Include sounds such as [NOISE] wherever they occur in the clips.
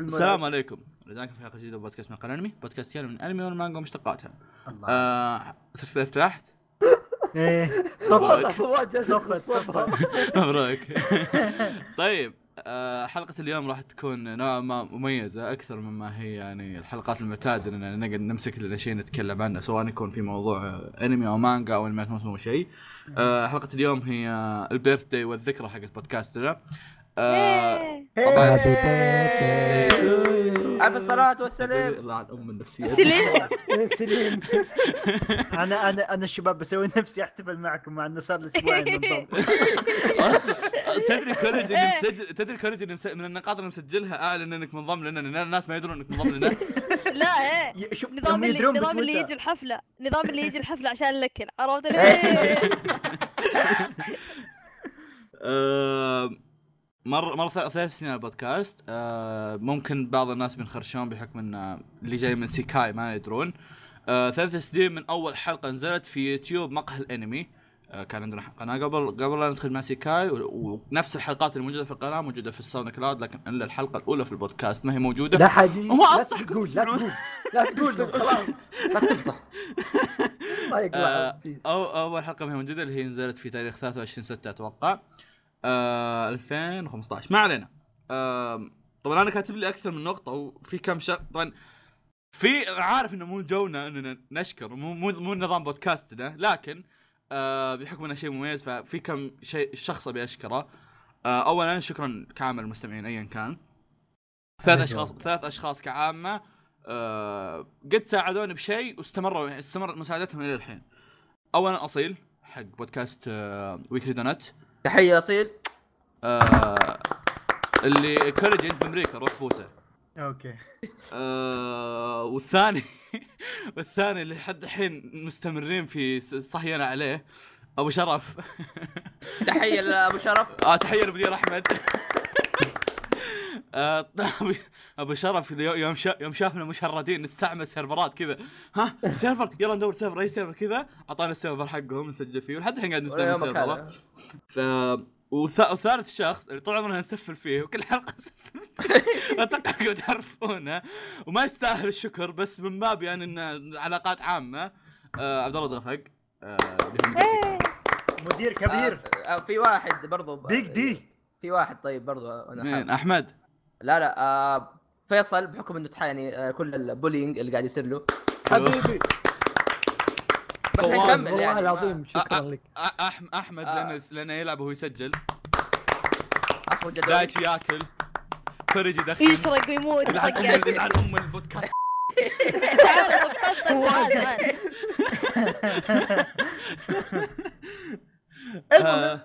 السلام عليكم رجعناكم في حلقه جديده من بودكاست من انمي بودكاست يتكلم عن الانمي والمانجا ومشتقاتها الله آه [LAUGHS] ارتحت ايه والله طفت فواز جالس طفت، يتصبر. مبروك [LAUGHS] طيب آه حلقه اليوم راح تكون نوعا ما مميزه اكثر مما هي يعني الحلقات المعتاده لان نقعد نمسك لنا شيء نتكلم عنه سواء يكون في موضوع آه، انمي او مانجا او انميات موسم او شيء آه حلقه اليوم هي آه، البيرث داي والذكرى حقت بودكاستنا آه طبعاً. Happy birthday to you. عبد الصلاة والسلام الله على الام النفسيه سليم [LAUGHS] سليم انا انا انا الشباب بسوي نفسي احتفل معكم مع انه صار لي اسبوعين منضم أصلاً، [LAUGHS] تدري كولج اني مسجل تدري كولج اني مسجل من النقاط اللي مسجلها اعلن انك منضم لنا لان الناس ما يدرون انك منضم لنا لا ايه [LAUGHS] ي- شوف نظام هم اللي يدرون نظام اللي يجي بتويتر الحفله نظام اللي يجي الحفله عشان لكن عرفت إيه. آم، مره مره آه، ث- ثلاث سنين على البودكاست آم، ممكن بعض الناس من خرشون بحكم ان اللي جاي من سيكاي ما يدرون آم، ثلاث سنين من اول حلقه نزلت في يوتيوب مقهى الانمي آم، كان عندنا قناه قبل قبل لا ندخل مع سيكاي و- ونفس الحلقات الموجوده في القناه موجوده في الساوند كلاود لكن الا الحلقه الاولى في البودكاست ما هي موجوده لا حديث هو لا أصح كنت تقول لا تسمعون. تقول لا تقول خلاص لا تفضح الله يقلع آه، أو أول حلقة مهمة جدا اللي هي نزلت في تاريخ 23 6 أتوقع آه 2015 ما علينا آه طبعا أنا كاتب لي أكثر من نقطة وفي كم شغ طبعا في أنا عارف إنه مو جونا إننا نشكر مو مو مو نظام بودكاستنا لكن آه بحكم إنه شيء مميز ففي كم شيء شخص أبي أشكره آه أولا شكرا كامل المستمعين أيا كان ثلاث أشخاص ثلاث أشخاص كعامة آه قد ساعدوني بشيء واستمروا استمرت مساعدتهم إلى الحين اولا اصيل حق بودكاست آه، ويكلي دونات تحية اصيل آه، اللي كولج انت بامريكا روح بوسه اوكي آه، والثاني [LAUGHS] والثاني اللي حد الحين مستمرين في س- صحينا عليه ابو شرف تحية لابو شرف آه تحيه للمدير احمد [LAUGHS] آه، طيب، ابو شرف اليو- يوم شا- يوم شافنا مشردين نستعمل سيرفرات كذا ها سيرفر يلا ندور سيرفر اي سيرفر كذا اعطانا السيرفر حقهم نسجل فيه ولحد الحين قاعد ولا نستعمل يومك سيرفره هذا. ف وث- وثالث شخص اللي طول عمرنا نسفل فيه وكل حلقه نسفل فيه اتوقع انكم تعرفونه وما يستاهل الشكر بس من باب يعني انه علاقات عامه آه عبد الله درفق آه اللي هو مدرسي. مدير كبير آه، آه، في واحد برضو ب- بيج دي في واحد طيب برضو أنا مين حاب- احمد لا لا آه، فيصل بحكم انه تح- يعني آه، كل البولينج اللي قاعد يصير له حبيبي بس فواز، نكمل والله يعني العظيم شكرا لك أ- أح- احمد آه. لانه لانه يلعب وهو يسجل اصبر جدول دايتش ياكل فرج يدخن يشرق ويموت لعن طقة. أم- لعن ام البودكاست تعال، طقطق، تعال، تعال. آه،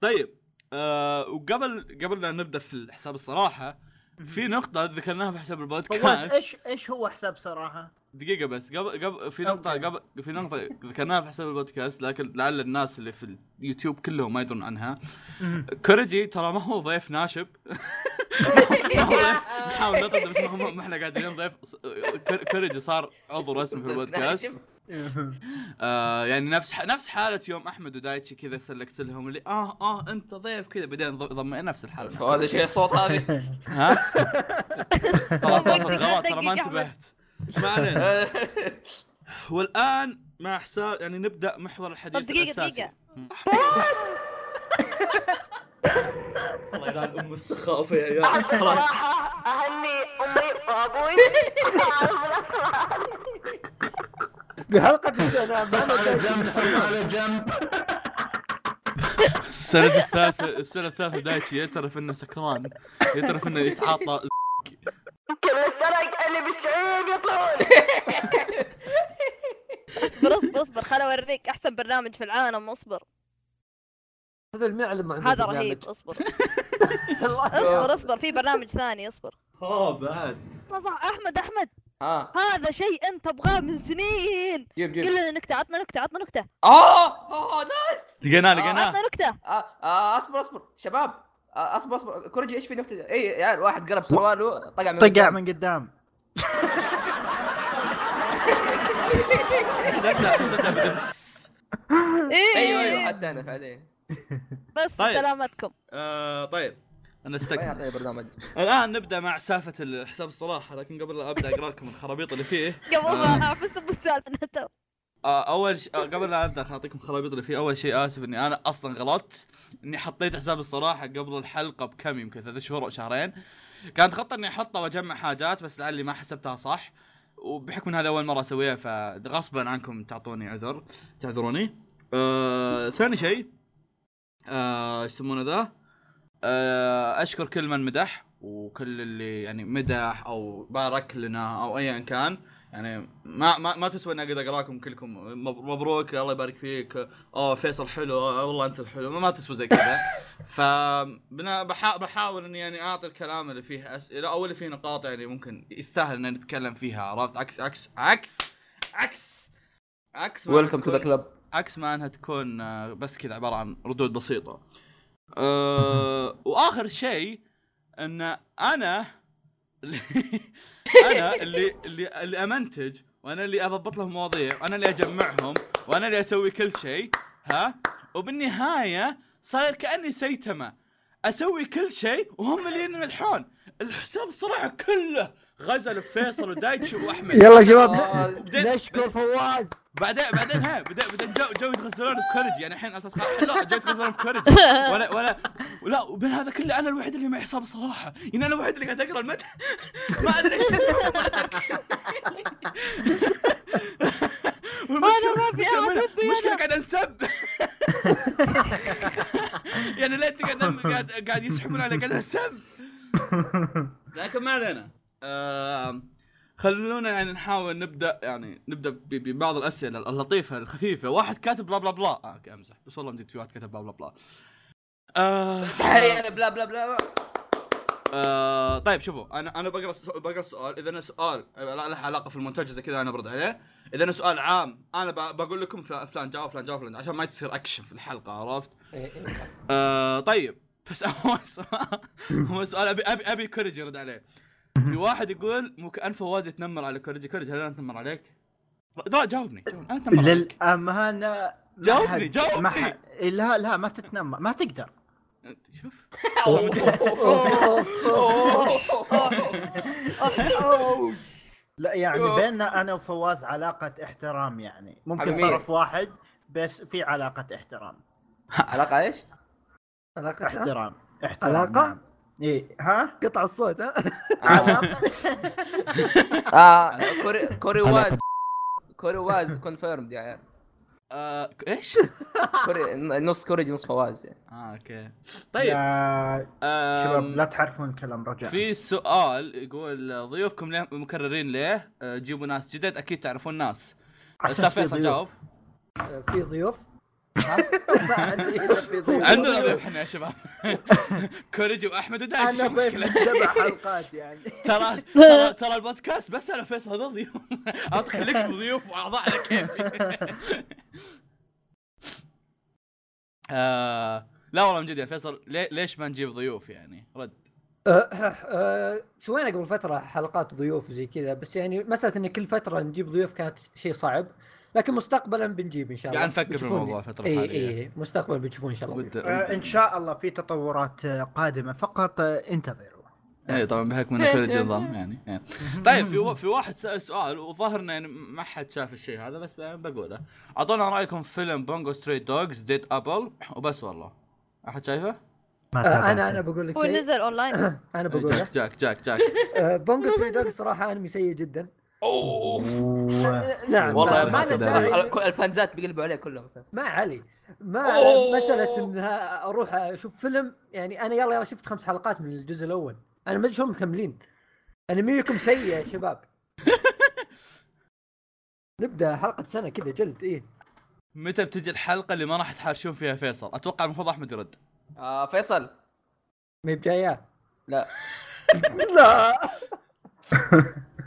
طيب آه، وقبل قبل لا نبدا في الحساب الصراحه في نقطة ذكرناها في حساب فواز [LAUGHS] البودكاست ايش ايش هو حساب صراحه؟ دقيقة بس قبل قبل في نقطة أوكي. قبل في نقطة ذكرناها في حساب البودكاست لكن لعل الناس اللي في اليوتيوب كلهم ما يدرون عنها كوريجي ترى ما هو ضيف ناشب [LAUGHS] ما هو ضيف نحاول نطرد بس ما هو- ما احنا قاعدين ضيف كور- كوريجي صار عضو رسمي في [LAUGHS] البودكاست آه يعني نفس نفس حالة يوم احمد ودايتشي كذا سلكت لهم اللي اه اه انت ضيف كذا بعدين ض- ضمينا نفس الحالة فواز ايش هي الصوت هذه؟ ها ترى توصل غلط ترى ما دقيقة، انتبهت ما علينا والان مع حساب يعني نبدا محور الحديث طب دقيقة، الاساسي دقيقة. مم. الله يلعن ام السخاء في عيال صراحة أهني أمي وأبوي بحلقة السلام على جنب صف على جنب السنة الثالثة السنة الثالثة دايتشي يعترف انه سكران يعترف انه يتعاطى كل السرق اللي بالشعيب يطلعون اصبر اصبر اصبر خل اوريك احسن برنامج في العالم اصبر [LAUGHS] هذا المعلم ما عنده هذا برنامج. رهيب [LAUGHS] اصبر اصبر اصبر في برنامج ثاني اصبر اوه بعد صح، صح احمد احمد ها هذا شيء انت تبغاه من سنين آه. جيب جيب قل لنا نكته عطنا نكته عطنا نكته اه اه نايس لقيناه عطنا لقيناه نكته آه، آه، اصبر اصبر شباب آه، اصبر اصبر كورجي ايش في نكتة اي يعني واحد قلب سرواله طقع من طقع قدام. من قدام آه، طيب. حسبتها حسبتها بدبس. ايوه إيه. أيوة، ايوه ايوه حتى انا بعدين بس طيب. سلامتكم آه، طيب انا ما استكمل يعطيني برنامج الان نبدا مع سالفه الحساب الصراحه لكن قبل لا ابدا اقرا لكم الخرابيط اللي فيه قبل ما اعرف اسم السالفه أنا تو. آه، اول ش... آه، قبل لا ابدا خل اعطيكم خرابيط اللي فيه اول شيء اسف اني انا اصلا غلطت اني حطيت حساب الصراحه قبل الحلقه بكم يمكن ثلاث شهور او شهرين كانت خطه اني احطه واجمع حاجات بس لعلي ما حسبتها صح وبحكم ان هذا اول مره اسويها فغصبا عنكم تعطوني عذر تعذروني آه، ثاني شيء آه، ايش يسمونه ذا آه، اشكر كل من مدح وكل اللي يعني مدح او بارك لنا او ايا كان يعني ما ما, ما تسوى اني اقعد اقراكم كلكم مب- مبروك الله يبارك فيك اوه فيصل حلو أوه والله انت الحلو ما, ما تسوى زي كذا ف بنا- بحا- بحاول اني يعني اعطي الكلام اللي فيه اسئله او اللي فيه نقاط يعني ممكن يستاهل ان نتكلم فيها عرفت عكس عكس عكس عكس عكس ما ويلكم تو ذا بتكون- كلب عكس ما انها تكون آه، بس كذا عباره عن ردود بسيطه. أه واخر شيء ان [LAUGHS] انا انا اللي اللي اللي امنتج وانا اللي اضبط لهم مواضيع وانا اللي اجمعهم وانا اللي اسوي كل شيء ها وبالنهايه صاير كاني سيتمه اسوي كل شيء وهم اللي ينلحون الحساب الصراحه كله غزل فيصل ودايتش واحمد يلا شباب آه، بديت- نشكر فواز بعدين بعدين ها بعدين بعدين جو جو يتغزلون بكورج يعني الحين اساس خ- لا جو يتغزلون بكورج ولا ولا ولا وبين هذا كله انا الوحيد اللي معي حساب صراحه يعني انا الوحيد اللي قاعد اقرا المدح ما ادري [LAUGHS] ايش تفهم ولا تركيز. والمشكلة- ما المشكلة في أحد وين- ضدي المشكله أنا. قاعد انسب [LAUGHS] يعني ليت قاعد قاعد قاعد يسحبون علي قاعد انسب لكن ما علينا آم، خلونا يعني نحاول نبدا يعني نبدا ب- ببعض الاسئله اللطيفه الخفيفه واحد كاتب بلا بلا بلا آه أوكي، امزح بس والله مديت في واحد كاتب بلا بلا بلا آه تحيه إيه، بلا بلا بلا آه طيب شوفوا انا انا بقرا الس- بقرا السؤال اذا أنا سؤال لا له علاقه في المونتاج زي كذا انا برد عليه اذا أنا سؤال عام انا ب- بقول لكم فلا- فلان جاوب فلان جاوب فلان عشان ما تصير اكشن في الحلقه عرفت آه طيب [LAUGHS] بس هو سؤال هو سؤال ابي ابي ابي كوريج يرد عليه في واحد يقول مو كان فواز يتنمر على كوريج كوريج هل انا اتنمر عليك؟ لا جاوبني جاوبني انا اتنمر عليك للامانه ما جاوبني، حد- جاوبني. ما حد- إيه، لا لا ما تتنمر ما تقدر أنت شوف لا يعني أوه. بيننا انا وفواز علاقه احترام يعني ممكن حبيبي. طرف واحد بس في علاقه احترام علاقه ايش؟ علاقة احترام احترام علاقة؟ نعم. ايه ها قطع الصوت ها اه كوري كوري واز كوري واز كونفيرمد يا عيال [LAUGHS] آه ايش؟ كوري نص كوري نص فواز يعني اه اوكي طيب يا شباب آم، لا تحرفون كلام رجاء في سؤال يقول ضيوفكم ليه مكررين ليه؟ آه، جيبوا ناس جدد اكيد تعرفون ناس. عشان استاذ في فيصل ضيوف. [LAUGHS] جاوب آه، في ضيوف ما أدري إذا في ضيوف. عندنا ضيوف احنا يا [LAUGHS] شباب كوريجي واحمد ودايش انا شو ضيف المشكله؟ من سبع حلقات يعني ترى ترى ترى البودكاست بس انا فيصل هذا ضيوف [LAUGHS] عاد خليك ضيوف واعضاء على كيفي. [LAUGHS] آه، لا والله من جد يا فيصل ليه- ليش ما نجيب ضيوف يعني؟ رد آه، سوينا قبل فترة حلقات ضيوف وزي كذا بس يعني مسألة ان كل فترة نجيب ضيوف كانت شيء صعب لكن مستقبلا بنجيب ان شاء الله إيه، قاعد نفكر في بتشوفون- الموضوع الفترة اي الحالية. اي مستقبلا بتشوفون ان شاء الله ود- ضيوف. آه، ان شاء الله في تطورات آه، قادمه فقط آه، انتظروا اي طبعا بحكم انه كوريجي نظام يعني [LAUGHS] إيه. طيب في و- في واحد سال سؤال وظهرنا يعني ما حد شاف الشيء هذا بس ب- بقوله اعطونا رايكم في فيلم بونجو ستريت دوجز ديد ابل وبس والله احد شايفه؟ ما آه، تابعت. انا انا بقول لك هو شيء نزل اونلاين انا إيه، بقول جاك جاك جاك جاك بونجو ستري دوغ صراحة انمي سيء جدا أوه. نعم والله بس أنا ما هكذا ندعي- أدري. الفانزات بيقلبوا عليه كلهم ما علي ما أوه. مساله انها اروح اشوف فيلم يعني انا يلا يلا شفت خمس حلقات من الجزء الاول انا ما ادري شلون مكملين انميكم سيء يا شباب [LAUGHS] نبدا حلقه سنه كذا جلد ايه متى بتجي الحلقه اللي ما راح تحاشون فيها فيصل؟ اتوقع المفروض احمد يرد آه فيصل ما هي بجايه لا [LAUGHS] لا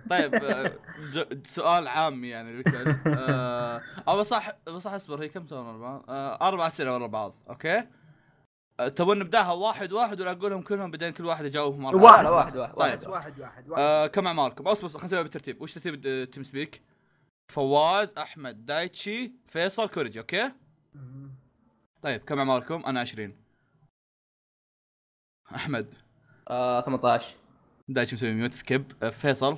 طيب آه، [LAUGHS] ج- سؤال عام يعني اللي بيسأل. آه، او صح صح اصبر هي كم سؤال ورا بعض؟ آه، اربع اسئله ورا بعض اوكي؟ آه، تبون نبداها واحد واحد ولا اقولهم كلهم بعدين كل واحد يجاوبهم مره واحد. واحد واحد واحد طيب. واحد. بس واحد واحد واحد آه كم اعماركم؟ اصبر اصبر، خلينا نسويها بالترتيب، وش ترتيب آه، تيم سبيك؟ فواز، احمد، دايتشي، فيصل، كوريجي، اوكي؟ طيب كم اعماركم؟ انا 20 احمد آه 18 دايتشي مسوي ميوت سكيب آه، فيصل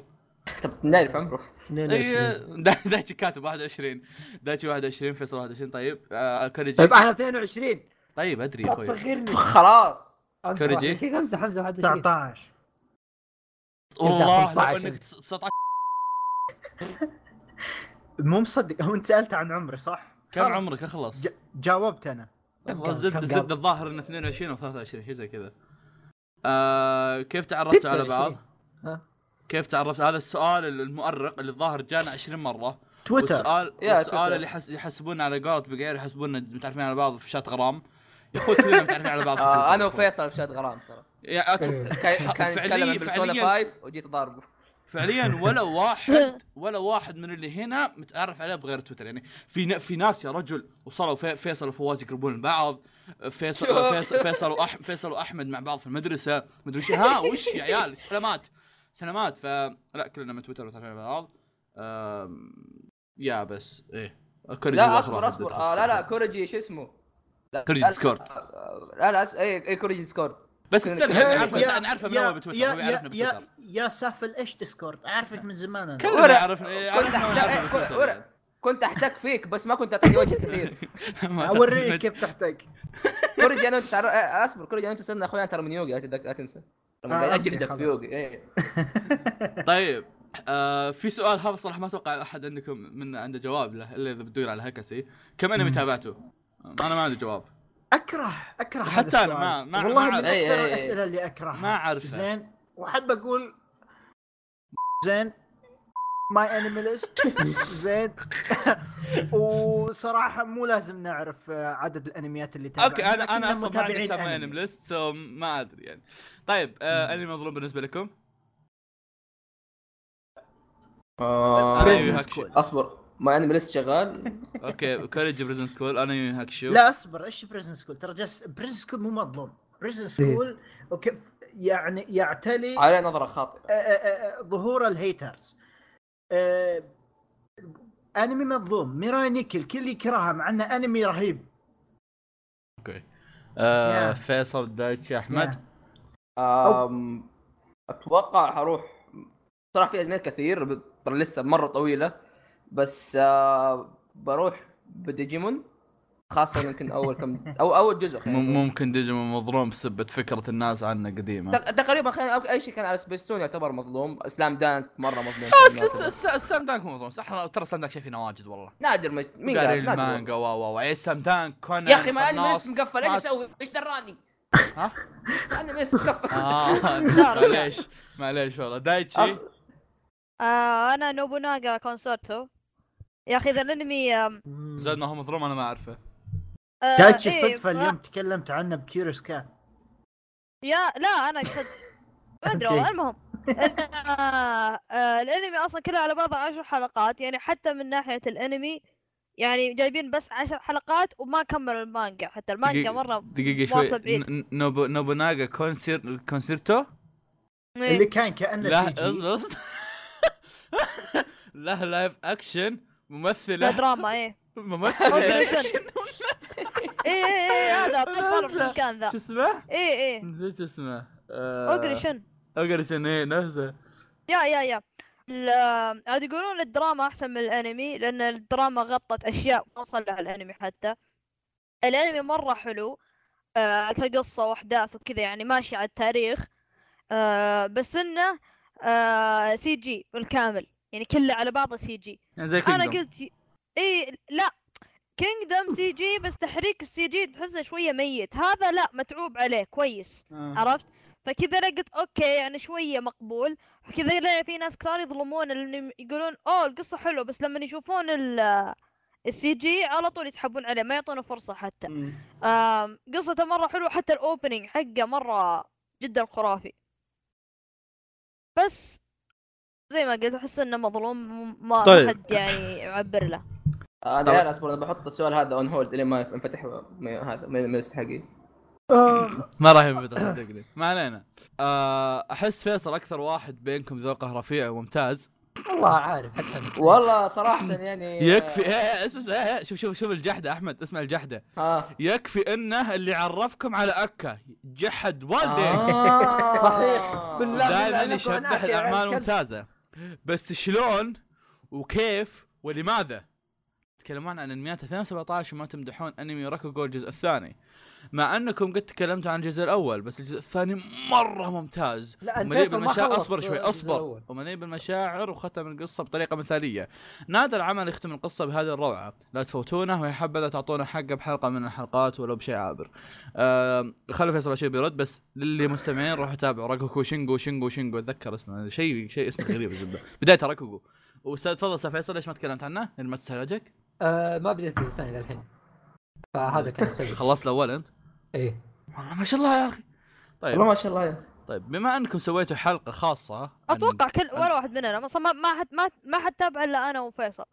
طب نعرف عمره 22 أي- [LAUGHS] دا- دايتشي كاتب 21 دايتشي 21 فيصل 21 طيب آه، كوريجي طيب احنا 22 طيب ادري يا لا اخوي تصغرني خلاص أمس كوريجي. 21 امزح امزح 21 19 والله لو 15. انك 19 مو مصدق هو انت سالت عن عمري صح؟ كم خلاص. عمرك اخلص ج- جاوبت انا كم والله كم- زبده كم زبده الظاهر انه 22 او 23 شيء زي كذا آه كيف تعرفتوا على 26. بعض؟ ها؟ كيف تعرفت هذا السؤال المؤرق اللي الظاهر جانا 20 مره تويتر والسؤال يا والسؤال تويتر. اللي حس... يحسبون على قولت بقعير يحسبوننا متعرفين على بعض في شات غرام يا اخوي كلنا متعرفين على بعض في تويتر آه انا المفروض. وفيصل في شات غرام [LAUGHS] ترى يا أتوقع. كان أيوه. كان يتكلم عن فعليا- بيرسونا فعليا 5 وجيت ضاربه [LAUGHS] فعليا ولا واحد ولا واحد من اللي هنا متعرف عليه بغير تويتر يعني في ن... في ناس يا رجل وصلوا في... فيصل وفواز يقربون من بعض فيصل فيصل فيصل, وأح... فيصل واحمد مع بعض في المدرسه مدري وش ها وش يا عيال سلامات سلامات فلا كلنا من تويتر متعرفين على بعض أم... يا بس ايه كوريجي لا هو اصبر صراحة اصبر ضد آه لا لا هالسالفة. كوريجي شو اسمه لا، كوريجي لا، ديسكورد. آه، لا لا أس- اي اي كوريجي ديسكورد بس كوريجي- استنى يا- انا عارفه يا- انا عارفه من يا- اول بتويتر يا- هو يعرفنا يا- بتويتر يا سافل ايش ديسكورد اعرفك من زمان انا كلنا عرفنا كنت يعرفنا أحتك- ونعرفه إيه، كنت- بتويتر يعني. كنت احتك فيك بس ما كنت اعطيك وجه كثير ما [LAUGHS] اوريك كيف تحتاج كوريجي انا وأنت تعر- آه، اصبر كوريجي انا وأنت صرنا اخويا ترى من يوغي لا تتذك- لا تنسى آه، لما قاعد أوكي، اجلدك خلاص. في يوغي إيه. طيب آه في سؤال هذا صراحه ما اتوقع احد عندكم منا عنده جواب له الا اذا بتدور على هكسي كم انمي تابعته؟ انا ما عندي جواب اكره اكره هذا حتى أنا السؤال. ما- ما- والله ما من أعرف. إيه، أي- اكثر أي- أي. الاسئله اللي اكرهها ما أعرفها. زين واحب اقول زين ماي انيماليست زين وصراحه مو لازم نعرف آه، عدد الانميات اللي تابعها اوكي انا انا لكننا اصلا ما عندي متابعين حساب أنمي. انمي ليست سو ما ادري يعني طيب آه انمي مظلوم بالنسبه لكم؟ آه، أنا Prison يوهاك School. شو. اصبر ما انا لسه شغال اوكي كوريج بريزن سكول انا يو هاكشو لا اصبر ايش بريزن سكول ترى جس بريزن سكول مو مظلوم بريزن سكول اوكي ف- يعني يعتلي عليه نظره خاطئه آه، آه، آه، ظهور الهيترز آه، انمي مظلوم ميراي نيكل كل يكرهها مع انه انمي رهيب اوكي آه يا. فيصل دايتشي احمد آم، اتوقع حروح صراحه في ازمات كثير ب- ترى لسه مره طويله بس آه، بروح بديجيمون خاصه يمكن اول كم او اول جزء خلينا مم- نقول. ممكن ديجيمون مظلوم بسبه فكره الناس عنه قديمه تق- تقريبا خلينا أقول اي شيء كان على سبيستون يعتبر مظلوم اسلام دانك مره مظلوم آه، السام دانك مو مظلوم صح ترى السام دانك شايفينه واجد والله نادر ما مين قال قال نادر المانجا واو واو اي سام دانك كونان يا اخي ما قناص. انا لسه مقفل ايش ما- اسوي؟ ايش دراني؟ [LAUGHS] ها؟ انا لسه مقفل [LAUGHS] آه، معليش معليش والله دايتشي أص- آه انا نوبوناغا كونسورتو يا اخي ذا الانمي آم، زاد ما هو مظلوم انا ما اعرفه آه، دايتشي إيه، الصدفه اليوم تكلمت عنه بكيروس كات يا لا انا اقصد ما ادري والله، المهم إن- آه، آه، الانمي اصلا كله على بعضه عشر حلقات يعني حتى من ناحيه الانمي يعني جايبين بس عشر حلقات وما كملوا المانجا حتى المانجا دقيقة- مره دقيقه واصلة شوي بعيد. ن- نوبو نوبوناغا كونسير كونسيرتو إيه، إيه. اللي كان كانه لا سي جي [LAUGHS] اصبر له لايف اكشن لا ممثله دراما ايه ممثله لايف أوكي. اكشن ايه ايه ايه هذا طلع في المكان ذا [LAUGHS] شو آه. اسمه؟ ايه ايه نسيت اسمه اوغريشن اوغريشن ايه نفسه يا يا يا ال- عاد يقولون الدراما احسن من الانمي لان الدراما غطت اشياء ما وصل لها الانمي حتى الانمي مره حلو آه كقصه واحداث وكذا يعني ماشي على التاريخ آه بس انه آه سي جي بالكامل يعني كله على بعضه سي جي يعني زي انا كينجدوم قلت اي لا كينجدم سي جي بس تحريك السي جي تحسه شويه ميت هذا لا متعوب عليه كويس عرفت فكذا انا قلت اوكي يعني شويه مقبول وكذا لا في ناس كثار يظلمون لأنهم يقولون اوه القصه حلوه بس لما يشوفون ال السي جي على طول يسحبون عليه ما يعطونه فرصه حتى آم، قصته مره حلوه حتى الاوبننج حقه مره جدا خرافي بس زي ما قلت احس انه مظلوم م- ما طيب. طيب. حد يعني يعبر [COUGHS] له انا طبعا. عيال اصبر انا بحط السؤال هذا اون هولد لين ما ينفتح م- هذا من من حقي ما راح ينفتح صدقني ما علينا آه، احس فيصل اكثر واحد بينكم ذوقه رفيع وممتاز والله عارف حتى [LAUGHS] والله صراحه يعني يكفي إيه، إيه، اسمع اسمع، إيه، إيه، شوف شوف شوف الجحده احمد اسمع الجحده اه يكفي انه اللي عرفكم على اكا جحد والديك [LAUGHS] آه. صحيح. بالله. دائما لأنكم يشبه هناك يا الاعمال الكلب. ممتازه بس شلون وكيف ولماذا تتكلمون عن انميات 2017 وما تمدحون انمي راكوغو الجزء الثاني مع انكم قد تكلمتوا عن الجزء الاول بس الجزء الثاني مره ممتاز لا ومليء الفيصل ما بالمشاعر خلص اصبر شوي الجزء اصبر الأول. ومليء بالمشاعر وختم القصه بطريقه مثاليه نادر عمل يختم القصه بهذه الروعه لا تفوتونه ويا حبذا تعطونا حقه بحلقه من الحلقات ولو بشيء عابر آه خلي فيصل بشير بيرد بس للي مستمعين روحوا تابعوا راكوكو شينجو شينجو شينجو اتذكر اسمه شيء شيء اسمه غريب جدا بدايه راكوكو وتفضل استاذ فيصل ليش ما تكلمت عنه؟ لأن ما استهلجك آه ما بديت الجزء الثاني للحين فهذا كان السبب خلصت الاول انت؟ إيه. ايه والله ما شاء الله يا اخي والله طيب ما شاء الله يا أخي. طيب بما انكم سويتوا حلقه خاصه عن- اتوقع كل ولا واحد مننا اصلا ما ما حد ما, ما حد تابع الا انا وفيصل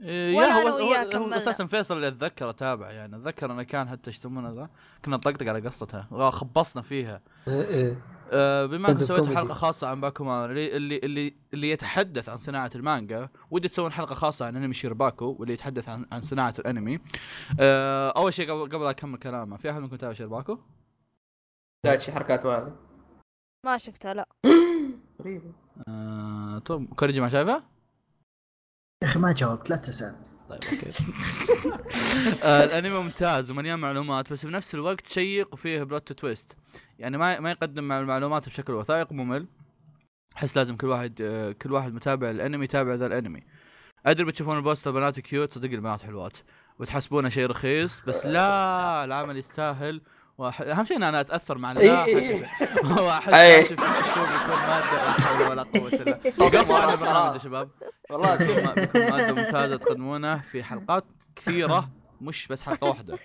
إيه، ولا يا هو- أنا هو- وياه هو كملنا. اساسا فيصل اللي اتذكره تابع يعني اتذكر انه كان حتى ايش يسمونه ذا كنا نطقطق على قصتها وخبصنا فيها إيه، إيه. أه بما انكم stand-up سويتوا comedy. حلقه خاصه عن باكومان اللي اللي اللي, اللي يتحدث عن صناعه المانجا ودي تسوون حلقه خاصه عن انمي شيرباكو واللي يتحدث عن عن صناعه الانمي أه اول شيء قبل قبل اكمل كلامه في احد منكم تابع شيرباكو؟ لا شي حركات وهذه ما شفتها لا غريبه أه توم كوريجي ما شايفه؟ يا اخي ما جاوبت لا تسال طيب اوكي آه، الانمي ممتاز ومليان معلومات بس بنفس الوقت شيق وفيه بلوت تويست يعني ما ما يقدم مع المعلومات بشكل وثائق ممل احس لازم كل واحد آه، كل واحد متابع الانمي يتابع ذا الانمي ادري بتشوفون البوستر بنات كيوت صدق البنات حلوات وتحسبونه شيء رخيص بس لا العمل يستاهل وأح- اهم شيء ان انا اتاثر مع إيه، الاداء إيه. [LAUGHS] واحس إيه. ماشي في الشوق يكون ماده ولا قوه الا قفوا على البرنامج يا شباب [LAUGHS] والله والله بيكون بيكون مادة ممتازة تقدمونه في حلقات كثيرة مش بس حلقة واحدة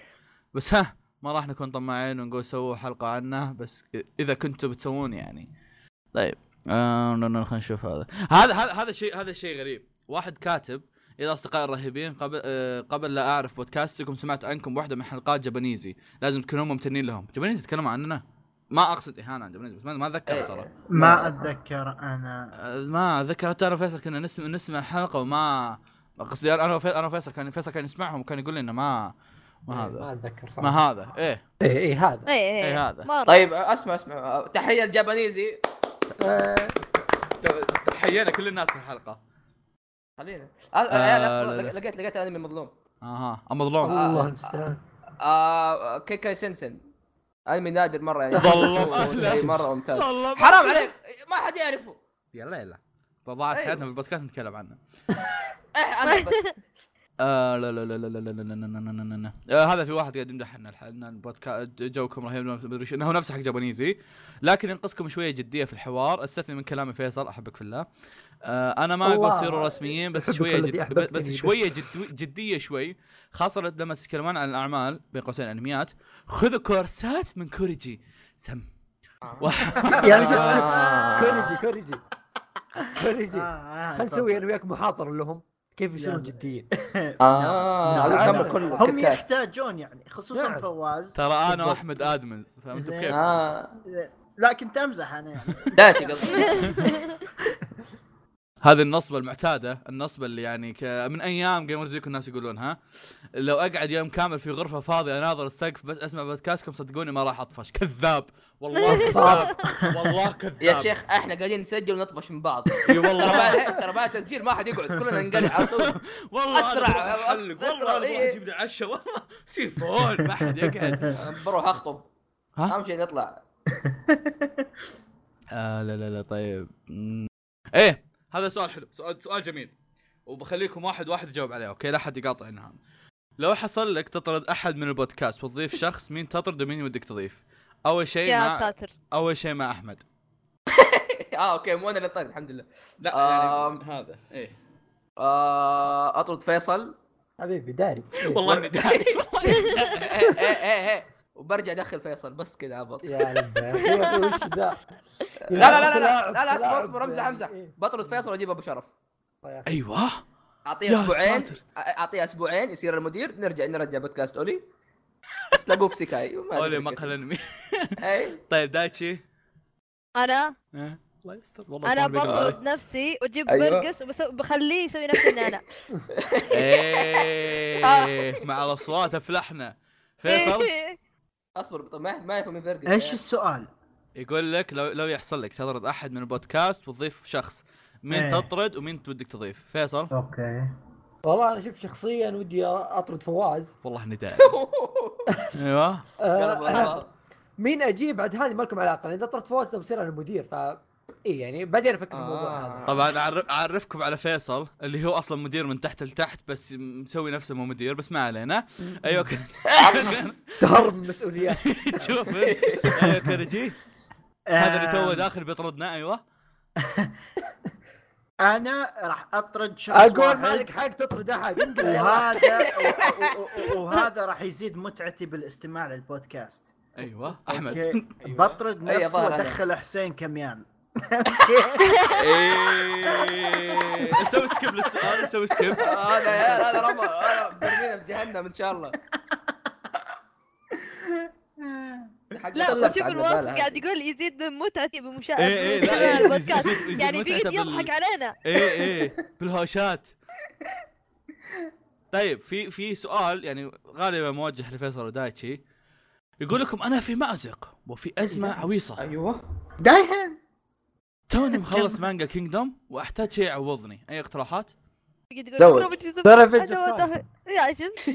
بس ها ما راح نكون طماعين ونقول سووا حلقة عنه بس إذا كنتوا بتسوون يعني طيب آه خلينا نشوف هذا هذا هذا هذا شيء هذا شيء غريب واحد كاتب الى اصدقائي الرهيبين قبل آه قبل لا اعرف بودكاستكم سمعت عنكم واحده من حلقات جابانيزي لازم تكونون ممتنين لهم جابانيزي تكلموا عننا ما اقصد اهانه عن جابانيزي بس ما- ما اتذكر إيه. ترى ما اتذكر انا ما ذكرت انا وفيصل كنا نسمع نسمع حلقه وما قصدي انا وفيصل انا وفيصل كان فيصل كان يسمعهم وكان يقول لي انه ما ما إيه، ما هذا اتذكر ما صراحه هذا ايه ايه إيه، ايه هذا اي اي إيه هذا. مره طيب اسمع اسمع تحيه الجابانيزي آه، حيينا كل الناس في الحلقه خلينا آه، آه، يا أصبر، لا، لا. لقيت لقيت انمي مظلوم اها أم مظلوم الله المستعان آه، كيكاي سنسن انمي نادر مره يعني [LAUGHS] والله شيء أحلى. مره ممتاز والله ما- حرام عليك ما حد يعرفه يلا يلا ضاعت أيوه. حياتنا في البودكاست نتكلم عنه إيه، طيب، انا [LAUGHS] بس [LAUGHS] آه لا لا لا لا لا لا لا لا لا لا لا لا لا. آه هذا في واحد قاعد يمدح ان الح- ان البودكاست جوكم رهيب لا مدري إيش. انه هو نفس حق جابانيزي لكن ينقصكم شويه جديه في الحوار استثني من كلام فيصل احبك في الله آه انا ما اقول الله صيروا رسميين بس أحبك شويه الذي جد أحببتني بس به. شويه جد جديه شوي خاصه لما تتكلمون عن الاعمال بين قوسين انميات خذوا كورسات من كوريجي سم يعني شوف شوف آه. كوريجي كوريجي كوريجي خلينا آه، خلينا نسوي انا وياك محاضره لهم كيف يصيرون يلا. جديين اه نعم. هذا كان نعم. كله هم كتكات. يحتاجون يعني خصوصا نعم. فواز ترى انا بالضبط. واحمد ادمنز فهمت زين. كيف؟ اه لا كنت امزح انا يعني داتي قصدي هذه النصبة المعتادة النصبة اللي يعني ك... من أيام جيمرز ويك الناس يقولونها لو أقعد يوم كامل في غرفة فاضية أناظر السقف بس أسمع بودكاستكم صدقوني ما راح أطفش كذاب والله كذاب والله كذاب يا شيخ احنا قاعدين نسجل ونطفش من بعض اي ترى والله [LAUGHS] [LAUGHS] بعد- ترى بعد التسجيل ما حد يقعد كلنا ننقلع على طول والله أنا أسرع، بروح أحلق، والله أسرع، أنا بروح إيه. أجيب لي عشاء والله سيفون ما حد يقعد بروح اخطب ها؟ اهم شيء [LAUGHS] نطلع آه لا لا لا طيب مم. ايه هذا سؤال حلو سؤال سؤال جميل وبخليكم واحد واحد يجاوب عليه اوكي لا حد يقاطع انها لو حصل لك تطرد احد من البودكاست وتضيف شخص مين تطرد ومين ودك تضيف اول شيء يا مع ساتر اول شيء مع احمد اه اوكي مو انا اللي طرد الحمد لله لا آم. يعني هذا ايه آه اطرد فيصل حبيبي داري والله اني [LAUGHS] داري والله إني داري. ايه ايه ايه وبرجع ادخل فيصل بس كذا عبط [LAUGHS] يا لبا. يا أخي وش ذا لا لا لا لا لا, لا, لا تلاعب، اصبر اصبر امزح يعني امزح إيه. بطرد فيصل واجيب ابو شرف طيب. ايوه يا اعطيه اسبوعين ساتر. اعطيه اسبوعين يصير المدير نرجع نرجع بودكاست اولي بس لقوه في سكاي وما [LAUGHS] أدري إيه، اولي كيف. مقهى الانمي اي طيب دايتشي انا ها؟ الله يستر والله انا صعب يقرأ. بطرد نفسي واجيب أيوة. برقص وبخليه يسوي نفسه اني انا ايه مع الاصوات افلحنا إيه. فيصل [LAUGHS] اصبر طب ما ما يفهم من إيه. فيرجس ايش [LAUGHS] السؤال؟ يقول لك لو لو يحصل لك تطرد احد من البودكاست وتضيف شخص مين إيه. تطرد ومين ودك تضيف فيصل اوكي والله انا شوف شخصيا ودي اطرد فواز والله اني [LAUGHS] داعي أيوة. ايوه آه مين اجيب بعد هذه مالكم علاقه لان اذا طردت فواز أنا بصير انا المدير ف اي يعني بعدين افكر في الموضوع آه. هذا طبعا أعرف- اعرفكم على فيصل اللي هو اصلا مدير من تحت لتحت بس مسوي نفسه مو مدير بس ما علينا ايوه كان تهرب من المسؤوليات شوف ايوه كوريجي آه، هذا اللي توه داخل بيطردنا ايوه انا راح اطرد شخص اقول واحد. مالك حق تطرد احد انقل يلا. وهذا و- و- و- وهذا راح يزيد متعتي بالاستماع للبودكاست ايوه احمد أوكي؟ بطرد أي نفسي أيوة. ظاهر أنا. وادخل حسين [LAUGHS] كميان إيه. [LAUGHS] نسوي سكيب للسؤال نسوي سكيب هذا يا عيال، هذا رمى هذا برمينا بجهنم ان شاء الله لا طلعت وشوف على الواصل البال قاعد يقول يزيد من متعتي بمشاهده إيه، إيه، لا، بمستماع يزيد- البودكاست. يزيد- يزيد يعني بيجي متعته بال- يضحك علينا ايه ايه بالهوشات طيب في في سؤال يعني غالبا موجه لفيصل ودايتشي يقول لكم انا في مازق وفي ازمه إيه، هذه. عويصه أيوة. ايوه دايهن توني مخلص مانجا كينجدوم واحتاج شيء يعوضني اي اقتراحات؟ بيجي زود. يقول رابط يوسف ترى في أنا الجفتار. والله- يا شفت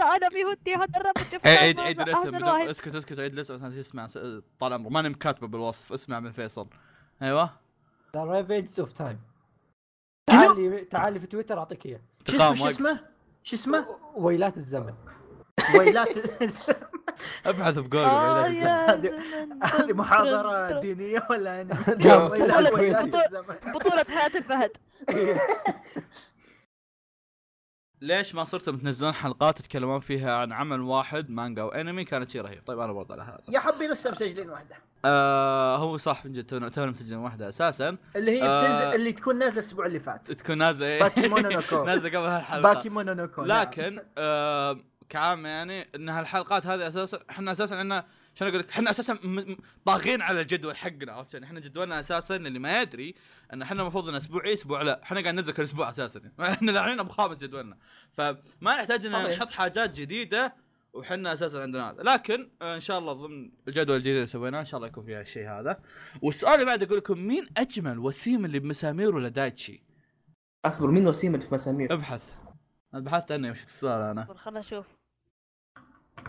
لا، انا في هوتي هذا الرابط شفت عيد هذا عيد الرابط الاسم أحسن بدون- واحد. إيه، اسكت اسكت عيد الاسم عشان اسمع طال عمره ماني مكاتبه بالوصف اسمع من فيصل ايوه ذا ريفنجز اوف تايم تعالي تعالي في تويتر اعطيك اياه شو اسمه تقام شو وقت. اسمه؟ شو اسمه؟ ويلات الزمن ويلات [LAUGHS] ابحث آه، بجوجل يا هذه- زمن هذه ترد- محاضرة ترد- دينية ولا [LAUGHS] انا؟ لا، بس ويلات- والله ويلات كويس. الزمن. بطولة حياة الفهد ليش ما صرتم تنزلون حلقات تتكلمون فيها عن عمل واحد مانجا وانمي كانت شيء رهيب طيب انا برضه على هذا يا حبي لسه مسجلين واحدة آه هو صح من جد تونا تونا مسجلين واحده اساسا اللي هي آه. بتنزل اللي تكون نازلة الاسبوع اللي فات تكون نازله باكي [LAUGHS] مونونوكو. نازله قبل هالحلقه باكي مونونوكو نعم. لكن آه كعامة يعني ان هالحلقات هذه اساسا احنا اساسا عندنا شلون اقول لك احنا اساسا م- م- طاغين على الجدول حقنا عرفت يعني احنا جدولنا اساسا اللي ما يدري ان احنا المفروض ان اسبوعي اسبوع لا احنا قاعد ننزل كل اسبوع [LAUGHS] اساسا يعني احنا لاعبين ابو خامس جدولنا فما نحتاج ان صحيح. نحط حاجات جديده وحنا اساسا عندنا هذا لكن آه ان شاء الله ضمن الجدول الجديد اللي سويناه ان شاء الله يكون فيها الشيء هذا والسؤال اللي بعد اقول لكم مين اجمل وسيم اللي بمساميره لدايتشي اصبر مين وسيم اللي في مسامير؟ ابحث انا بحثت عنه وش السؤال انا خلنا نشوف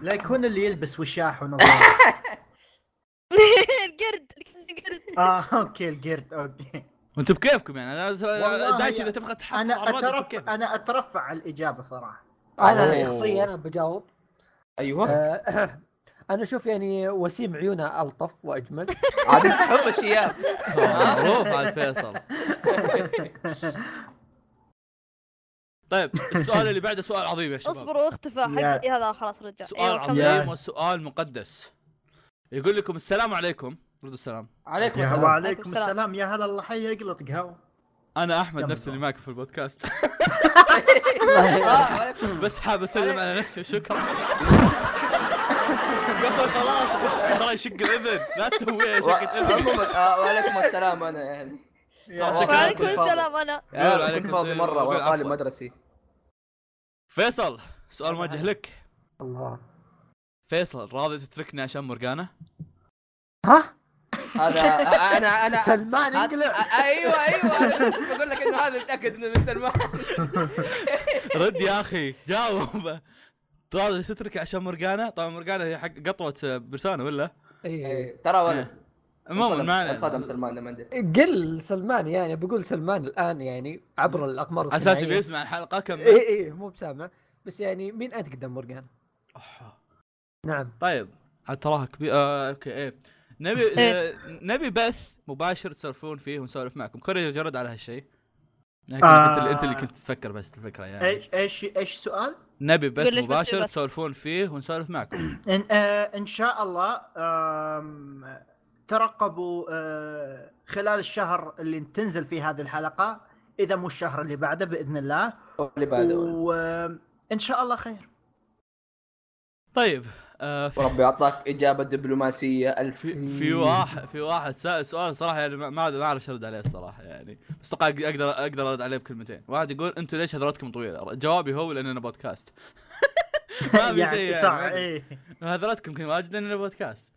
لا يكون اللي يلبس وشاح [LAUGHS] ونظاره القرد القرد اه اوكي القرد اوكي وانتم بكيفكم يعني انا والله دايتشي يا- اذا تبغى تحفظ انا على الرد، أنت اترفع بكيفك. انا اترفع على الاجابه صراحه انا أوه. شخصيا انا بجاوب [LAUGHS] ايوه آه، [CLEARS THROAT] انا اشوف يعني وسيم عيونه الطف واجمل عاد انت تحب الشياب آه، معروف على [LAUGHS] فيصل طيب السؤال اللي بعده سؤال عظيم يا شباب اصبروا اختفى يا. حقي هذا خلاص رجع سؤال أيوة، كمل. عظيم وسؤال مقدس يقول لكم السلام عليكم ردوا السلام عليكم يا السلام وعليكم السلام. السلام يا هلا الله حي يقلط قهوه انا احمد يلا. نفسي اللي معكم في البودكاست [LAUGHS] آه، وعليكم [LAUGHS] بس حاب اسلم على نفسي وشكرا قبل خلاص وش- ترى يشق الاذن لا تسويها شقة [LAUGHS] اذن عموما آه، وعليكم السلام انا يعني ترى شكلها وعليكم كنت فاضي. السلام انا يلا، انا عليكم كنت فاضي السلام. مره وانا عفواً. طالب مدرسي فيصل سؤال موجه لك الله فيصل راضي تتركني عشان مرجانا؟ ها هذا آه، انا انا سلمان هذا- انقلع آه، ايوه ايوه أنا كنت بقول لك انه هذا متاكد انه من سلمان رد يا اخي جاوب راضي تترك عشان مرجانا طبعا مرجانا هي حق قطوه برسانه ولا اي إيه، ترى وانا إيه، عموما ما علينا. انصدم سلمان لما عنده قل سلمان يعني بقول سلمان الان يعني عبر الاقمار الصناعية. أيوه. اساسي بيسمع الحلقه كم إيه. اي اي مو بسامع بس يعني مين انت قدام مورجان؟ نعم طيب عاد تراها كبير آه، اوكي ايه نبي آه، إيه. نبي بث مباشر تسولفون فيه ونسولف معكم كوريج جرد على هالشيء لكن آه. انت اللي انت اللي كنت تفكر بس الفكره يعني ايش ايش ايش سؤال؟ نبي بث قول إيه. ليش بس مباشر البث؟ تسولفون فيه ونسولف معكم ان, آه ان شاء الله آم، ترقبوا آه خلال الشهر اللي تنزل فيه هذه الحلقه اذا مو الشهر اللي بعده باذن الله اللي بعده وان شاء الله خير طيب آه، في- وربي اعطاك اجابه دبلوماسيه الف يعني في في واحد في واحد سأل سؤال صراحه يعني ما ما ما اعرف ارد عليه الصراحه يعني بس اتوقع اقدر اقدر ارد عليه بكلمتين واحد يقول انتم ليش هذراتكم طويله جوابي هو لاننا بودكاست [LAUGHS] [LAUGHS] ما في شيء يعني ما صح أدري. ايه هذراتكم كلمه واجد لاننا بودكاست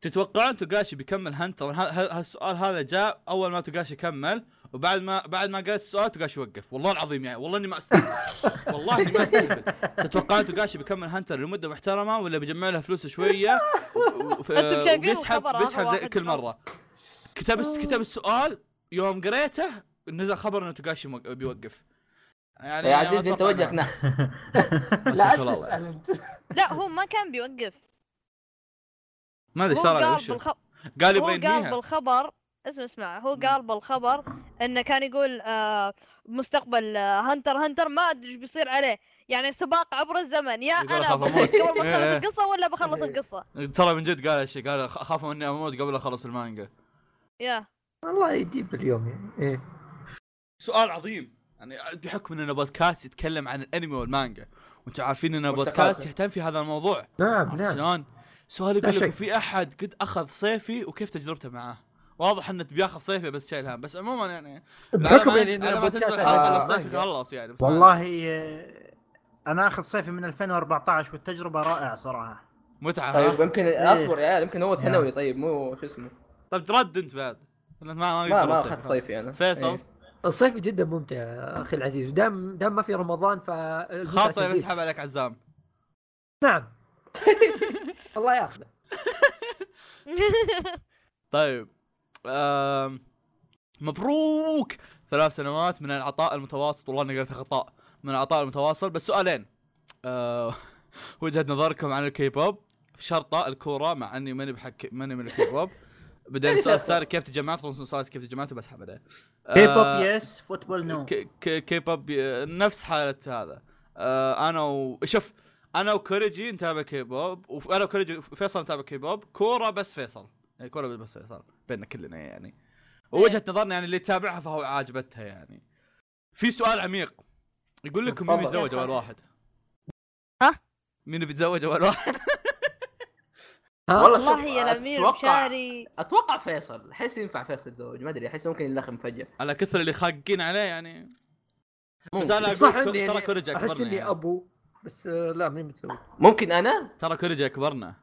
تتوقعون توغاشي بيكمل هانت طبعا ه- ه- هالسؤال هذا جاء اول ما توغاشي كمل وبعد ما بعد ما قالت السؤال توغاشي وقف والله العظيم يعني والله اني ما استقبل [LAUGHS] والله اني ما استقبل تتوقعون توغاشي بيكمل هانتر لمده محترمه ولا بيجمع لها فلوس شويه وف- أنتم شايفين وبيسحب الخبر هذا بيسحب زي واحد كل مرة. مره كتب كتب السؤال يوم قريته نزل خبر انه توغاشي موق- بيوقف يعني يا طيب عزيزي ما انت أتوقع وجهك إنه- نحس ما لا شاء الله. تسال انت لا هو ما كان بيوقف ما ادري هو صار على قال وشه بالخ... قال هو قال يبينيها بالخبر اسمع اسمع هو قال بالخبر انه كان يقول آه مستقبل آه هنتر هنتر ما ادري ايش بيصير عليه يعني سباق عبر الزمن يا يقول انا أخاف بموت أموت. قبل ما إيه. تخلص القصه ولا بخلص القصه ترى من جد قال هالشيء قال أخ- اخاف اني اموت قبل اخلص المانجا يا والله يجيب اليوم يعني ايه سؤال عظيم يعني بحكم اننا بودكاست يتكلم عن الانمي والمانجا وانتم عارفين ان مرتقاته. بودكاست يهتم في هذا الموضوع نعم عرفت نعم شلون؟ سؤال لا يقول لك شك. في احد قد اخذ صيفي وكيف تجربته معاه؟ واضح انه بياخذ صيفي بس شايل هم بس عموما يعني على بحكم ما- يعني إننا على ما بودكاست تنزل عن حلقة المانجا. الصيفي خلص يعني بس ما- والله آه، انا اخذ صيفي من 2014 والتجربه رائعه صراحه متعه طيب ها؟ [LAUGHS] يمكن إيه. اصبر يا عيال يمكن هو نعم. ثانوي طيب مو شو اسمه طيب ترد انت بعد ما ما طيب، ما قد ما جربت اخذت صيفي انا فيصل؟ إيه. الصيف جدا ممتع يا اخي العزيز ودام دام ما في رمضان ف خاصه اذا اسحب طيب، عليك عزام [LAUGHS] نعم الله ياخذه طيب آم، مبروك ثلاث سنوات من العطاء المتواصل والله انا قلت خطا من العطاء المتواصل بس سؤالين آه، [LAUGHS] وجهه نظركم عن الكي بوب شرطه الكوره مع اني ماني بحك ماني من الكي بوب بعدين السؤال الثاني كيف تجمعت رمز سؤال كيف تجمعته بسحب عليه كي بوب يس فوتبول نو آه، ك- ك- كي بوب ي- نفس حالة هذا آه انا و... شوف انا وكوريجي نتابع كي بوب وانا وكوريجي فيصل نتابع كي بوب كورة بس فيصل يعني كورة بس فيصل بيننا كلنا يعني ووجهة إيه. نظرنا يعني اللي تتابعها فهو عاجبتها يعني في سؤال عميق يقول لكم مين تفضل. بيتزوج اول واحد؟ ها؟ مين بيتزوج اول واحد؟ [LAUGHS] والله والله شوف، يا الامير أتوقع- مشاري [LAUGHS] اتوقع فيصل احس ينفع فيصل يتزوج ما ادري احس ممكن يلخم فجاه على كثر اللي خاقين عليه يعني بس ممكن, انا اقول صح كو- اني ترى يعني كوريجي احس اكبرنا اني يعني. ابو بس آه، لا مين متزوج ممكن انا ترى كوريجي اكبرنا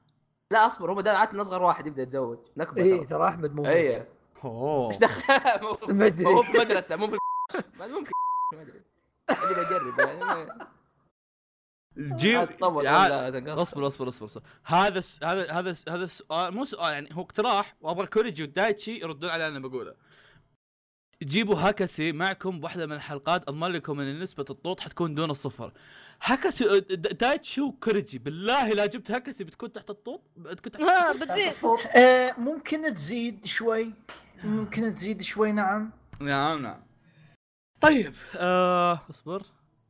لا اصبر هو بدأ عادة اصغر واحد يبدا يتزوج نكبه اي ترى. إيه، إيه. ترى احمد مو اي اوه ايش دخل مو- ما أدري. مو في مدرسه مو في [LAUGHS] ما ممكن ما ادري ابي اجرب يعني جيب اتطور يا- ولا أتقصر. اصبر اصبر اصبر اصبر هذا الس... هذا هذا الس... هذا السؤال مو سؤال يعني هو اقتراح وابغى كوريجي ودايتشي يردون على اللي انا بقوله جيبوا هاكاسي معكم بواحده من الحلقات اضمن لكم ان نسبه الطوط حتكون دون الصفر هاكاسي د- د- دايتشي وكوريجي بالله لا جبت هاكاسي بتكون تحت الطوط بتكون تحت ها، بتزيد آه، ممكن تزيد شوي ممكن تزيد شوي نعم نعم نعم طيب آه اصبر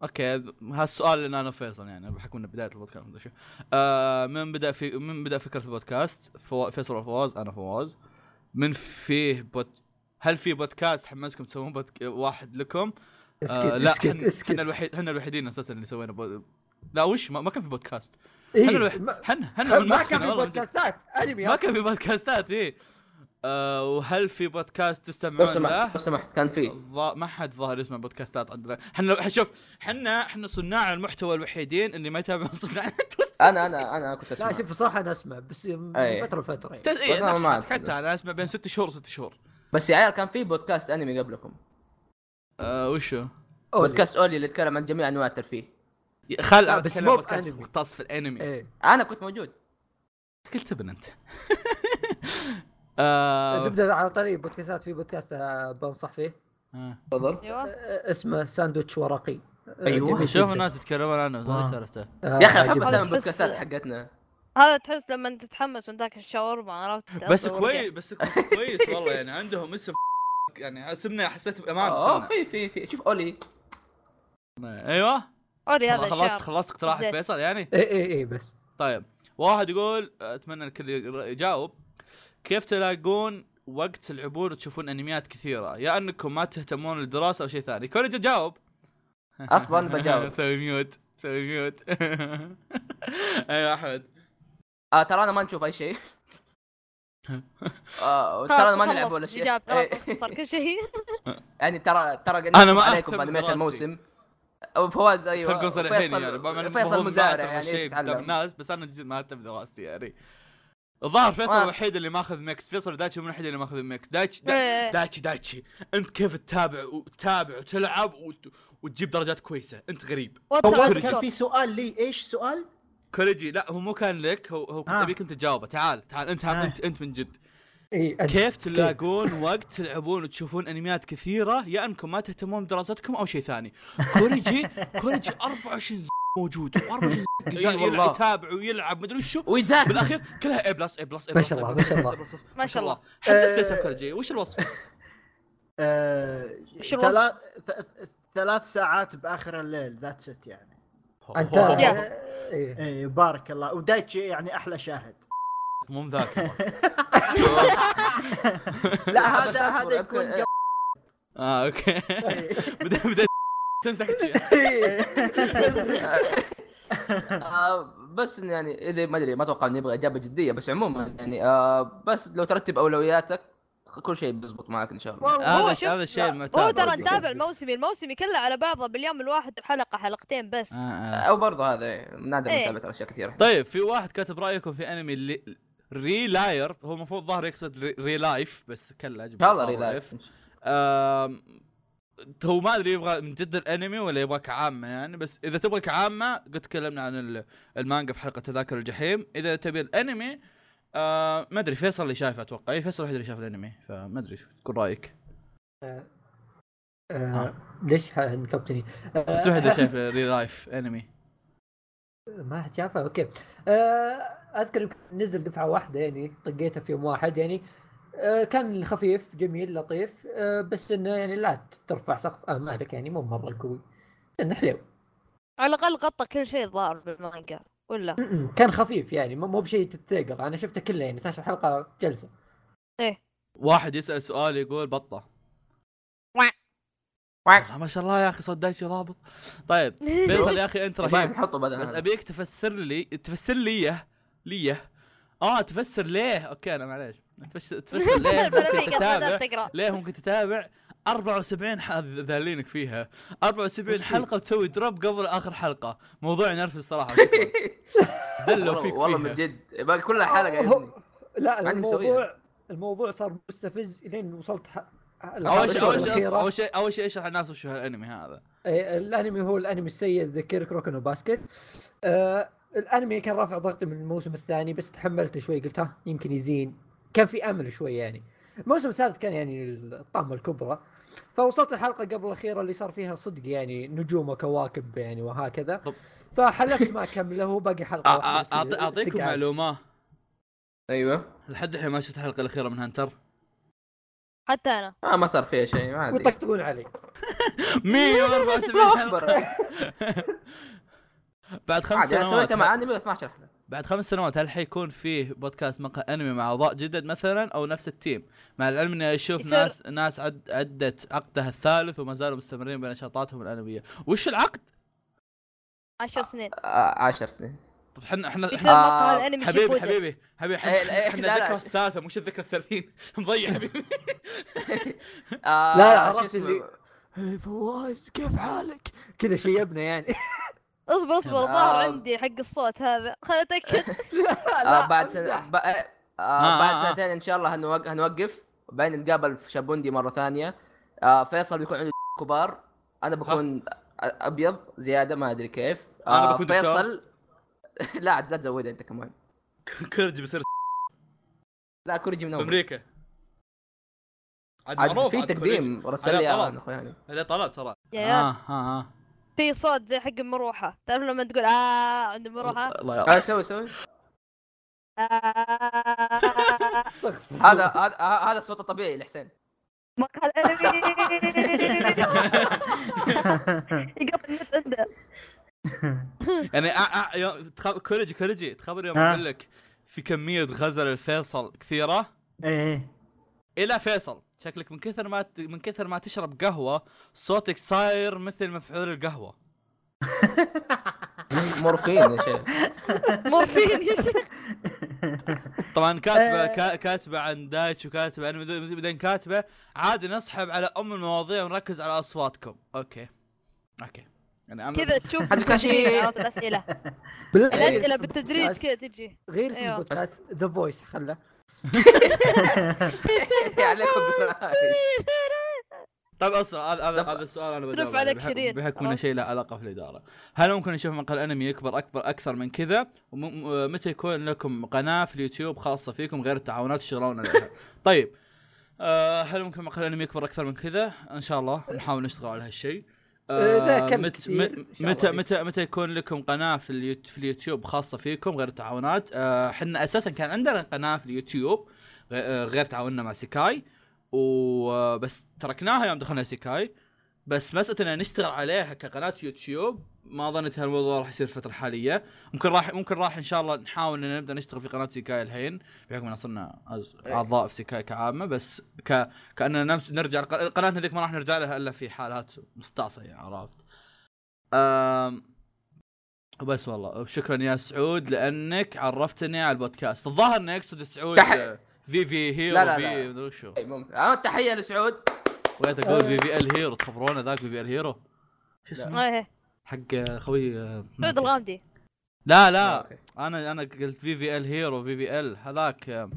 اوكي هالسؤال اللي انا فيصل يعني بحكم انه بدايه البودكاست مدري شو آه من بدا في من بدا فكره البودكاست فو... فيصل وفواز انا فواز من فيه بوت هل في بودكاست حمسكم تسوون بودك... واحد لكم؟ [LAUGHS] اسكت آه لا اسكت حن... احنا اسكت الوحيد احنا الوحيدين اساسا اللي سوينا بود... لا وش ما, ما كان في بودكاست إيه، حنا الوحيد- ما- حنا حنا ما بنمثل كان في والله من جد. بودكاستات انمي ما أصلاً. كان في بودكاستات ايه آه وهل في بودكاست لو تستمعون له؟ سمحت لو سمحت كان في الظا- ما حد ظاهر اسمه بودكاستات عندنا احنا شوف احنا احنا صناع المحتوى الوحيدين اللي ما يتابعون صناع المحتوى انا انا انا كنت اسمع لا شوف صراحه انا اسمع بس من أي. فتره لفتره يعني. تز- إيه، والله نفس ما حد- أعرف. حتى انا اسمع بين ست شهور وست شهور بس يا عيال كان في بودكاست انمي قبلكم آه وشو؟ أولي. بودكاست اولي اللي يتكلم عن جميع انواع الترفيه ي- خل لا، انا بس بتكلم مو بودكاست بأنمي. مختص في الانمي ايش ايه انا كنت موجود آه، قلت ابن انت؟ آه زبده إيه. على طريق بودكاستات في بودكاست آه، بنصح فيه آه. تفضل ايوه آه، اسمه ساندويتش ورقي آه، أيوة. جميل شوف جداً. الناس يتكلمون عنه ما آه. سالفته آه، يا اخي احب عجبني. اسامي بس- البودكاستات حقتنا هذا تحس لما تتحمس وانت تاكل الشاورما عرفت بس أصلاً كويس بس بس كويس والله يعني عندهم اسم [LAUGHS] يعني اسمنا حسيت بامان اه اسمنا في في في شوف [LAUGHS] اولي ايوه اوري هذا خلصت الشعر خلصت اقتراحك زين. فيصل يعني؟ ايه ايه ايه بس طيب واحد يقول اتمنى الكل يقر- يجاوب كيف تلاقون وقت تلعبون وتشوفون انميات كثيره يا انكم ما تهتمون للدراسه او شيء ثاني كوريجي جاوب اصبر انا بجاوب مسوي ميوت [LAUGHS] سوي [LAUGHS] ميوت ايوه احمد آه ترى انا ما نشوف اي [LAUGHS] شيء آه ترى انا ما نلعب ولا شيء جاب إيه. [LAUGHS] صار كل شيء يعني ترى ترى قاعد أنا ما نسمع عليكم أهتم بانميات بدراستي. الموسم وفواز ايوه خلينا نكون صريحين وفيصل- يعني بما إن فيصل هو مزارع ماهر يعني وشيء ايش قدام تعلم ناس بس انا جد ما اهتم بدراستي يعني الظاهر فيصل وأنا- الوحيد اللي ماخذ ميكس فيصل ودايتشي هم الوحيدين اللي ماخذين ميكس دايتشي دا- إيه. دايتشي دايتشي انت كيف تتابع وتتابع وتلعب وت... وتجيب درجات كويسه انت غريب فواز وترى كان في الصوت. سؤال لي ايش سؤال؟ كوريجي لا هو مو كان لك هو هو كنت آه. ابيك انت تجاوبه تعال تعال انت آه. انت انت من جد اي إيه، أنت. كيف تلاقون وقت تلعبون وتشوفون انميات كثيره يا انكم ما تهتمون بدراستكم او شيء ثاني كوريجي كوريجي 24 ز- موجود 24 ز- إي والله. يتابع ويلعب مدري وشو ويذاكر بالاخير كلها اي بلس اي بلس اي ما بلس A+، شاء الله، A+، ما شاء A+، الله. A+. ما شاء الله. حدثت يا آه. سب كوريجي وش الوصف؟ آه، وش الوصف؟ ثلاث ث- ثلاث ساعات باخر الليل ذاتس ات يعني انت يا. إيه. اي بارك الله ودايتشي يعني احلى شاهد مو مذاكره [LAUGHS] لا بس هذا أصبر، هذا يكون أبكر- قبل اه اوكي بدأت بدأت تنسى كل شيء آه، بس إن يعني اللي ما ادري ما اتوقع انه يبغى اجابه جديه بس عموما يعني آه بس لو ترتب اولوياتك كل شيء بيزبط معك ان شاء الله هو هذا شوف- هذا الشيء المعتاد هو ترى قصدي. نتابع الموسمي الموسمي كله على بعضه باليوم الواحد حلقه حلقتين بس آه، آه. او برضه هذا إيه، نادر إيه. متابعه اشياء كثيره طيب في واحد كاتب رايكم في انمي اللي ري لاير هو المفروض ظاهر يقصد ري- ري لايف بس كلا ان شاء الله ريلايف آم، هو ما ادري يبغى من جد الانمي ولا يبغاك عامه يعني بس اذا تبغاك عامه قد تكلمنا عن ال- المانجا في حلقه تذاكر الجحيم اذا تبي الانمي آه ما ادري فيصل اللي شايفه اتوقع اي فيصل الوحيد اللي شاف الانمي فما ادري شو تكون رايك آه، ليش نكبتني؟ انت الوحيد اللي شايف ري لايف انمي ما حد شافها اوكي آه، اذكر يمكن نزل دفعه واحده يعني طقيتها في يوم واحد يعني آه، كان خفيف جميل لطيف آه، بس انه يعني لا ترفع سقف امالك يعني مو مره قوي انه حلو على الاقل غطى كل شيء الظاهر بالمانجا ولا م- م، كان خفيف يعني مو- مو بشيء تتثقل انا شفته كله يعني 12 حلقه في جلسه إيه. [LAUGHS] واحد يسال سؤال يقول بطه واع. واع. والله ما شاء الله يا اخي صوت دايتشي ضابط طيب فيصل يا اخي انت طيب رهيب نحطه بدل بس هذا. ابيك تفسر لي تفسر لي إياه. لي إياه. اه تفسر ليه اوكي انا معليش تفش- [LAUGHS] تفسر ليه فلما ممكن يقعد ما تتابع دام تقرا ليه ممكن تتابع 74 ح- ذالينك فيها 74 حلقه وتسوي دروب قبل اخر حلقه موضوع ينرفز صراحه [LAUGHS] [LAUGHS] دلوا فيك والله من فيها جد يبقى كل حلقه هو- يا آه، لا مع إني الموضوع الموضوع صار مستفز لين وصلت ح... اول شيء اول شيء الأخيرة. اول شيء اول شيء اشرح للناس وش هالانمي هذا إيه، الانمي هو الانمي السيء ذكر كروكونو باسكت آه الانمي كان رافع ضغطي من الموسم الثاني بس تحملته شوي قلت ها يمكن يزين كان في امل شوي يعني الموسم الثالث كان يعني الطامه الكبرى فوصلت الحلقه قبل الاخيره اللي صار فيها صدق يعني نجوم وكواكب يعني وهكذا طب. فحلفت ما اكمله وباقي أع- حلقه واحدة أع- بس يعني أعطي- اعطيكم استقعاد. معلومه ايوه لحد الحين ما شفت الحلقه الاخيره من [LAUGHS] هانتر حتى انا آه ما صار فيها شيء ما عادي ويطقطقون علي 174 [LAUGHS] الله أكبر. حلقه [LAUGHS] بعد خمس عادي انا سنوات سويتها مع انمي 12 حلقه بعد خمس سنوات هل حيكون فيه بودكاست مقهى انمي مع اعضاء جدد مثلا او نفس التيم؟ مع العلم اني اشوف يصير- ناس ناس عد عدت عقدها الثالث وما زالوا مستمرين بنشاطاتهم الانميه، وش العقد؟ عشر سنين آه 10 سنين طب احنا احنا يصير إحنا- مقهى الانمي آه، حبيبي شيبودن. حبيبي حبيبي إيه، لا، احنا إيه، احنا لا، لا. الذكرى الثالثه مش الذكرى الثلاثين [LAUGHS] مضيع حبيبي آه لا، شو عرفت اسمه؟ اللي- إيه، فواز كيف حالك؟ كذا شيبنا يعني [LAUGHS] اصبر اصبر الظاهر آه. عندي حق الصوت هذا [LAUGHS] خل اتاكد لا، آه بعد أمزح. سنة ب... آه آه، آه بعد آه. سنتين ان شاء الله هنوق... هنوقف وبعدين نتقابل في شابوندي مره ثانيه آه فيصل بيكون عنده [LAUGHS] كبار انا بكون أ- ابيض زياده ما ادري كيف أنا آه بكون دكتور. فيصل [LAUGHS] لا عاد لا تزودها انت كمان كرج بيصير لا كوريجي من اول بامريكا عاد عاد معروف في عاد كوريجي. تقديم رسل على لي طلب. اعلان اخوي يعني هذا طلب ترى يا عيال آه، آه، آه. في صوت زي حق المروحه تعرف لما تقول اه عند المروحه الله يعطيك آه سوي سوي آه، [LAUGHS] هذا هذا هذا الصوت الطبيعي لحسين مقهى [LAUGHS] الانمي يقطع النت عنده يعني أ- أ- يا- تخ- كوريجي كوريجي تخبر يوم ها. اقول لك في كميه غزل الفيصل كثيره ايه الى فيصل شكلك من كثر ما ت- من كثر ما تشرب قهوه صوتك صاير مثل مفعول القهوه مورفين يا [LAUGHS] شيخ [LAUGHS] مورفين يا شيخ طبعا كاتبه كا- كاتبه عن دايتش وكاتبه انا مد- بعدين كاتبه عادي نسحب على ام المواضيع ونركز على اصواتكم اوكي اوكي يعني انا كذا تشوف حتكاشي. بالتدريج عرض الاسئله [LAUGHS] [LAUGHS] الاسئله بالتدريج كذا تجي غير اسم أيوه. البودكاست ذا فويس خله [LAUGHS] عليكم بالله. طيب اصبر هذا هذا طب- هذا السؤال انا بجاوب رفع عليه لك بح- شريط. بحكم انه خلاص. شيء له علاقه في الاداره هل ممكن نشوف مقال انمي يكبر اكبر اكثر من كذا ومتى يكون لكم قناه في اليوتيوب خاصه فيكم غير التعاونات اللي تشتغلون عليها طيب آه هل ممكن مقال انمي يكبر اكثر من كذا ان شاء الله نحاول نشتغل على هالشيء آه، ذا كلب مت- كثير. مت- إن شاء الله متى عليك. متى متى يكون لكم قناه في اليوت- في اليوتيوب خاصه فيكم غير التعاونات آه، احنا اساسا كان عندنا قناه في اليوتيوب غ- آه، غير تعاوننا مع سيكاي وبس تركناها يوم دخلنا سيكاي بس مسألة ان نشتغل عليها كقناة يوتيوب ما ظنيت هالموضوع راح يصير الفترة الحالية ممكن راح ممكن راح ان شاء الله نحاول ان نبدا نشتغل في قناة سيكاي الحين بحكم ان صرنا أز- إيه. اعضاء في سيكاي كعامة بس ك... كاننا نمس... نرجع الق- القناة هذيك ما راح نرجع لها الا في حالات مستعصية عرفت أم... وبس والله شكرا يا سعود لانك عرفتني على البودكاست الظاهر انه يقصد سعود تح- آه، في في هيرو لا، لا، في لا. مدري شو طيب، ممتاز. آه، تحيه لسعود بغيت اقول في في الهيرو تخبرونا ذاك في في الهيرو شو اسمه ايه حق خوي آه، سعود الغامدي لا لا أوكي. انا انا قلت في في الهيرو في في ال هذاك آه،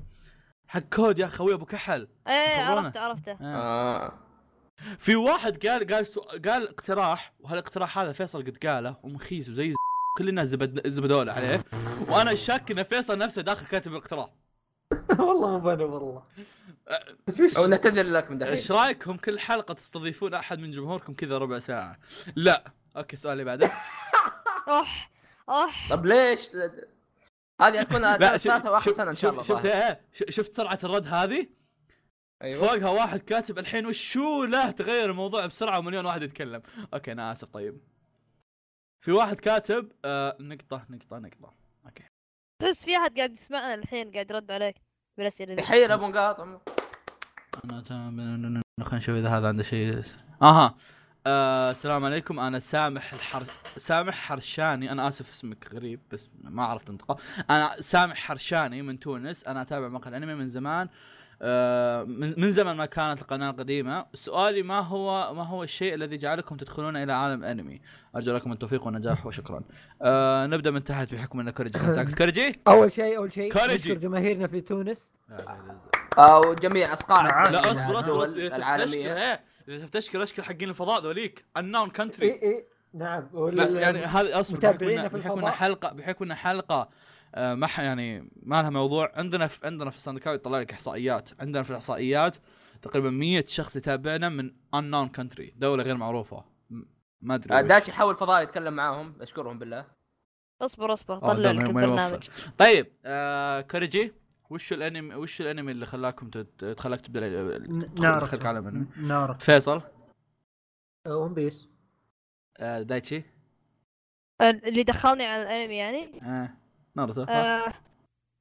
حق كود يا خوي ابو كحل ايه يخبرونا. عرفته عرفته آه. آه. في واحد قال قال سو... قال اقتراح وهالاقتراح هذا فيصل قد قاله ومخيس وزي الز- كل الناس زبد... زبدوله عليه وانا شاك ان فيصل نفسه داخل كاتب الاقتراح [LAUGHS] والله مو انا والله أه، بس او وش نعتذر لك من دحين ايش رايكم كل حلقه تستضيفون احد من جمهوركم كذا ربع ساعه لا اوكي السؤال اللي بعده اح اح طب ليش هذه حتكون سنه شف- ثالثه واخر شف- سنه ان شاء الله شف- شفت الظاهر. ايه ش- شفت سرعه الرد هذه ايوه فوقها واحد كاتب الحين وشو له تغير الموضوع بسرعه ومليون واحد يتكلم اوكي انا اسف طيب في واحد كاتب آه نقطه نقطه نقطه اوكي تحس في احد قاعد يسمعنا الحين قاعد يرد عليك بالاسئله دي تحيه لابو نقاط انا تمام خلينا نشوف اذا هذا عنده شيء اها آه، السلام عليكم انا سامح الحر سامح حرشاني انا اسف اسمك غريب بس ما عرفت انطقه انا سامح حرشاني من تونس انا اتابع مقهى الانمي من زمان آه، من من زمن ما كانت القناه القديمه سؤالي ما هو ما هو الشيء الذي جعلكم تدخلون الى عالم انمي ارجو لكم التوفيق والنجاح وشكرا آه، نبدا من تحت بحكم ان كوريجي كان ساكت كوريجي اول شيء اول شيء أه، كاريجي. نشكر جماهيرنا في تونس او جميع اصقاع لا لا، اصبر اصبر الدول اصبر تشكر العالميه ايه اذا تشكر اشكر حقين الفضاء ذوليك النون كونتري اي اي نعم وال- بس يعني هذا اصبر متابعينا بحكم إن- في بحكم إن الفضاء. حلقه بحكم إن حلقه آه، ما ح- يعني ما لها موضوع عندنا في عندنا في الصندوق يطلع لك احصائيات عندنا في الاحصائيات تقريبا 100 شخص يتابعنا من unknown country دوله غير معروفه م- ما ادري آه، وش. داشي حاول فضاء يتكلم معاهم اشكرهم بالله اصبر اصبر آه، طلع لا، ما- لك ما البرنامج طيب آه كوريجي وش الانمي وش الانمي اللي خلاكم تت- تخلاك تبدا نعرف. دخلك عالم الأنمي؟ نار آه، فيصل ون بيس آه دايتشي اللي دخلني على الانمي يعني آه ناروتو آه. آه،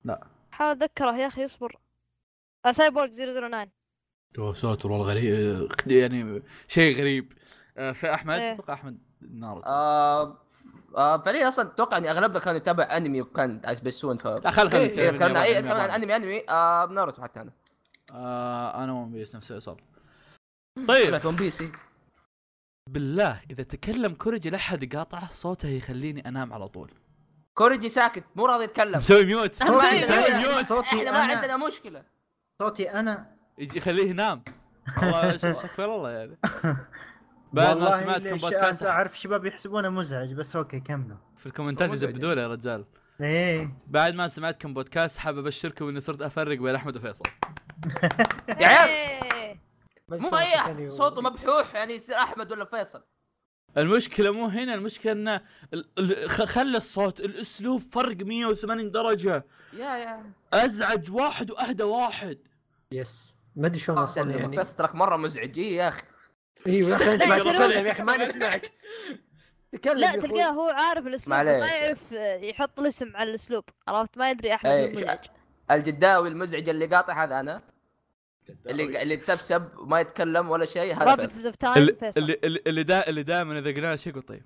لا. حاول اتذكره يا اخي اصبر آه، سايبورغ 009 يا ساتر والله غريب يعني شيء غريب آه، فاحمد إيه. اتوقع احمد ناروتو آه آه فعليا اصلا اتوقع اني اغلبنا كان يتابع انمي وكان على سبيسون ف لا خل خل إيه، نتكلم إيه، تكلمنا عن اي اليابان. تكلمنا عن انمي انمي آه بناروتو حتى انا آه، انا ون بيس نفسه يصل طيب طلعت ون بيسي بالله اذا تكلم كوريجي لا احد يقاطعه صوته يخليني انام على طول كوريجي ساكت مو راضي يتكلم [LAUGHS] مسوي ميوت أنا مسوي زي- مسوي زي- ميوت صوت- احنا ما أنا- عندنا مشكله صوتي انا يجي- يخليه ينام [LAUGHS] والله ش- شكرا والله يعني بعد ما والله سمعت كم ليش بودكاست اعرف شباب يحسبونه مزعج بس اوكي كملوا في الكومنتات مزعج. يزبدوا لي يا رجال ايه بعد ما سمعت كم بودكاست حاب ابشركم اني صرت افرق بين احمد وفيصل [LAUGHS] يا عيال. إيه. مو اي أحد، صوته مبحوح يعني يصير احمد ولا فيصل المشكله مو هنا المشكله انه ال- ال- خ- خلى الصوت الاسلوب فرق 180 درجه يا يا ازعج واحد واهدى واحد يس ما ادري شلون وصل يعني فيصل تراك مره مزعج إيه يا اخي [LAUGHS] ايوه يا اخي انت لا، ما ترى- تتكلم يا اخي ما نسمعك تكلم لا يا أخوي. تلقاه هو عارف الاسلوب بس ما معليش. يعرف آه، يحط الاسم على الاسلوب عرفت ما يدري احمد إيه، من مزعج الجداوي المزعج اللي قاطع هذا انا اللي اللي تسبسب وما يتكلم ولا شيء هذا رابط فيصل. اوف تايم اللي فيصل اللي اللي, دا اللي دائما اذا قلنا له شيء يقول طيب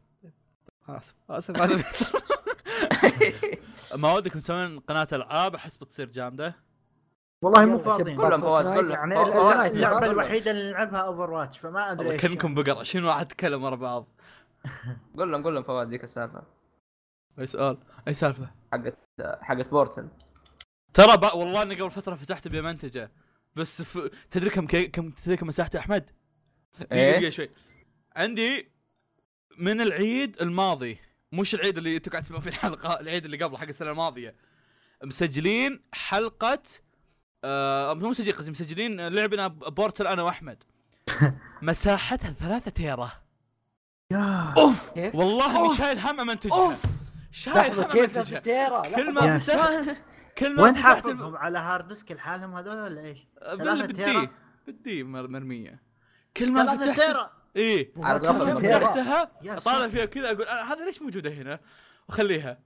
اسف اسف هذا فيصل [LAUGHS] ما ودك مسوين قناه العاب احس بتصير جامده والله مو يلا، فاضيين شباب. كلهم فواز فورتنايت كلهم يعني فو- فواز- اللعبه فورتنايت. اللعبة الوحيده اللي نلعبها اوفر واتش فما ادري والله إيش. كانكم بقر 20 واحد تكلم ورا بعض [LAUGHS] قول لهم قول لهم فواز ذيك السالفه اي سؤال اي سالفه حقت حقت بورتن ترى بقى والله اني قبل فتره فتحت بمنتجه بس ف... تدري كم كي... كم تدري كم مساحته احمد؟ إيه؟ دقيقه شوي عندي من العيد الماضي مش العيد اللي انتم قاعد تسمعون فيه الحلقه العيد اللي قبله حق السنه الماضيه مسجلين حلقه آه مو مسجلين قصدي مسجلين لعبنا بورتل انا واحمد مساحتها 3 تيرا يا كيف؟ والله اني شايل هم امنتجها شايل هم لحظه كيف امنتجها تيرا كل لحظة. ما يا فتحت كل ما وين فتحت حافظهم على هارد ديسك لحالهم هذول ولا ايش؟ بال- ثلاثة تيرا؟ بالدي بالدي مر- مرميه كل ما ثلاثة فتحت تيرا ايه على كم غفل تيرا؟ مرة. فتحتها يا طالع ساتر فيها كذا اقول أنا هذا ليش موجوده هنا وخليها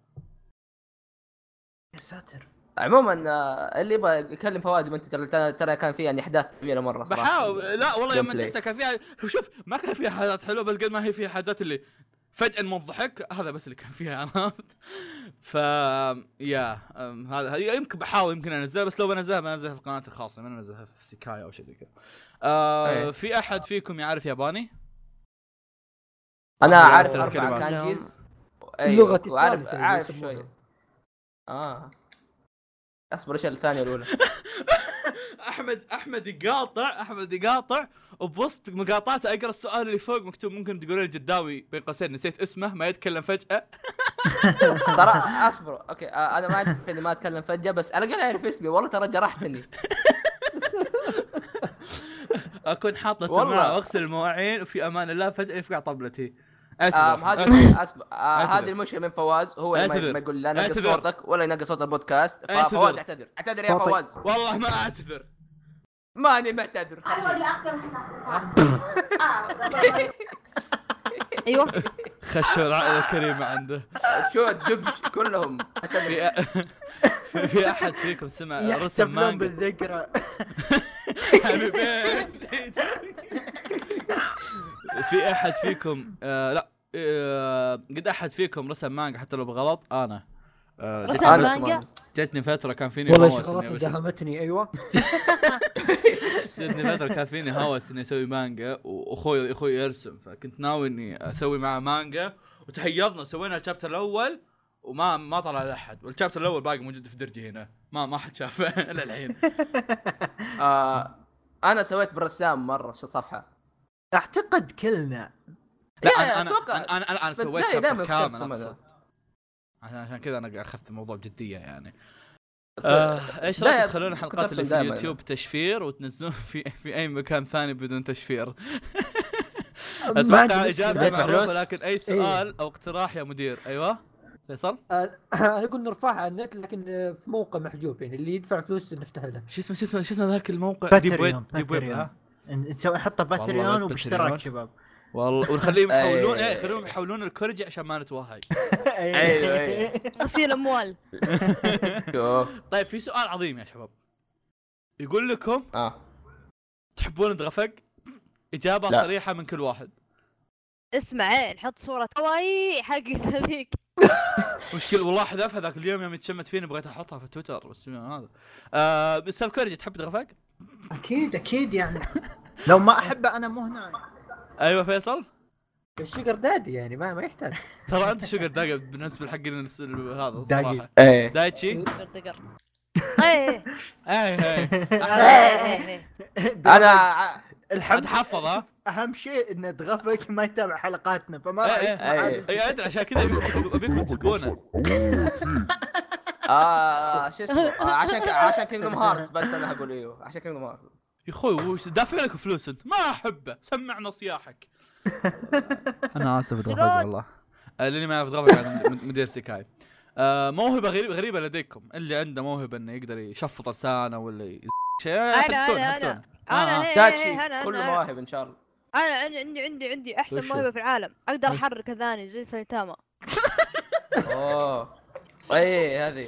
يا ساتر عموما آه، اللي يبغى يكلم فواز ما انت ترى ترى كان في يعني احداث جميله مره صراحه بحاول لا والله يوم Gameplay. تحسها كان فيها شوف ما كان فيها حاجات حلوه بس قد ما هي فيها حاجات اللي فجاه من الضحك هذا بس اللي كان فيها [LAUGHS] عرفت ف يا أم، هذا هذه يمكن بحاول يمكن انزلها بس لو بنزلها بنزلها في قناتي الخاصه ما بنزلها في سكاي او شيء زي كذا آه إيه. في احد فيكم يعرف ياباني انا أعرف عارف ثلاث اربع كلمات. كانجيز نعم. اللغة وعارف الثالثة عارف يسمونها. إيه، شوي اه اصبر ايش الثانيه الاولى احمد احمد يقاطع احمد يقاطع وبوسط مقاطعته اقرا السؤال اللي فوق مكتوب ممكن تقول الجداوي بين قوسين نسيت اسمه ما يتكلم فجاه ترى اصبر اوكي آه، انا ما اعرف اني ما اتكلم فجاه بس على الاقل اعرف اسمي والله ترى جرحتني اكون حاطه والله. سماعه واغسل المواعين وفي امان الله فجاه يفقع طبلتي آه، اعتذر أعتذر. هذه اصبر آه، اعتذر. هذه المشكله من فواز هو اللي اعتذر. ما- ما يقول لا نقص اعتذر. صوتك ولا ينقص صوت البودكاست اعتذر. ففواز اعتذر اعتذر يا طاطي. فواز والله ما اعتذر ماني معتذر خليني. ايوه خشوا العائله الكريمه عنده شو الدبج كلهم [LAUGHS] في اعتذر أ- في احد فيكم سمع رسم يحتفلون مانجا بالذكرى Happy birthday to you. [LAUGHS] في احد فيكم آه لا آه قد احد فيكم رسم مانجا حتى لو بغلط انا آه رسم جتني- أنا مانجا جتني فتره كان فيني والله هوس إني شغلات أبي أسوي- دهمتني ايوه جتني فتره كان فيني هوس اني اسوي مانجا واخوي اخوي يرسم فكنت ناوي اني اسوي معه مانجا وتحيضنا وسوينا الشابتر الاول وما ما طلع لاحد والشابتر الاول باقي موجود في درجي هنا ما ما حد شافه [LAUGHS] للحين آه، انا سويت بالرسام مره شو صفحه اعتقد كلنا لا انا يا، انا أتوقع. انا انا, أنا, أنا سويت بالبداية شابتر دائما كامل بتبسم هذا. أقصد. عشان عشان كذا انا اخذت الموضوع بجديه يعني آه، ايش لا، رايكم تخلون كنت الحلقات اللي أرسم في دايماً. اليوتيوب تشفير وتنزلون [LAUGHS] في في اي مكان ثاني بدون تشفير ما عندي اتوقع مشكلة. اجابتي بدأت معروفه فلوس. إيه. لكن اي سؤال او اقتراح يا مدير ايوه فيصل آه، انا اقول نرفعها على النت لكن آه، في موقع محجوب يعني اللي يدفع فلوس نفتح له شو اسمه شو اسمه شو اسمه ذاك الموقع باتريون، ديب ويب ديب ويب باتريون. ها نسوي نحطه باتريون والله باتريون. وباشتراك شباب والله [LAUGHS] ونخليهم يحولون أي. ايه خليهم يحولون الكرجي عشان ما نتوهج أيوة، أيوة. غسيل اموال شو طيب في سؤال عظيم يا شباب يقول لكم اه تحبون نتغفق؟ اجابه لا. صريحه من كل واحد اسمع إيه، نحط صورة هواي حق ذليك مشكلة والله حذفها ذاك اليوم يوم يتشمت فيني بغيت احطها في تويتر بس من هذا آه استاذ كورجي تحب تغفق؟ اكيد اكيد يعني لو ما احبه انا مو هنا ايوه فيصل الشجر دادي يعني ما ما يحتاج ترى انت شقر داقة بالنسبة حق النس- هذا داقي. الصراحه ايه دايتشي دقر ايه اي اي إيه، إيه. انا الحمد [LAUGHS] اتحفظ ها اهم شيء ان تغفلك ما يتابع حلقاتنا فما إيه، راح إيه. يسمع إيه. هذا الجزء. اي ادري عشان كذا أبيكم- ابيكم تسبونه آه، شو اسمه آه، عشان ك- عشان كينجدم هارتس بس انا هقول ايوه عشان كينجدم هارتس يا اخوي وش دافع لك فلوس انت ما احبه سمعنا [LAUGHS] صياحك انا اسف اتغفق جلود. والله آه، لاني ما اعرف اتغفق عن مد- مدير سيكاي آه، موهبة غريبة غريبة لديكم اللي عنده موهبة انه يقدر يشفط لسانه ولا يز- شيء أنا- حدثونا- أنا- حدثونا. آه. انا إيه، إيه، إيه، داتشي أنا- كله أنا- مواهب ان شاء الله انا عندي عندي عندي عندي احسن وش هو؟ موهبه في العالم اقدر وش؟ احرك اذاني زي سايتاما اوه اي إيه، هذه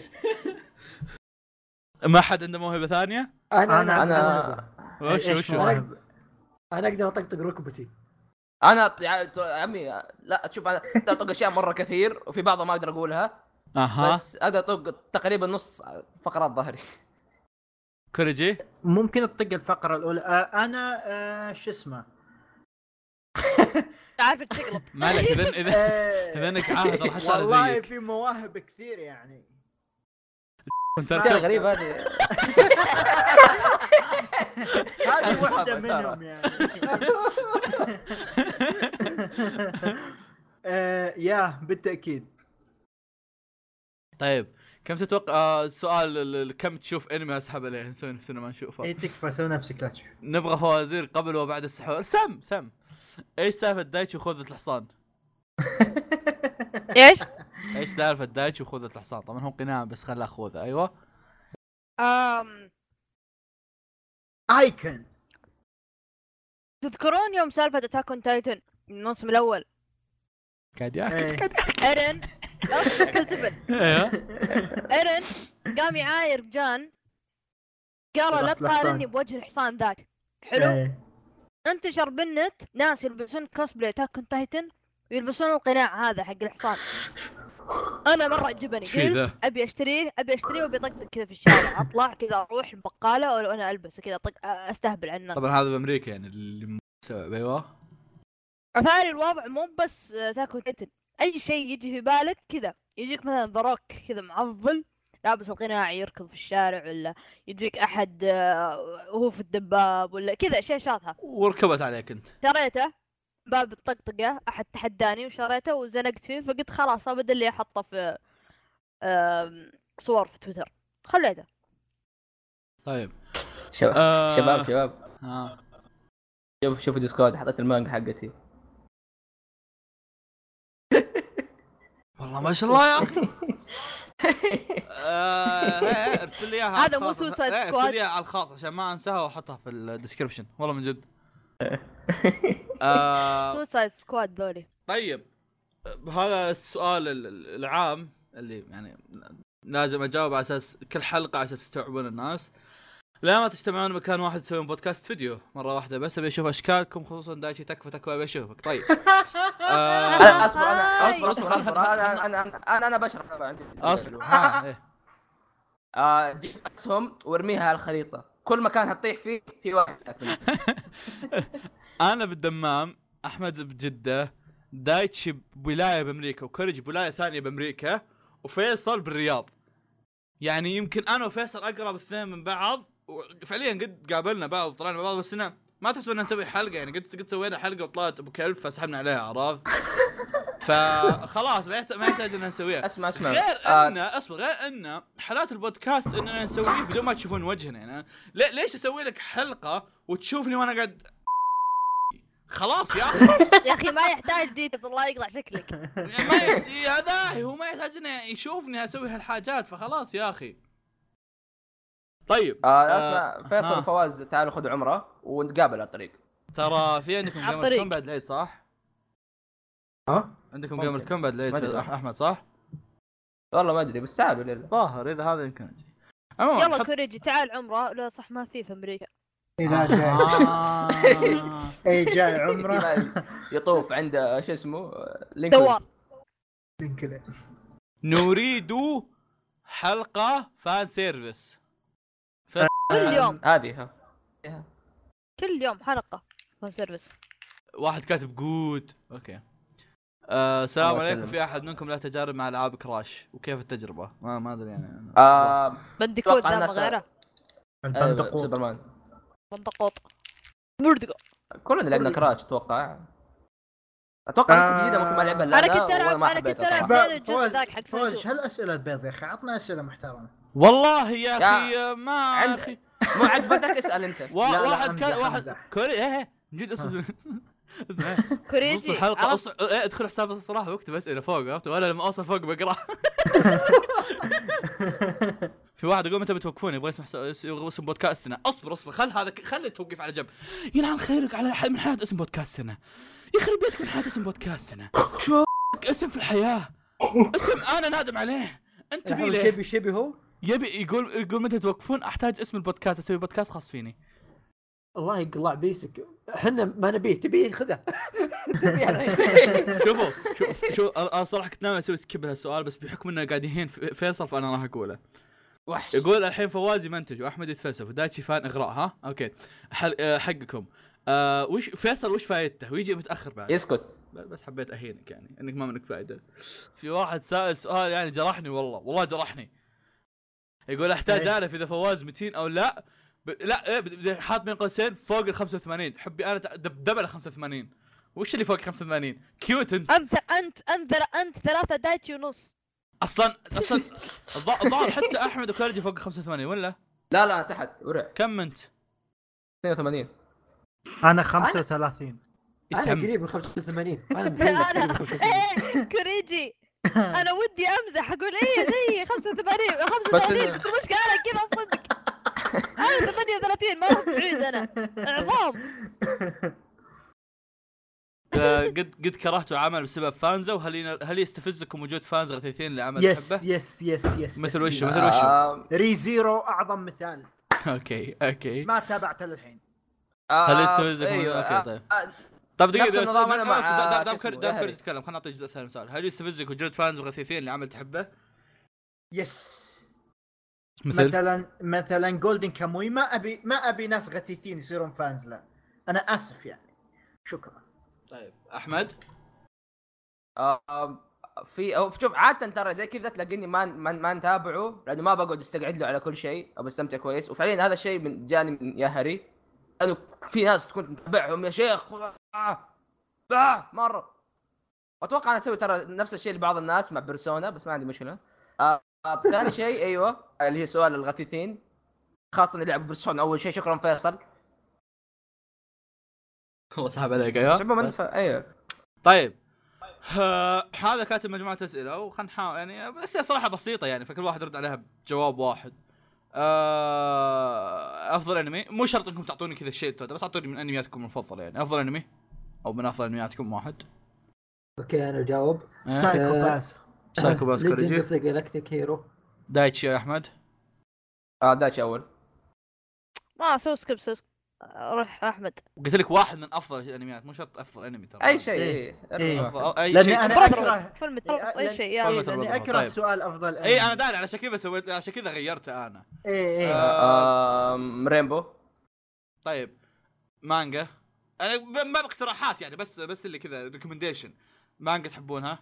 آه. ما حد عنده موهبة ثانية؟ انا أنا- انا انا انا وش إيش وش موهبة؟ انا اقدر اطقطق ركبتي انا يا عمي لا شوف انا اطلق اشياء مره كثير وفي بعضها ما اقدر اقولها اها بس اقدر اطق تقريبا نص فقرات ظهري كوريجي ممكن تطق الفقره الاولى آه انا آه شو اسمه عارف [LAUGHS] تقلب مالك اذا [LAUGHS] اذا اذا انك عاهد راح أسأل والله زيك في مواهب كثير يعني ترى تركب تركب. غريب هذه هذه واحده صعبة، منهم يعني [LAUGHS] آه، ياه بالتاكيد طيب كم تتوقع آه، السؤال ال- ال- كم تشوف انمي اسحب عليه نسوي نفسنا ما نشوفه اي إيه، تكفى سوي نفسك لا تشوف نبغى فوازير قبل وبعد السحور سم سم ايش سالفه دايتشي وخوذة الحصان؟ ايش؟ ايش سالفه دايتشي وخوذة الحصان؟ طبعا هو قناع بس خلاه خوذه ايوه أم... [LAUGHS] ايكون تذكرون يوم سالفه اتاك اون تايتن الموسم الاول قاعد ياكل إيه. قاعد ياكل. ايرن لا تاكل تبن [LAUGHS] ايوه ايرن قام يعاير جان قال له لا بس الحصان. تقارني بوجه الحصان ذاك حلو إيه. انتشر بالنت ناس يلبسون كوسبلاي تاك اون تايتن ويلبسون القناع هذا حق الحصان انا مره عجبني شي ذا؟ قلت ابي اشتريه ابي اشتريه وابي اطقطق كذا في [LAUGHS] الشارع اطلع كذا اروح البقاله ولا انا البسه كذا أطق- استهبل على الناس طبعا هذا بامريكا يعني اللي م- سبب، ايوه اثاري الوضع مو بس تاكو تايتن اي شيء يجي في بالك كذا يجيك مثلا ذراك كذا معضل لابس القناع يركض في الشارع ولا يجيك احد آه، وهو في الدباب ولا كذا اشياء شاطحه وركبت عليك انت شريته باب الطقطقه احد تحداني وشريته وزنقت فيه فقلت خلاص ابدا اللي احطه في آم، صور في تويتر خليته طيب شباب آه. شباب شباب ها شوف شوف ديسكورد حطيت المانجا حقتي والله ما شاء الله يا [LAUGHS] اخي آه، هي- ارسل لي اياها على هذا مو الخاص. سوسايد هي، سكواد. ارسل لي إياها على الخاص عشان ما انساها واحطها في الديسكربشن والله من [LAUGHS] جد آه، سوسايد سكواد ذولي طيب هذا السؤال ال- ال- العام اللي يعني لازم اجاوب على اساس كل حلقه على اساس تستوعبون الناس لا ما تجتمعون مكان واحد تسوون بودكاست فيديو مره واحده بس ابي اشوف اشكالكم خصوصا دايتشي تكفى تكفى ابي اشوفك طيب آه انا اصبر انا اصبر اصبر اصبر انا انا انا انا بشرح أنا عندي اصبر ها إيه. آه، جيب اسهم وارميها على الخريطه كل مكان هتطيح فيه في واحد ياكلها. انا بالدمام احمد بجده دايتشي بولايه بامريكا وكوريج بولايه ثانيه بامريكا وفيصل بالرياض يعني يمكن انا وفيصل اقرب الاثنين من بعض وفعليا قد قابلنا بعض وطلعنا مع بعض بس انه ما تحسب ان نسوي حلقه يعني قد قد سوينا حلقه وطلعت ابو كلب فسحبنا عليها عرفت؟ فخلاص ما يحتاج ما يحتاج ان نسويها اسمع اسمع غير آه، انه اصبر غير انه حالات البودكاست اننا نسويه بدون ما تشوفون وجهنا يعني لي- ليش اسوي لك حلقه وتشوفني وانا قاعد خلاص يا اخي يا اخي ما يحتاج ديتيلز الله يقلع [LAUGHS] شكلك يعني ما يحت- هذا هو ما يحتاج انه يشوفني اسوي هالحاجات فخلاص يا اخي طيب آه، آه، اسمع فيصل ها. وفواز تعالوا خذوا عمره ونتقابل على الطريق ترى في عندكم على جيمرز الطريق. كوم بعد العيد صح؟ ها؟ عندكم ممكن. جيمرز كوم بعد العيد طيب. ما أدري. أح- احمد صح؟ والله ما ادري بس تعالوا لله ظاهر اذا هذا يمكن أجي. عموما يلا حط- كوريجي تعال عمره لا صح ما في في امريكا إذا إيه، جاي آه. اي جاي [LAUGHS] عمره يطوف عند آه، شو اسمه آه، لينكولن. دوار من كذا نريد حلقة فان سيرفيس فس- كل يوم هذه ها كل يوم حلقه فان سيرفيس واحد كاتب جود اوكي آه، السلام الله عليكم يسلمك. في احد منكم له تجارب مع العاب كراش وكيف التجربه؟ ما ما ادري يعني أنا. آه، بندكوت أتوقع ذا ما الناس- غيره آه، البندقوت سوبرمان بندقوط بردقو كلنا لعبنا كراش اتوقع اتوقع نسخه آه. جديده ممكن ما لعبها انا لا كنت العب ما انا كنت حبيتها العب صراحة. بين الجزء فواز- ذاك حق فوز سنجو هالاسئله البيض يا اخي عطنا اسئله محترمه والله يا اخي ما عند- أخي. مو عجبتك اسال انت وا- لا، لا، [LAUGHS] واحد أمزح، كان واحد أمزح. كوري ايه إيه، من جد اسمع اسمع إيه. نص كوريجي الحلقه أص... عرفت؟ إيه، ادخل حساب الصراحه واكتب اسئله فوق عرفت وانا لما اوصل فوق بقراها في واحد يقول متى بتوقفون يبغى يسمع س- يبغى اسم بودكاستنا اصبر اصبر خل هذا خلي التوقيف على جنب يلعن خيرك على ح- من حياه اسم بودكاستنا يخرب بيتك من حياه اسم بودكاستنا شو اسم في الحياه اسم انا نادم عليه انت بي ليه شبي شبي هو يبي يقول يقول متى توقفون احتاج اسم البودكاست اسوي بودكاست خاص فيني الله يقلع بيسك احنا ما نبيه تبيه خذه [LAUGHS] [LAUGHS] تبيه الحين. شوفوا شوف شوف انا أنا صراحه كنت ناوي اسوي سكيب لهالسؤال بس بحكم انه قاعد يهين في- فيصل فانا راح اقوله وحش يقول الحين فواز يمنتج واحمد يتفلسف ودايتشي فان اغراء ها اوكي حل... آه، حقكم آه وش فيصل وش فايدته ويجي متاخر بعد يسكت بس حبيت اهينك يعني انك ما منك فائده في واحد سائل سؤال يعني جرحني والله والله جرحني يقول احتاج إيه. اعرف اذا فواز متين او لا ب... لا إيه، بد- بد- حاط بين قوسين فوق ال 85 حبي انا ت- دبدبه ال 85 وش اللي فوق 85 كيوت انت انت انت انت انت ثلاثه دايتشي ونص [LAUGHS] اصلا اصلا الظ- الظاهر حتى احمد وكارجي فوق 85 ولا لا لا تحت ورع كم انت؟ 82 انا 35 انا يسم. قريب من 85 [LAUGHS] انا متهيأ قريب من انا 85 إيه، [LAUGHS] كوريجي انا ودي امزح اقول ايه زي 85 85 إنه- بس المشكله انا كذا صدق انا 38 ما رحت بعيد [LAUGHS] انا عظام آه، قد قد كرهتوا عمل بسبب فانزا وهل ين- هل يستفزكم وجود فانز غثيثين لعمل يس [LAUGHS] تحبه؟ يس يس يس مثل يس. وشو؟ مثل وشو؟ آه، ري زيرو اعظم مثال اوكي اوكي ما تابعته للحين آه، هل يستفزكم؟ أيوة، أوكي، آه، طيب. آه، طب دقيقة نفس دقيقة، النظام أنا دام- مع- دام- دام- شو دام اسمه، كر- دام هاري. كوري تتكلم خلينا نعطي الجزء الثاني مثال هل يستفزك وجود فانز غثيثين لعمل تحبه؟ يس مثلا مثلا جولدن كاموي ما ابي ما ابي ناس غثيثين يصيرون فانز له انا اسف يعني شكرا طيب احمد آه، في أو شوف عاده ترى زي كذا تلاقيني ما ما, ما نتابعه لانه ما بقعد استقعد له على كل شيء او بستمتع كويس وفعليا هذا الشيء من جاني من يا هري انه في ناس كنت متابعهم يا شيخ آه، آه، مره اتوقع انا اسوي ترى نفس الشيء لبعض الناس مع بيرسونا بس ما عندي مشكله آه، آه، ثاني شيء [LAUGHS] ايوه اللي هي سؤال الغثيثين خاصه اللي لعبوا بيرسونا اول شيء شكرا فيصل آه، الله سحب عليك بس عموما ايوه ف- ايوه طيب آه، هذا كاتب مجموعة اسئلة وخلنا نحاول يعني بس صراحة بسيطة يعني فكل واحد رد عليها بجواب واحد. آه، افضل انمي مو شرط انكم تعطوني كذا الشيء التوتال، بس اعطوني من انمياتكم المفضلة يعني افضل انمي او من افضل انمياتكم واحد. آه، اوكي انا اجاوب أه، سايكو باس طيب، سايكو باس ليجند كوريجي اوف ذا جالكتيك هيرو دايتشي يا احمد آه، داش اول ما سو سكيب سو سكيب. روح احمد قلت لك واحد من افضل الانميات مو شرط افضل انمي ترى اي شيء إيه. إيه. أفضل- اي لأن شيء أنا ترى. أكره- برادرود. فيلم ترقص اي شيء يا طيب. إيه، تربط لاني الربط، اكره طيب. سؤال افضل اي انا داري على عشان كذا سويت عشان كذا غيرته انا اي اي [LAUGHS] آه آم، ريمبو طيب مانجا انا ب- ما باقتراحات يعني بس بس اللي كذا ريكومنديشن مانجا تحبونها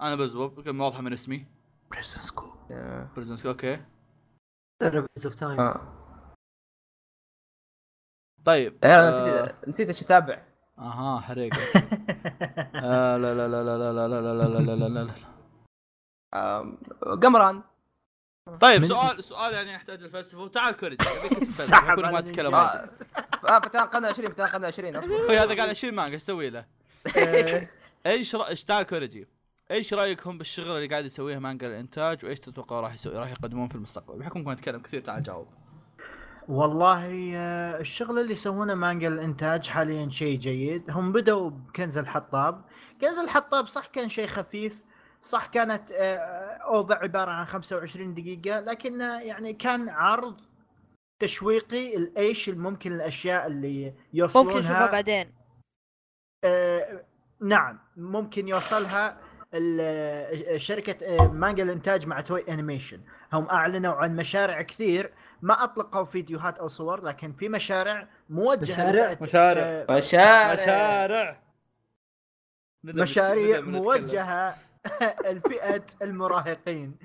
انا بزبط يمكن واضحه من اسمي بريزن سكول آه، بريزن سكول اوكي اوف تايم آه. طيب إيه، انا آه، نسيت نسيت ايش اتابع اها حريقه [LAUGHS] آه، لا لا لا لا لا لا لا لا لا لا لا لا لا آم، قمران طيب من- سؤال سؤال يعني يحتاج الفلسفه وتعال كوريج أبيك تتفلسف، سحب يكون طيب، ما على تتكلم الإنجاز. عنه. آه، فتان القرن العشرين فتان القرن العشرين اصبر اخوي هذا قاعد اشيل مانجا ايش اسوي له؟ إيه. ايش رأ... ايش تعال كوريجي ايش رايكم بالشغل اللي قاعد يسويه مانجا الانتاج وايش تتوقعوا راح يسوي راح يقدمون في المستقبل بحكم كنا نتكلم كثير تعال جاوب والله آه، الشغل اللي يسوونه مانجا الانتاج حاليا شيء جيد هم بدوا بكنز الحطاب كنز الحطاب صح كان شيء خفيف صح كانت آه، اوفا عباره عن 25 دقيقه لكن آه، يعني كان عرض تشويقي الايش الممكن الاشياء اللي يوصلونها ممكن نشوفها بعدين آه، نعم ممكن يوصلها ال- شركة آه، مانجا الإنتاج مع توي أنيميشن هم أعلنوا عن مشاريع كثير ما أطلقوا فيديوهات أو صور لكن في مشاريع موجهة مشاريع؟ لفئة- مشاريع. آه، مشاري بدأ مشاريع بدأ- بدأ موجهة [LAUGHS] لفئة المراهقين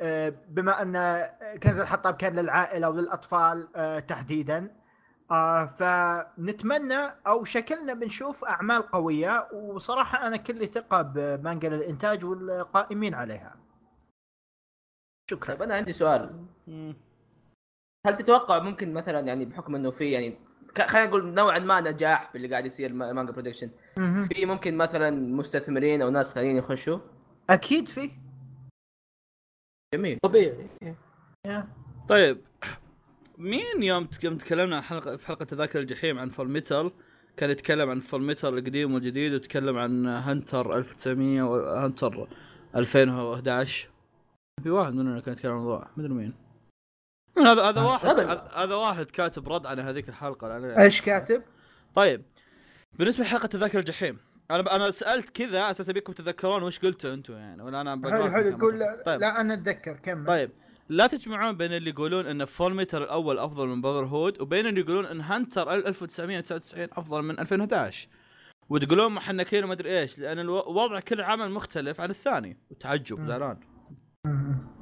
آه، بما أن كنز الحطاب كان للعائلة وللأطفال آه، تحديدا آه، فنتمنى او شكلنا بنشوف اعمال قويه وصراحه انا كلي ثقه بمانجا الانتاج والقائمين عليها. شكرا. طيب انا عندي سؤال مم. هل تتوقع ممكن مثلا يعني بحكم انه في يعني ك- خلينا نقول نوعا ما نجاح باللي قاعد يصير ما- مانجا برودكشن مهم. في ممكن مثلا مستثمرين او ناس ثانيين يخشوا اكيد في جميل طبيعي طيب مين يوم تك- يوم تكلمنا عن حلقه في حلقه تذاكر الجحيم عن فول ميتال كان يتكلم عن فول ميتال القديم والجديد وتكلم عن هنتر 1900 وهنتر 2011 في واحد مننا كان يتكلم عن الموضوع ما ادري مين هذا هذا واحد أبد. آه، هذا- هذا واحد كاتب رد على هذيك الحلقه لأن- ايش كاتب؟ طيب بالنسبه لحلقه تذاكر الجحيم انا انا سالت كذا على اساس ابيكم تتذكرون وش قلتوا انتم يعني ولا انا حلو بقراكم حلو كم قول مرة. لا, لا انا اتذكر كمل طيب لا تجمعون بين اللي يقولون ان فول ميتر الاول افضل من براذر هود وبين اللي يقولون ان هانتر 1999 افضل من 2011 وتقولون محنكين وما ادري ايش لان الوضع كل عمل مختلف عن الثاني وتعجب زعلان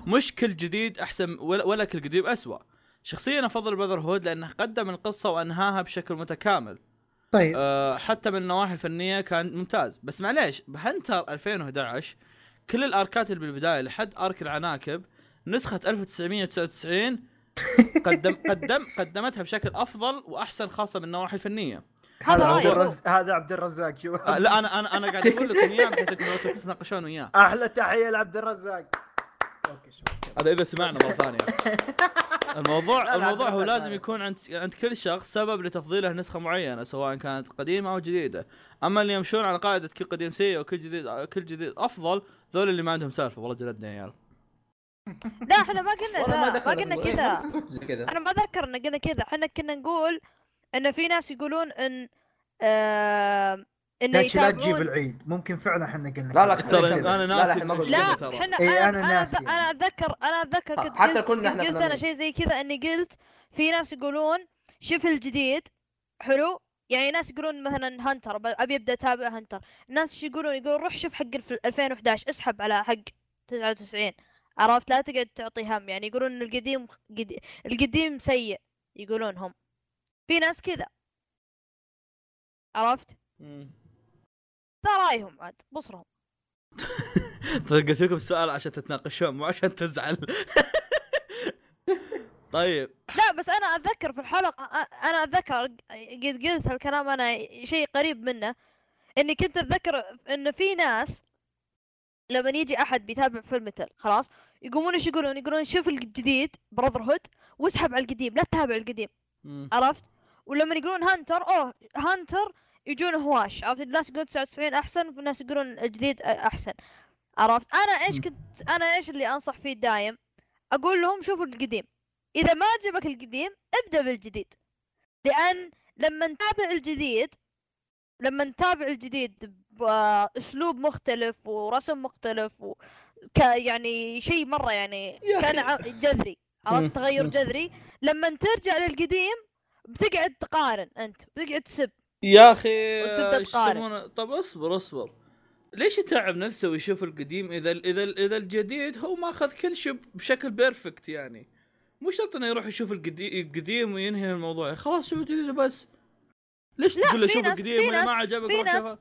مش كل جديد احسن ولا, ولا كل قديم اسوء شخصيا افضل براذر هود لانه قدم القصه وانهاها بشكل متكامل طيب آه، حتى من النواحي الفنيه كان ممتاز بس معليش بهنتر 2011 كل الاركات اللي بالبدايه لحد ارك العناكب نسخه 1999 قدم قدم قدمتها بشكل افضل واحسن خاصه من النواحي الفنيه هذا هذا عبد رأيي. الرزاق هذا عبد الرزاق شو آه، لا انا انا انا قاعد اقول لكم اياه بحيث انكم لو تتناقشون وياه احلى تحيه لعبد الرزاق اوكي شو هذا اذا سمعنا مره ثانيه الموضوع لا، لا، الموضوع هو لا، لا، لازم لا. يكون عند عند كل شخص سبب لتفضيله نسخه معينه سواء كانت قديمه او جديده اما اللي يمشون على قاعده كل قديم سيء وكل جديد كل جديد افضل ذول اللي ما عندهم سالفه والله جلدنا يا عيال لا احنا ما قلنا والله ما لا ما ذكرنا قلنا الموضوع. كذا زي كذا انا ما اذكر ان قلنا كذا احنا كنا نقول ان في ناس يقولون ان آه ان دايتشي لا تجيب يتابعون- العيد ممكن فعلا احنا قلنا لا، لا، كذا. ترى لا، انا لا، ناسي لا، ما قلت كل شيء لا ترى. احنا إيه، انا أنا انا ناسي أتذ- يعني. انا اتذكر انا اتذكر كنت حتى قلت- كنا إحنا قلت كنا انا شيء زي كذا اني قلت في ناس يقولون شوف الجديد حلو يعني ناس يقولون مثلا هانتر ب- ابي ابدا اتابع هانتر ناس ايش يقولون يقولون روح شوف حق الف- 2011 اسحب على حق 99 عرفت لا تقعد تعطي هم يعني يقولون إن القديم قد- القديم سيء يقولون هم في ناس كذا عرفت مم. ذا رايهم عاد بصرهم طيب [LAUGHS] قلت لكم السؤال عشان تتناقشون مو عشان تزعل [LAUGHS] طيب لا بس انا اتذكر في الحلقه أ- انا اتذكر قد قلت هالكلام انا شيء قريب منه اني كنت اتذكر ان في ناس لما يجي احد بيتابع فيلم مثل خلاص يقومون ايش يقولون يقولون شوف الجديد براذر هود واسحب على القديم لا تتابع القديم مم. عرفت ولما يقولون هانتر اوه هانتر يجون هواش عرفت الناس يقولون 99 احسن والناس يقولون الجديد أ- احسن عرفت انا ايش مم. كنت انا ايش اللي انصح فيه دايم اقول لهم شوفوا القديم اذا ما عجبك القديم ابدا بالجديد لان لما نتابع الجديد لما نتابع الجديد باسلوب مختلف ورسم مختلف و... ك... يعني شيء مره يعني يا كان ع- جذري مم. عرفت تغير مم. جذري لما ترجع للقديم بتقعد تقارن انت بتقعد تسب يا اخي وتبدأ إيش تقارن. يسمونه؟ طب اصبر اصبر ليش يتعب نفسه ويشوف القديم اذا اذا اذا الجديد هو ماخذ كل شيء بشكل بيرفكت يعني مو شرط انه يروح يشوف القدي- القديم وينهي الموضوع خلاص شوف الجديد بس ليش لا، تقول له في شوف ناس- القديم في ولا ما ناس- عجبك في روح ناس- شوفه؟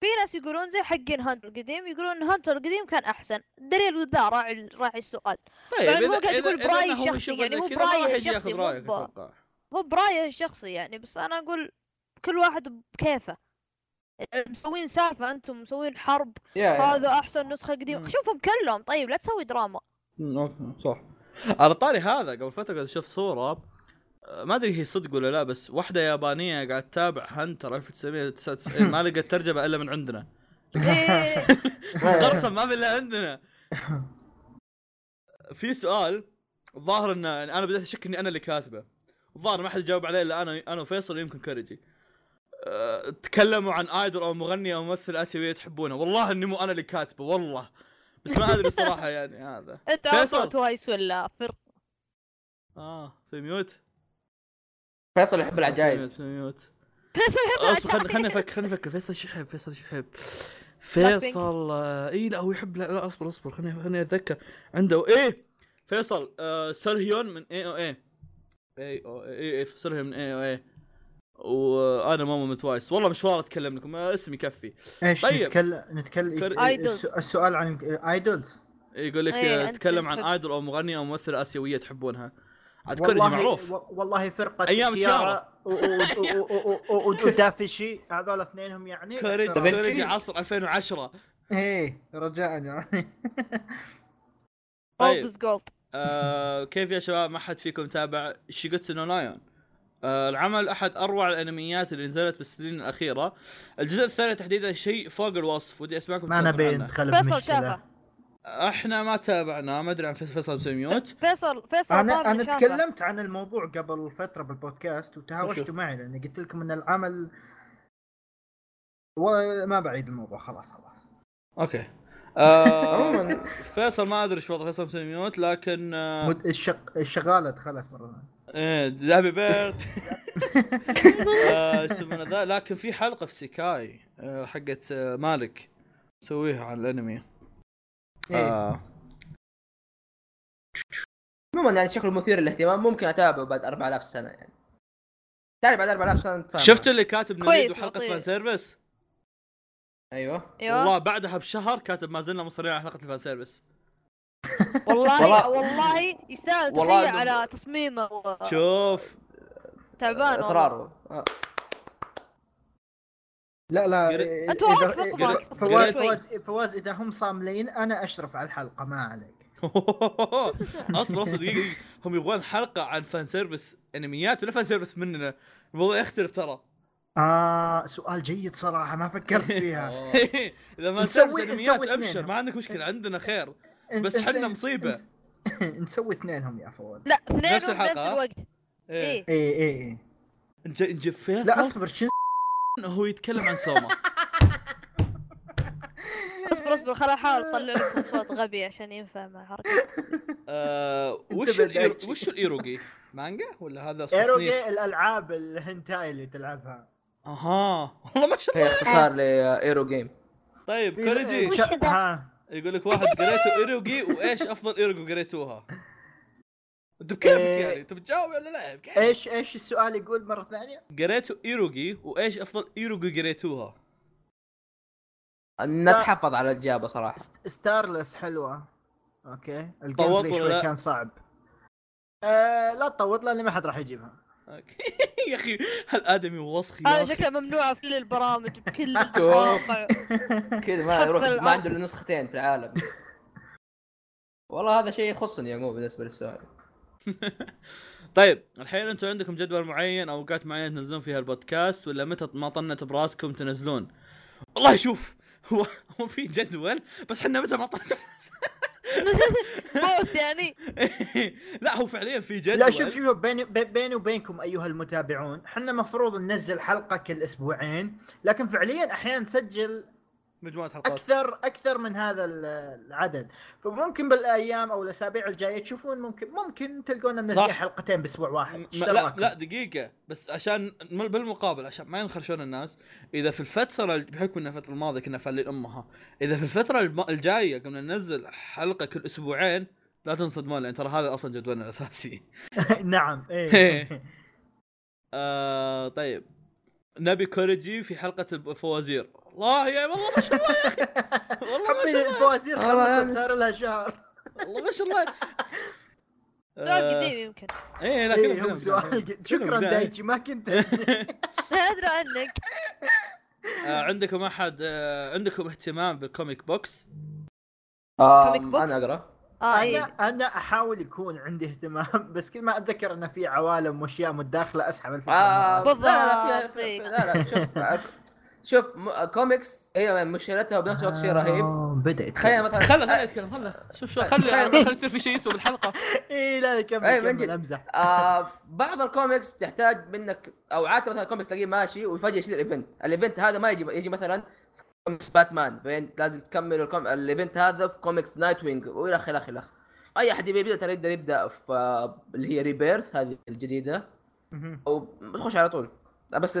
في ناس يقولون زي حقين هانتر القديم يقولون هانتر القديم كان احسن دليل ذا راعي راعي السؤال طيب طبعاً هو قاعد يقول إذا برأيه إنه هو الشخصي، يشوفه يعني زي مو كذا ما راح برأيه يجي ياخذ الشخصي، مو رأيك ب- أتوقع. هو برايه الشخصي يعني بس انا اقول كل واحد بكيفه مسوين سالفه انتم مسوين حرب يا يا. هذا احسن نسخه قديمه أيوة. مم. شوفهم كلهم طيب لا تسوي دراما [LAUGHS] امم، اوكي صح على طاري هذا قبل فتره قاعد اشوف صوره آه، ما ادري هي صدق ولا لا بس واحده يابانيه قاعد تتابع هانتر 1999 ما لقت ترجمه الا من عندنا إيه، قرصا ما في الا عندنا في سؤال ظاهر ان يعني انا بديت اشك اني انا اللي كاتبه الظاهر ما حد جاوب عليه الا انا انا وفيصل ويمكن كرجي أه، تكلموا عن ايدول او مغني او ممثل اسيوي تحبونه والله اني مو انا اللي كاتبه والله بس ما ادري الصراحه يعني هذا انت فيصل. عضو توايس ولا فرق اه سوي ميوت فيصل يحب العجائز سوي ميوت فيصل اصبر يحب خلنا خلنا العجائز. نفكر خلنا نفكر فيصل شو يحب فيصل شو يحب فيصل آه، اي لا هو يحب لا, لا اصبر اصبر خليني خليني اتذكر عنده ايه فيصل آه سيرهيون من اي او اي اي او اي اي سيرهيون إيه، من اي او اي وانا ماما متوايس والله مشوار اتكلم لكم آه، اسمي كفي ايش طيب. نتكلم نتكلم كر- ايدولز. السؤال عن ايدولز يقول لك آه، إيه، أنت- تكلم عن أنت- ايدول او مغني او ممثله اسيويه تحبونها عاد كوريجي معروف و- والله فرقه أيام تيارا و- و- و- و- و- ودافشي هذول اثنينهم يعني كوريجي ترى- كوريجي عصر 2010 ايه رجاء [LAUGHS] يعني طيب. Gold is gold. آه، كيف يا شباب ما حد فيكم تابع شيغوتسو نو لايون آه، العمل احد اروع الانميات اللي نزلت بالسنين الاخيره الجزء الثاني تحديدا شيء فوق الوصف ودي اسمعكم ما انا تسولفون بين عنه. تخلف فيصل مشكله شافه احنا ما تابعناه ما ادري عن فيصل- فيصل مسوي [LAUGHS] ميوت فيصل فيصل انا ضارب انا شافه. تكلمت عن الموضوع قبل فتره بالبودكاست وتهاوشتوا وشو؟ معي لاني قلت لكم ان العمل وما بعيد الموضوع خلاص خلاص اوكي [LAUGHS] آه عموما فيصل ما ادري ايش وضع فيصل مسوي ميوت لكن آه مد- الشق... الشغاله دخلت مره ثانيه ايه هابي [LAUGHS] بيرث يسمونه ذا لكن في حلقه في سيكاي آه، حقت آه، مالك سويها عن الانمي إيه. آه، عموما يعني شكله مثير للاهتمام ممكن اتابعه بعد 4000 سنه يعني تعرف بعد 4000 سنه تفهم شفتوا اللي كاتب نريد كويس، وحلقه لطيف. فان سيرفيس ايوه ايوه والله بعدها بشهر كاتب ما زلنا مصرين على حلقه الفان سيرفيس والله والله- والله يستاهل والله تحيه إنه- على تصميمه شوف [LAUGHS] تعبان والله. اصراره آه. لا لا قري- إيه، أتوقع إذا- أتوقع إيه، أتوقع. فواز قريت- فواز فواز اذا هم صاملين انا اشرف على الحلقه ما عليك اصبر اصبر دقيقه دقيقة. هم يبغون حلقه عن فان سيرفيس انميات ولا فان سيرفيس مننا الموضوع يختلف ترى آه. اه سؤال جيد صراحه ما [LAUGHS] فكرت فيها اذا ما نسوي- سيرفيس انميات نسوي اثنين. إيه. ابشر ما عندك مشكله عندنا خير إن- بس إن- حنا إن- مصيبة. إن- نسوي اثنينهم يا فواز لا اثنين نفس نفس الحلقة، نفس ها؟ الوقت ايه ايه اي اي اي نج- نجيب فيصل لا اصبر شن هو يتكلم عن [LAUGHS] سوما اصبر اصبر خل احاول اطلع لكم صوت غبي عشان ينفع [LAUGHS] مع الحركه آه، أنت وش الإيرو... بدأت. وش الايروجي؟ مانجا ولا هذا تصنيف؟ ايروجي الالعاب الهنتاي اللي تلعبها اها [LAUGHS] والله ما شاء هي الله اختصار لايرو جيم طيب في- كوريجي شا- ها يقول لك واحد قريته ايروجي وايش افضل ايروجو قريتوها؟ انت إيه. بكيفك يعني انت بتجاوب ولا لا؟ بكيفك. ايش ايش السؤال يقول مره ثانيه؟ قريتوا ايروجي وايش افضل ايروجو قريتوها؟ نتحفظ على الاجابه [LAUGHS] صراحه ست- ستارلس حلوه اوكي الجيم طوط بلاي ولا شوي لا؟ كان صعب آه لا تطوط لان ما حد راح يجيبها أوكي. [LAUGHS] يا اخي هالادمي وسخ يا هذا أخي. شكله ممنوعه في كل [LAUGHS] البرامج بكل المواقع كذا ما حفظ يروح الأرض. ما عنده الا نسختين في العالم [LAUGHS] والله هذا شيء يخصني عموما بالنسبه للسؤال طيب الحين انتم عندكم جدول معين او اوقات معينه تنزلون فيها البودكاست ولا متى ما طنت براسكم تنزلون؟ والله شوف هو [LAUGHS] هو في جدول بس احنا متى ما طنت [LAUGHS] موت يعني لا هو فعليا في جدول لا شوف شوف بيني بي- بيني وبينكم ايها المتابعون احنا مفروض ننزل حلقه كل اسبوعين لكن فعليا احيانا نسجل طيب. مجموعه حلقات اكثر اكثر من هذا ال- العدد فممكن بالايام او الاسابيع الجايه تشوفون ممكن ممكن تلقونا منزل صح. حلقتين باسبوع واحد ما- لا لا دقيقة بس عشان مل- بالمقابل عشان ما ينخرشون الناس إذا في الفترة ال- بحكم إن الفترة الماضية كنا فالين أمها إذا في الفترة الم- الجاية قمنا ننزل حلقة كل أسبوعين لا تنصدمون لأن ترى هذا أصلا [LAUGHS] جدولنا الأساسي [LAUGHS] نعم [LAUGHS] ايه آه طيب نبي كوريجي في حلقة الفوازير والله يا والله ما شاء الله يا [LAUGHS] أخي والله ما شاء الله الفوازير والله خلصت يعني. صار لها شهر والله ما شاء الله سؤال آه، طيب، قديم يمكن ايه لا كلهم- ايه هو كلهم- سؤال قد- كلهم شكرا بداية. دايتشي ما كنت [LAUGHS] لا ادري عنك آه، عندكم احد آه، عندكم اهتمام بالكوميك بوكس؟ آم، كوميك بوكس؟ انا اقرا اه انا طيب. اي انا احاول يكون عندي اهتمام بس كل ما اتذكر ان في عوالم واشياء متداخله اسحب الفكره آه، آه بالضبط. لا لا في- في- لا [LAUGHS] لا شوف عرفت. شوف م- كوميكس هي مشكلتها وبنفس الوقت شيء رهيب بدا يتكلم تخيل مثلا آه. خله خله يتكلم خله شوف شوف خله خله يصير في شيء يسوى بالحلقه اي لا لا كمل إيه، من كمل جد. امزح آه بعض الكوميكس تحتاج منك او عاده مثلا كوميك تلاقيه ماشي وفجاه يصير ايفنت، الايفنت هذا ما يجي يجي مثلا في كوميكس باتمان فين لازم تكمل الكوم... الايفنت هذا في كوميكس نايت وينج والى اخره الى اخره اي احد يبي يبدا ترى يقدر يبدا في آه، اللي هي ريبيرث هذه الجديده مهم. او تخش على طول لا بس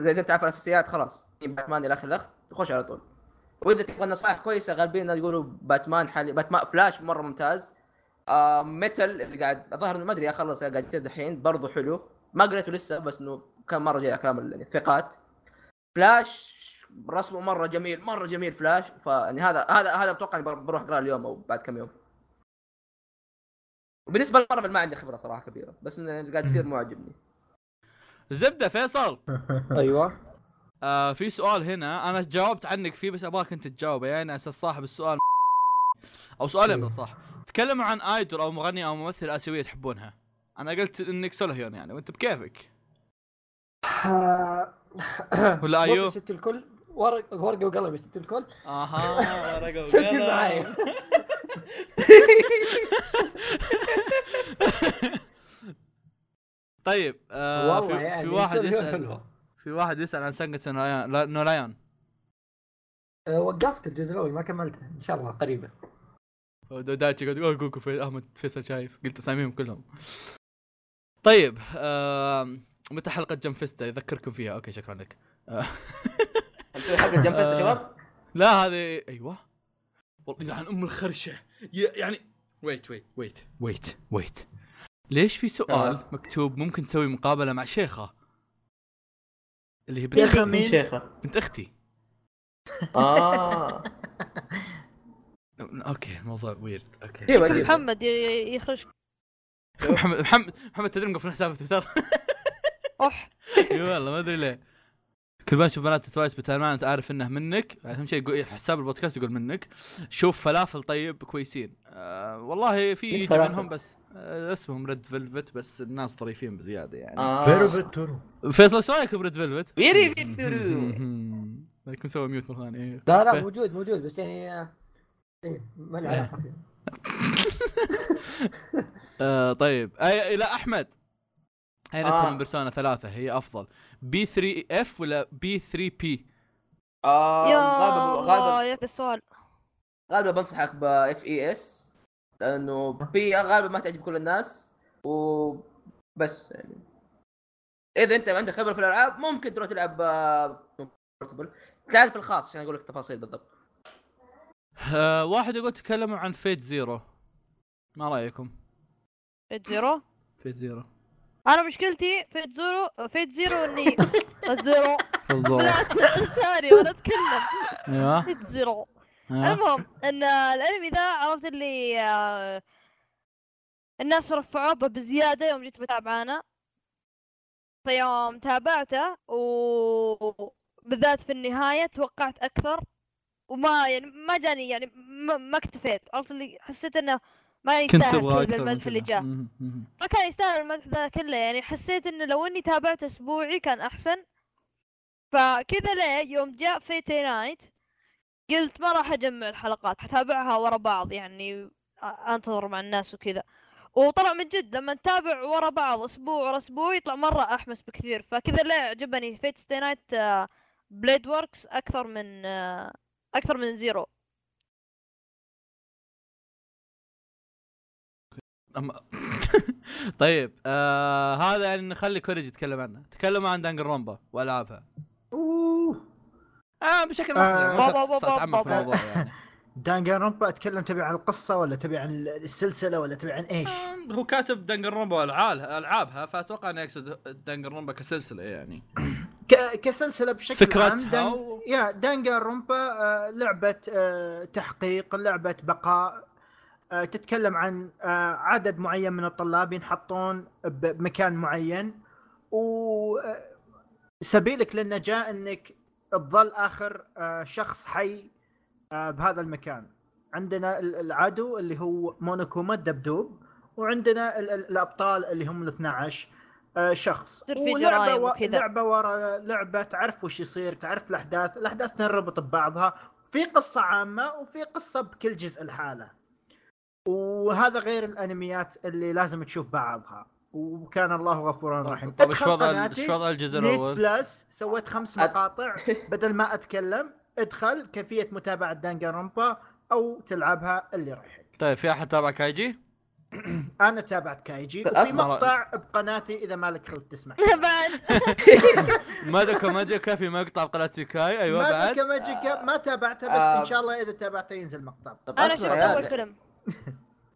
اذا انت عارف الاساسيات خلاص باتمان الى اخر الاخ تخش على طول واذا تبغى نصائح كويسه غالبين يقولوا باتمان حالي باتمان فلاش مره ممتاز آه ميتال اللي قاعد الظاهر إنه ما ادري اخلص قاعد يصير الحين برضه حلو ما قريته لسه بس انه كم مره جاي كلام الثقات فلاش رسمه مره جميل مره جميل فلاش فيعني هذا هذا هذا اتوقع إني بروح اقراه اليوم او بعد كم يوم وبالنسبه لمارفل ما عندي خبره صراحه كبيره بس انه قاعد يصير معجبني زبده فيصل ايوه آه في سؤال هنا انا جاوبت عنك فيه بس ابغاك انت تجاوبه يعني اساس صاحب السؤال او سؤالين إيه. بالصح تكلموا عن ايدول او مغني او ممثل اسيويه تحبونها انا قلت انك سولهيون يعني وانت بكيفك ولا أيوه؟ آه، ست الكل ورق ورقه وقلم يا ست الكل اها آه، سجل معايا طيب آه والله في, يعني في واحد سالفة يسال حلوة. في واحد يسال عن سانجتسو نولايان- لا- نولايان أه، وقفت الجزء الاول ما كملته ان شاء الله طيب. قريبا دايتشي قاعد يقول جوكو في احمد فيصل شايف قلت اساميهم كلهم طيب آم، متى حلقه جم فيستا يذكركم فيها اوكي شكرا لك نسوي حلقه جنب فيست يا آه، شباب لا هذه ايوه والله يلعن ام الخرشه ي- يعني ويت ويت ويت ويت ويت ليش في سؤال آه. مكتوب ممكن تسوي مقابله مع شيخه اللي هي بنت شيخة اختي مين؟ [LAUGHS] شيخه بنت اختي اه اوكي الموضوع ويرد اوكي إيه، ايوه أيوة. محمد ي- يخرج محمد محمد محمد تدري مقفل حسابه في تويتر اح اي والله ما ادري ليه كل ما اشوف بنات تتواجد بتلمان انت عارف انه منك اهم شيء يقول في حساب البودكاست يقول منك شوف فلافل طيب كويسين آه والله في مين يجي فلافل؟ منهم بس آه اسمهم ريد فيلفت بس الناس طريفين بزياده يعني آه. آه. بيرو بترو فيصل ايش رايك بريد فيلفت؟ بيري بيري [LAUGHS] لكن سوى ميوت مره ثانيه إيه. لا لا أوكي. موجود موجود بس يعني آه، ايه ما له إيه. علاقه فيه آه طيب أي أي- لا احمد اي نسخه آه. من بيرسونا ثلاثه هي افضل بي 3 اف ولا بي 3 بي؟ آه يا غالبا الله غالبا يا ذا السؤال غالبا بنصحك ب E اف اي اس لانه بي غالبا ما تعجب كل الناس وبس يعني اذا انت عندك خبره في الالعاب ممكن تروح تلعب بورتبل تعال في الخاص عشان اقول لك تفاصيل بالضبط آه واحد يقول تكلموا عن فيت زيرو ما رايكم؟ فيت زيرو فيت زيرو انا مشكلتي فيت زيرو فيت زيرو اني [LAUGHS] فيت زيرو بالضبط لا انساني وانا اتكلم ايوه فيت زيرو أيوة. المهم ان الانمي ذا عرفت اللي آه، الناس رفعوه بزياده يوم جيت بتابع انا فيوم تابعته و بالذات في النهايه توقعت اكثر وما يعني ما جاني يعني ما, ما اكتفيت عرفت اللي حسيت انه ما كنت يستاهل تبغى كل اكثر من المدح اللي كذا جاه مم، مم. ما كان يستاهل المدح ذا كله يعني حسيت انه لو اني تابعت اسبوعي كان احسن فكذا ليه يوم جاء فيتي نايت قلت ما راح اجمع الحلقات حتابعها ورا بعض يعني أ- انتظر مع الناس وكذا وطلع من جد لما نتابع ورا بعض اسبوع ورا اسبوع يطلع مره احمس بكثير فكذا ليه عجبني آه، فيت ستي نايت بليد ووركس اكثر من آه، اكثر من زيرو أما- [LAUGHS] طيب آه هذا يعني نخلي كوريج يتكلم عنه تكلموا عن دانجر رومبا والعابها اوه آه بشكل مختصر يعني، بابا، ما بابا، تتعمق في بابا. الموضوع يعني دانجانرومبا اتكلم تبي عن القصه ولا تبي عن السلسله ولا تبي عن ايش؟ آم، [LAUGHS] هو كاتب دانجر رومبا والعابها العابها فاتوقع انه يقصد دانجر رومبا كسلسله يعني ك- كسلسله بشكل عام فكرتها دان... و- يا دانجانرومبا آه، لعبه آه، تحقيق لعبه بقاء آه، تتكلم عن آه، عدد معين من الطلاب ينحطون ب- بمكان معين و آه، سبيلك للنجاه انك تظل اخر آه، شخص حي آه، بهذا المكان عندنا ال- العدو اللي هو مونوكوما الدبدوب وعندنا ال- ال- الابطال اللي هم ال 12 آه، شخص يصير في ولعبة جرايم و- وكذا. لعبه ورا لعبه تعرف وش يصير تعرف الاحداث الاحداث تنربط ببعضها في قصه عامه وفي قصه بكل جزء لحاله وهذا غير الانميات اللي لازم تشوف بعضها وكان الله غفورا رحيم طيب ايش ادخل وضع قناتي. ايش وضع الجزء نيت الاول؟ بلس سويت خمس مقاطع بدل ما اتكلم ادخل كيفيه متابعه دانجانرومبا او تلعبها اللي رايحك طيب في احد تابع كايجي؟ انا تابعت كايجي وفي أسمع مقطع بقناتي اذا مالك خلق [LAUGHS] تسمع [LAUGHS] بعد مادوكا مادوكا في مقطع بقناه سيكاي ايوه ما بعد كماجيكا ما تابعته بس آه. ان شاء الله اذا تابعته ينزل مقطع طب انا شفت أسمع اول يا فيلم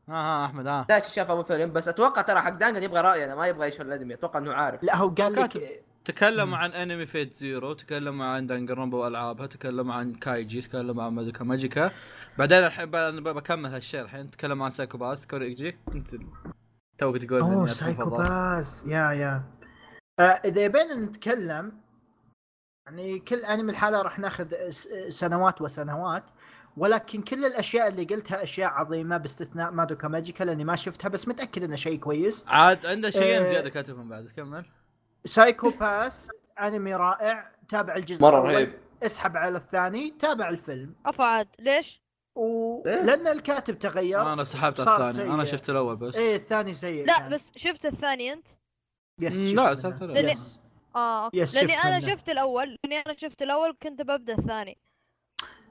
ها ها احمد ها دايتشي شاف اول فيلم بس اتوقع ترى حق دانجل يبغى راينا ما يبغى يشوف الانمي اتوقع انه عارف لا هو قال كاتب. لك تكلموا عن انمي فيت زيرو تكلموا عن دانجرمبا والعابها تكلموا عن كايجي تكلموا عن مادوكا ماجيكا بعدين الحين ب- ب- بكمل هالشيء الحين تكلموا عن سايكو باس كوريجي انت ال- توك تقول إني اوه أتفضل. سايكو باس يا يا آه، اذا يبينا نتكلم يعني كل انمي الحالة راح ناخذ س- سنوات وسنوات ولكن كل الاشياء اللي قلتها اشياء عظيمه باستثناء مادوكا ماجيكا لاني ما شفتها بس متاكد انه شيء كويس عاد عنده شيئين آه. زياده كاتبهم بعد كمل [LAUGHS] سايكو باس انمي رائع تابع الجزء مرة الأول، رهيب. اسحب على الثاني تابع الفيلم افعاد ليش؟ و... إيه. لان الكاتب تغير انا سحبت صار على الثاني انا سيء. شفت الاول بس ايه الثاني سيء لا كان. بس شفت الثاني انت يس لا، شفت سالفة منه. لا. يس. اه اوكي يس، لاني شفت انا منه. شفت الاول لاني انا شفت الاول وكنت ببدا الثاني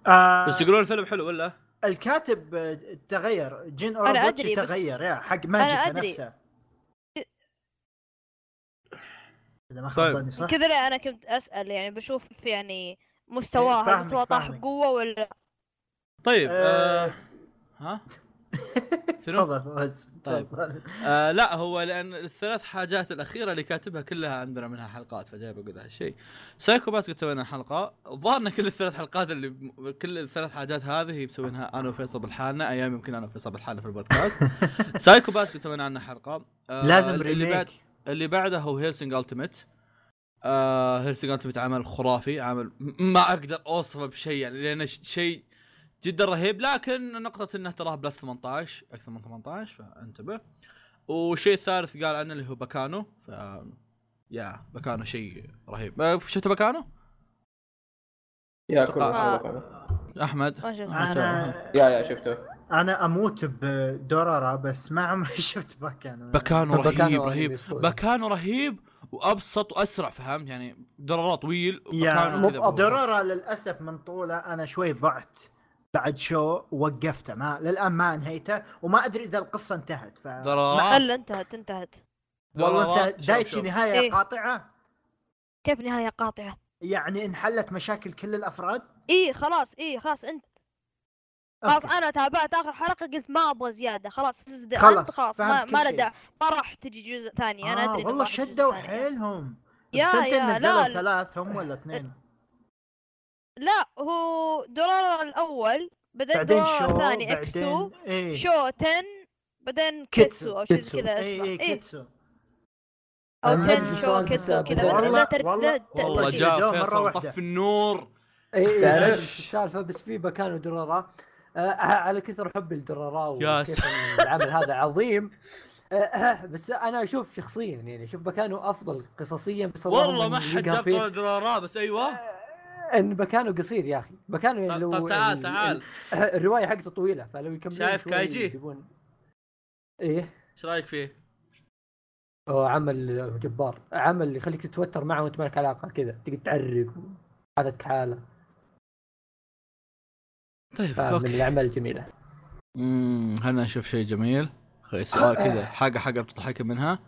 آه، بس يقولون الفيلم حلو ولا؟ الكاتب آه، تغير جين أنا اوروبوتشي أدري، بس- تغير يا حق أنا ماجيكا أدري. نفسه اذا ما طيب. خبرني صح كذا انا كنت اسال يعني بشوف يعني مستواه هل إيه، فاهمك، مستواه طاح فاهمك. بقوه ولا طيب آه. آه، [LAUGHS] ها؟ شنو؟ تفضل فوز طيب. تفضل. آه لا هو لان الثلاث حاجات الاخيره اللي كاتبها كلها عندنا منها حلقات فجاي بقول هالشيء سايكو باسكت سوينا حلقه ظهرنا كل الثلاث حلقات اللي ب... كل الثلاث حاجات هذه مسوينها انا وفيصل بالحالنا ايام يمكن انا وفيصل بالحالنا في البودكاست سايكو باسكت سوينا عنها حلقه آه لازم اللي بعد ريميك اللي بعده هو هيلسنج التيمت آه هيلسنج التيمت عمل خرافي عمل م- ما اقدر اوصفه بشيء يعني لانه ش- شيء جدا رهيب لكن نقطة انه تراه بلس 18 اكثر من 18 فانتبه والشيء الثالث قال عنه اللي هو باكانو ف يا باكانو شيء رهيب آه، شفت باكانو؟ يا كل آه. حلقة. احمد ما شفت آه. انا يا يا شفته انا اموت بدورارا بس ما عمري [LAUGHS] شفت باكانو باكانو طب كان رهيب رهيب بسهولة. باكانو رهيب وابسط واسرع فهمت يعني درارات طويل مو باكانو كذا بأبسط. بسيط. دورارا للاسف من طوله انا شوي ضعت بعد شو وقفته ما للان ما انهيته وما ادري اذا القصه انتهت ف درارات الا انتهت انتهت والله دورارات. انت شوف- دايتشي شوف. نهايه إيه. قاطعه كيف نهايه قاطعه يعني انحلت مشاكل كل الافراد اي خلاص اي خلاص انت خلاص أوكي. انا تابعت اخر حلقه قلت ما ابغى زياده خلاص this is the خلاص، end، خلاص ما, فهمت كل ما له شيء. داعي ما راح تجي جزء ثاني انا آه ادري إنه ما والله راح تجي جزء شدوا ثاني. حيلهم يعني. يا- بس انت يا، لا، نزلوا لا. ثلاث هم ولا [LAUGHS] اثنين لا هو دولار الاول بعدين بعدين دولار شو الثاني اكس 2 بعدين ايه شو 10 بعدين كيتسو او شيء زي كذا اي اسمه اي إيه، كيتسو او أنا عندي 10 شو سؤال كيتسو بالسابق. كذا والله- لا تر- والله- لا ت- طيب. والله تجي. [LAUGHS] جاء جدوه مرة فيصل واحدة. طف النور اي اي تعرف؟ أنا عارف السالفه إيه، بس في مكان ودرارا آه على كثر حبي لدرارا يا وكيف العمل هذا عظيم آه بس انا اشوف شخصيا يعني اشوف مكانه افضل قصصيا بس اللهم والله ما حد يلقى جاب فيه- طول درارا بس ايوه ان مكانه قصير يا اخي مكانه يعني طب لو طب تعال ال- تعال ال- الروايه حقته طويله فلو يكملون شايف شوي كايجي؟ يجيبون- ايه ايش رايك فيه؟ هو عمل جبار عمل يخليك تتوتر معه وانت مالك علاقه كذا تقعد تعرق حالتك حاله طيب آه، فمن اوكي الاعمال الجميله امم خلينا نشوف شيء جميل خي- سؤال كذا حاجه حاجه بتضحك منها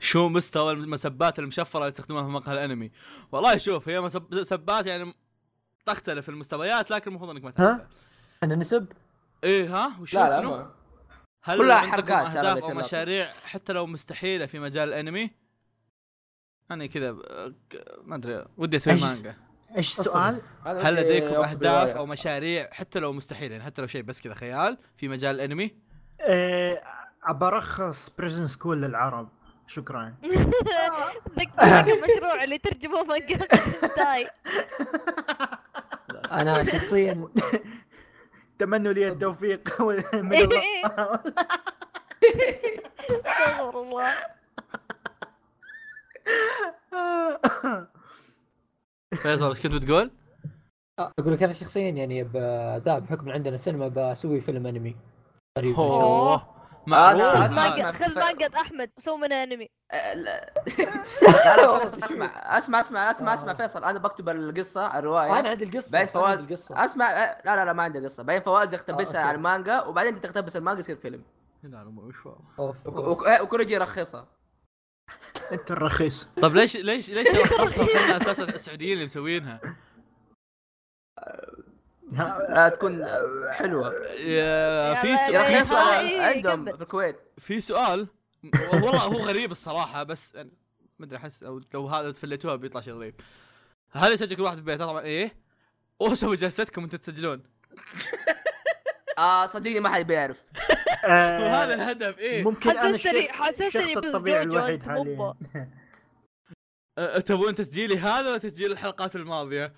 شو مستوى المسبات المشفره اللي تستخدمها في مقهى الانمي؟ والله شوف هي مسب- مسبات يعني تختلف المستويات لكن المفروض انك ما تعرفها. احنا نسب ايه ها وشو لا لا شنو؟ ما- هل كلها عندكم حركات، هذا اهداف ليس او اللاقي. مشاريع حتى لو مستحيله في مجال الانمي؟ يعني كذا ب- ك- ما ادري ودي اسوي أجس- مانجا ايش السؤال؟ هذا هل بس- لديكم آه، اهداف رواية. او مشاريع حتى لو مستحيل يعني حتى لو شيء بس كذا خيال في مجال الانمي؟ إيه برخص بريزن سكول للعرب شكرا ذاك ذاك المشروع اللي ترجموه مانجا داي انا شخصيا تمنوا لي التوفيق [LAUGHS] [LAUGHS] من الله استغفر الله فيصل ايش كنت بتقول؟ اقول لك انا شخصيا يعني ب- ذا بحكم عندنا سينما بسوي فيلم انمي قريب إن شاء الله. اوه أنا معروف أسمع- مانجا خذ ف- مانجا احمد سوي منها انمي آه، لا لا، لا فيصل، اسمع اسمع اسمع اسمع اسمع فيصل انا بكتب القصه الروايه انا عندي القصه بعد أنا فواز- عندي القصه اسمع آه، لا لا لا ما عندي قصه بعدين فواز يقتبسها آه، أوكي. على المانجا وبعدين انت تقتبس المانجا يصير فيلم أوف، وك- أوف. وك- آه، وكوريجي يرخصها انت الرخيص طب ليش ليش ليش رخصنا احنا اساسا السعوديين اللي مسوينها؟ ها، لا تكون حلوه يا- في يا سؤال أخي، في يرخصها سؤال هاي، عندهم كمل. في الكويت في سؤال والله هو غريب الصراحه بس أنا ما ادري احس او لو هذا تفلتوها بيطلع شيء غريب. هل يسجل كل واحد في بيته؟ طبعا ايه وسووا جلستكم وانتم تسجلون اه صدقني ما حد بيعرف آه، وهذا الهدف ايه ممكن انا حسستني الشخ- حسستني الشخص بس الطبيعي دوجو الوحيد انت حاليا مبا أه، تبون تسجيلي هذا ولا تسجيل الحلقات الماضيه؟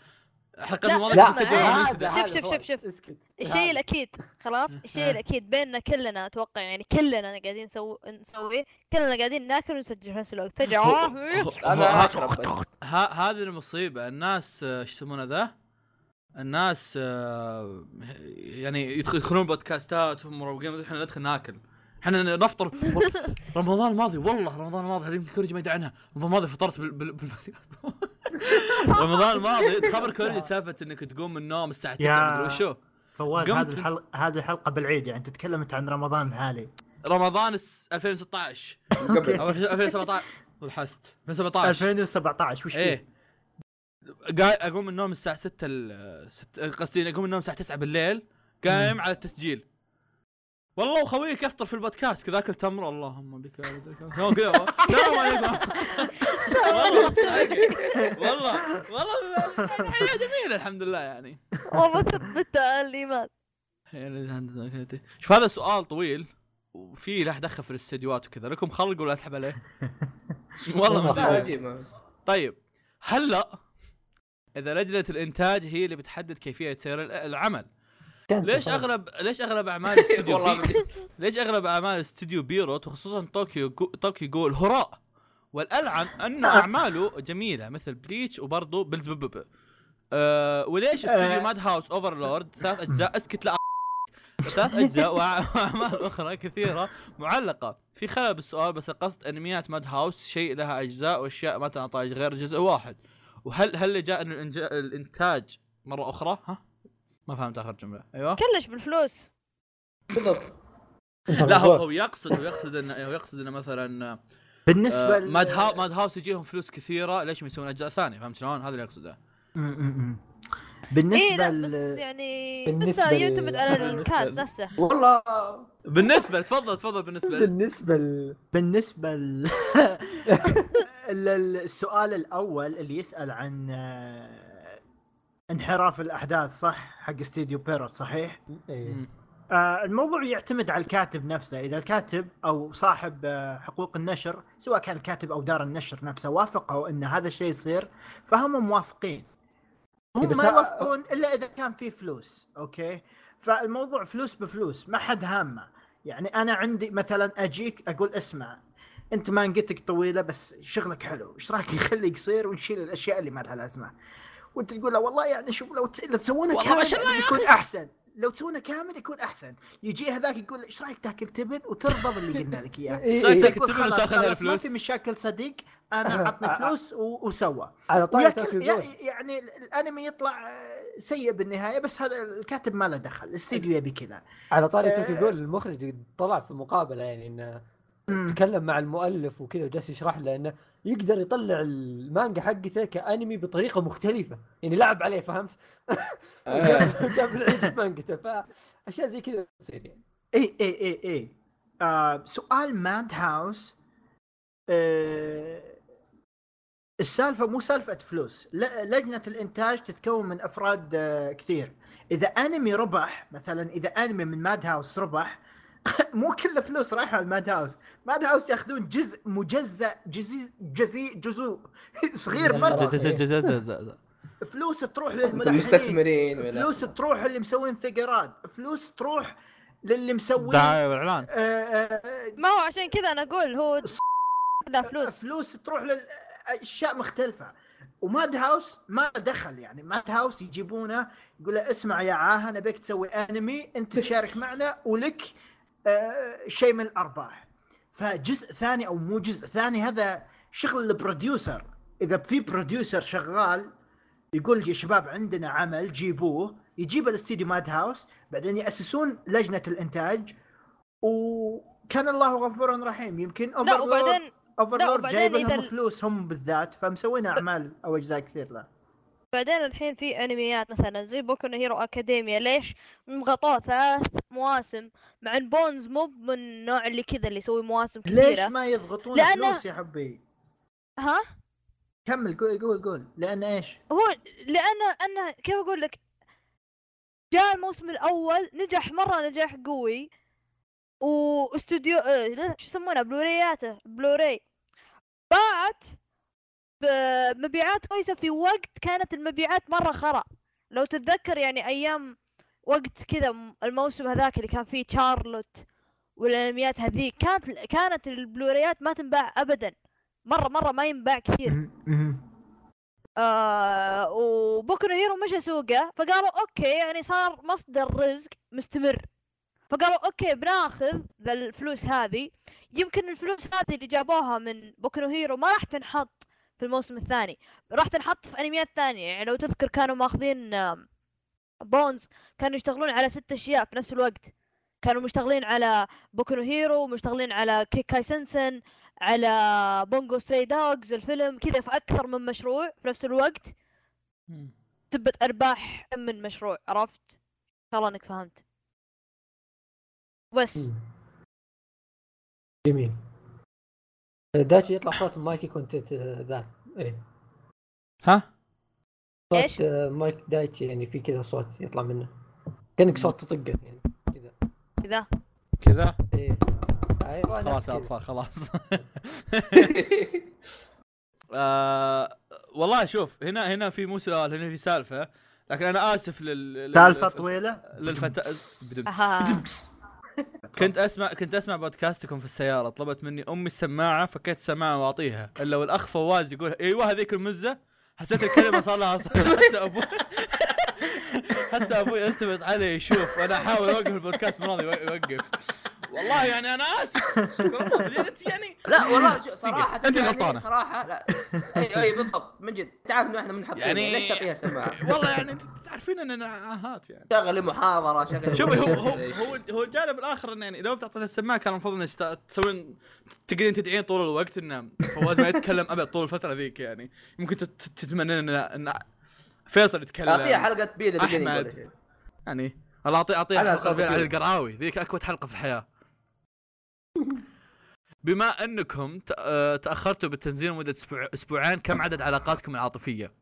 الحلقات لا، الماضيه لا، آه، كنت أسجل هذا- على الانستا. هذا- شوف، شوف، فواز، شوف. اسكت الشيء الاكيد خلاص الشيء الاكيد بيننا كلنا اتوقع يعني كلنا قاعدين نسوي نسوي كلنا قاعدين ناكل ونسجل في نفس الوقت فجاه هو- آه، [LAUGHS] هو- انا ها- اشرب بس ها- هذه المصيبه الناس آه، ايش يسمونه ذا؟ الناس آه، يعني يدخل- يدخلون بودكاستات وهم مروقين احنا ندخل ناكل احنا نفطر رمضان الماضي والله رمضان الماضي هذه كوريجي ما يدري عنها رمضان الماضي فطرت بال... بال... [LAUGHS] بال... رمضان الماضي تخبر كوريجي سالفه انك تقوم من النوم الساعه 9 مدري وشو فواز قمت- هذه الحلقه هذه الحلقه بالعيد يعني تتكلم انت عن رمضان الحالي رمضان الس- 2016 قبل او 2017 لحست 2017 2017 وش ايه فيه؟ قاعد اقوم من النوم الساعه 6 ال- ست- قصدي اقوم من النوم الساعه 9 بالليل قايم على التسجيل والله وخويك افطر في البودكاست كذا اكل تمر اللهم بك يا ولد الكرم. هو كذا هو. السلام عليكم والله والله والله حياه جميله الحمد لله يعني والله ثبت على الايمان يا ولد الهندسة ميكانيكية. شوف هذا سؤال طويل وفي له دخل في الاستديوهات وكذا لكم خلق ولا اسحب عليه والله ما لا أدري. عجيب ما- طيب هلا اذا لجنه الانتاج هي اللي بتحدد كيفيه سير ال- العمل ليش اغلب ليش اغلب اعمال الاستوديو والله بي... بدي- ليش اغلب اعمال استوديو بيروت وخصوصا طوكيو جو... طوكيو جول هراء والالعن ان اعماله جميله مثل بليتش وبرضه بلد بب بب. أه وليش استوديو آه. ماد هاوس اوفرلورد ثلاث اجزاء اسكت لا أ- ثلاث اجزاء وأع- [LAUGHS] واعمال اخرى كثيره معلقه في خلل بالسؤال بس القصد انميات ماد هاوس شيء لها اجزاء واشياء ما تنطاج غير جزء واحد وهل هل جاء الإنج- الانتاج مره اخرى ها ما فهمت اخر جمله ايوه كلش بالفلوس بالضبط لا هو هو يقصد هو يقصد انه هو يقصد انه مثلا بالنسبه آه، ل- ماد هاوس ماد هاوس يجيهم فلوس كثيره ليش ما يسوون اجزاء ثانيه فهمت شلون؟ هذا اللي يقصده م- م- م. اي بالنسبه إيه، لا بس ل- يعني بالنسبة لسه لل- يعتمد على الكاست لل- نفسه والله بالنسبه تفضل تفضل بالنسبه لي. بالنسبه ل... بالنسبه [LAUGHS] ل... ال- ال- السؤال الاول اللي يسال عن آه، انحراف الاحداث صح حق استديو بيروت صحيح إيه. مم. آه، الموضوع يعتمد على الكاتب نفسه اذا الكاتب او صاحب آه، حقوق النشر سواء كان الكاتب او دار النشر نفسه وافقوا ان هذا الشيء يصير فهم موافقين هم بس ما أ- يوافقون الا اذا كان في فلوس اوكي فالموضوع فلوس بفلوس ما حد هامه يعني انا عندي مثلا اجيك اقول اسمع انت مانجتك طويله بس شغلك حلو ايش رايك نخليه قصير ونشيل الاشياء اللي ما لها لازمه وانت تقول له والله يعني شوف لو تس- لو تسوونه والله ما كامل شاء الله يكون احسن لو تسوونه كامل يكون احسن يجي هذاك يقول ايش رايك تاكل تبن وترضى باللي قلنا لك اياه [LAUGHS] إيه، صار إيه. تاكل يقول تبن خلاص وتاخذ خلاص ما الفلوس. آه، في مشاكل صديق [LAUGHS] انا عطني فلوس و- وسوى على طيب، طاري وياكل- تاكل جول يا- يعني ال- الانمي يطلع آه، سيء بالنهايه بس هذا الكاتب ما له دخل الاستديو يبي كذا على طاري آه. تاكل جول المخرج طلع في مقابله يعني انه تكلم مع المؤلف وكذا وجالس يشرح له انه يقدر يطلع المانجا حقته كانمي بطريقه مختلفه يعني لعب عليه فهمت؟ آه. [LAUGHS] جاب العيد مانجته فاشياء زي كذا تصير يعني اي اي اي اي إيه، آه سؤال ماد هاوس آه السالفه مو سالفه فلوس ل- لجنه الانتاج تتكون من افراد آه كثير اذا انمي ربح مثلا اذا انمي من ماد هاوس ربح [LAUGHS] مو كل فلوس رايحه الماد هاوس ماد هاوس ياخذون جزء مجزأ جزء جزء جزء صغير مره ز- ز- ز- ز- ز- ز- فلوس تروح مثل للملحنين المستثمرين ولا فلوس تروح اللي مسوين فيجرات فلوس تروح للي مسوين دعايه واعلان آه، آه، ما هو عشان كذا انا اقول هو لا فلوس فلوس تروح لاشياء مختلفه وماد هاوس ما دخل يعني ماد هاوس يجيبونه يقول له اسمع يا عاه انا بيك تسوي انمي [LAUGHS] انت تشارك معنا ولك آه، شيء من الارباح فجزء ثاني او مو جزء ثاني هذا شغل البروديوسر اذا في بروديوسر شغال يقول يا شباب عندنا عمل جيبوه يجيب الاستديو ماد هاوس بعدين ياسسون لجنه الانتاج وكان الله غفورا رحيم يمكن لا Overlord- وبعدين لا، اوفرلورد وبعدين جايب إذا لهم ال- فلوس هم بالذات فمسوين اعمال او اجزاء كثير له بعدين الحين في انميات مثلا زي بوكو نو هيرو اكاديميا ليش مغطاه ثلاث مواسم مع ان بونز مو من النوع اللي كذا اللي يسوي مواسم ليش كثيره ما يضغطون لأن- فلوس يا حبي ها كمل قول قول قول لان ايش هو لان انا كيف اقول لك جاء الموسم الاول نجح مره نجاح قوي واستوديو آه، لا، شو يسمونها بلورياته بلوراي باعت بمبيعات كويسه في وقت كانت المبيعات مره خرا لو تتذكر يعني ايام وقت كذا م- الموسم هذاك اللي كان فيه شارلوت والانميات هذيك كانت إيه. كانت البلوريات ما تنباع ابدا مره مره ما ينباع كثير آه وبوكو هيرو مشى سوقه فقالوا اوكي يعني صار مصدر رزق مستمر فقالوا اوكي بناخذ ذا الفلوس هذه يمكن الفلوس هذه اللي جابوها من بوكو هيرو ما راح تنحط في الموسم الثاني راح تنحط في انميات ثانيه يعني لو تذكر كانوا ماخذين آم، بونز كانوا يشتغلون على ست اشياء في نفس الوقت كانوا مشتغلين على بوكو هيرو مشتغلين على كيكاي سنسن على بونجو ستري دوجز الفيلم كذا في اكثر من مشروع في نفس الوقت تبت ارباح كم من مشروع عرفت ان شاء الله انك فهمت بس جميل داتشي يطلع صوت مايكي كنت ت- ذا ايه ها إيش؟ صوت آه، مايك دايتشي يعني في كذا صوت يطلع منه كانك صوت تطقه يعني كذا كذا كذا ايه ايوه خلاص نفس يا كذا اطفال خلاص [LAUGHS] آه والله شوف هنا هنا في مو سؤال هنا في سالفه لكن انا اسف لل لل- سالفه طويله للفتاه بدون- اها كنت اسمع كنت اسمع بودكاستكم في السياره طلبت مني امي السماعه فكيت السماعه واعطيها الا والاخ فواز يقول ايوه هذيك المزه حسيت الكلمه صار لها صح حتى ابوي [LAUGHS] حتى ابوي التفت علي يشوف انا احاول اوقف البودكاست مو راضي يوقف والله يعني انا اسف شكراً. يعني لا والله شو- صراحه أنت يعني غلطانة. صراحه لا اي اي بالضبط من جد تعرف انه احنا منحطين يعني- يعني... ليش تعطيها سماعه؟ والله يعني انت تعرفين اننا عاهات يعني شغلي محاضره [LAUGHS] شغلي شوفي هو هو هو هو الجانب الاخر انه يعني لو بتعطينا السماعه كان المفروض انك ت- تسوين تقدرين تدعين طول الوقت انه فواز ما يتكلم ابد طول الفتره ذيك يعني يمكن تت- تت- تتمنين ان ان فيصل اعطيها يتكلم حلقه بيد أحمد. يعني والله اعطيه اعطيه أنا حلقه صادق. فيها علي القرعاوي ذيك اكوت حلقه في الحياه بما انكم ت- آه، تاخرتوا بالتنزيل مده أسبوع- اسبوعين كم عدد علاقاتكم العاطفيه؟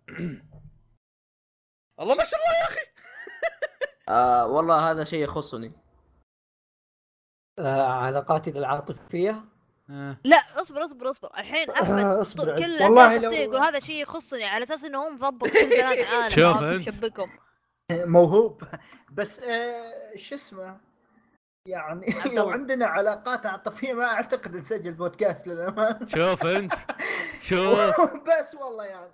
والله ما شاء الله آه والله هذا شيء يخصني [LAUGHS] آه، علاقاتي العاطفيه آه. لا اصبر اصبر اصبر [COUGHS] الحين احمد اصبر كل عد. والله الاسئله لو- الشخصيه يقول هذا شيء يخصني على اساس انه هو مضبط كل [LAUGHS] كلام عالم شوف عرفت؟ أنت. مشبكهم موهوب [LAUGHS] بس آه، شو اسمه يعني [LAUGHS] لو الله. عندنا علاقات عاطفيه ما اعتقد نسجل بودكاست للامانه شوف انت شوف إيه. [LAUGHS] بس والله يعني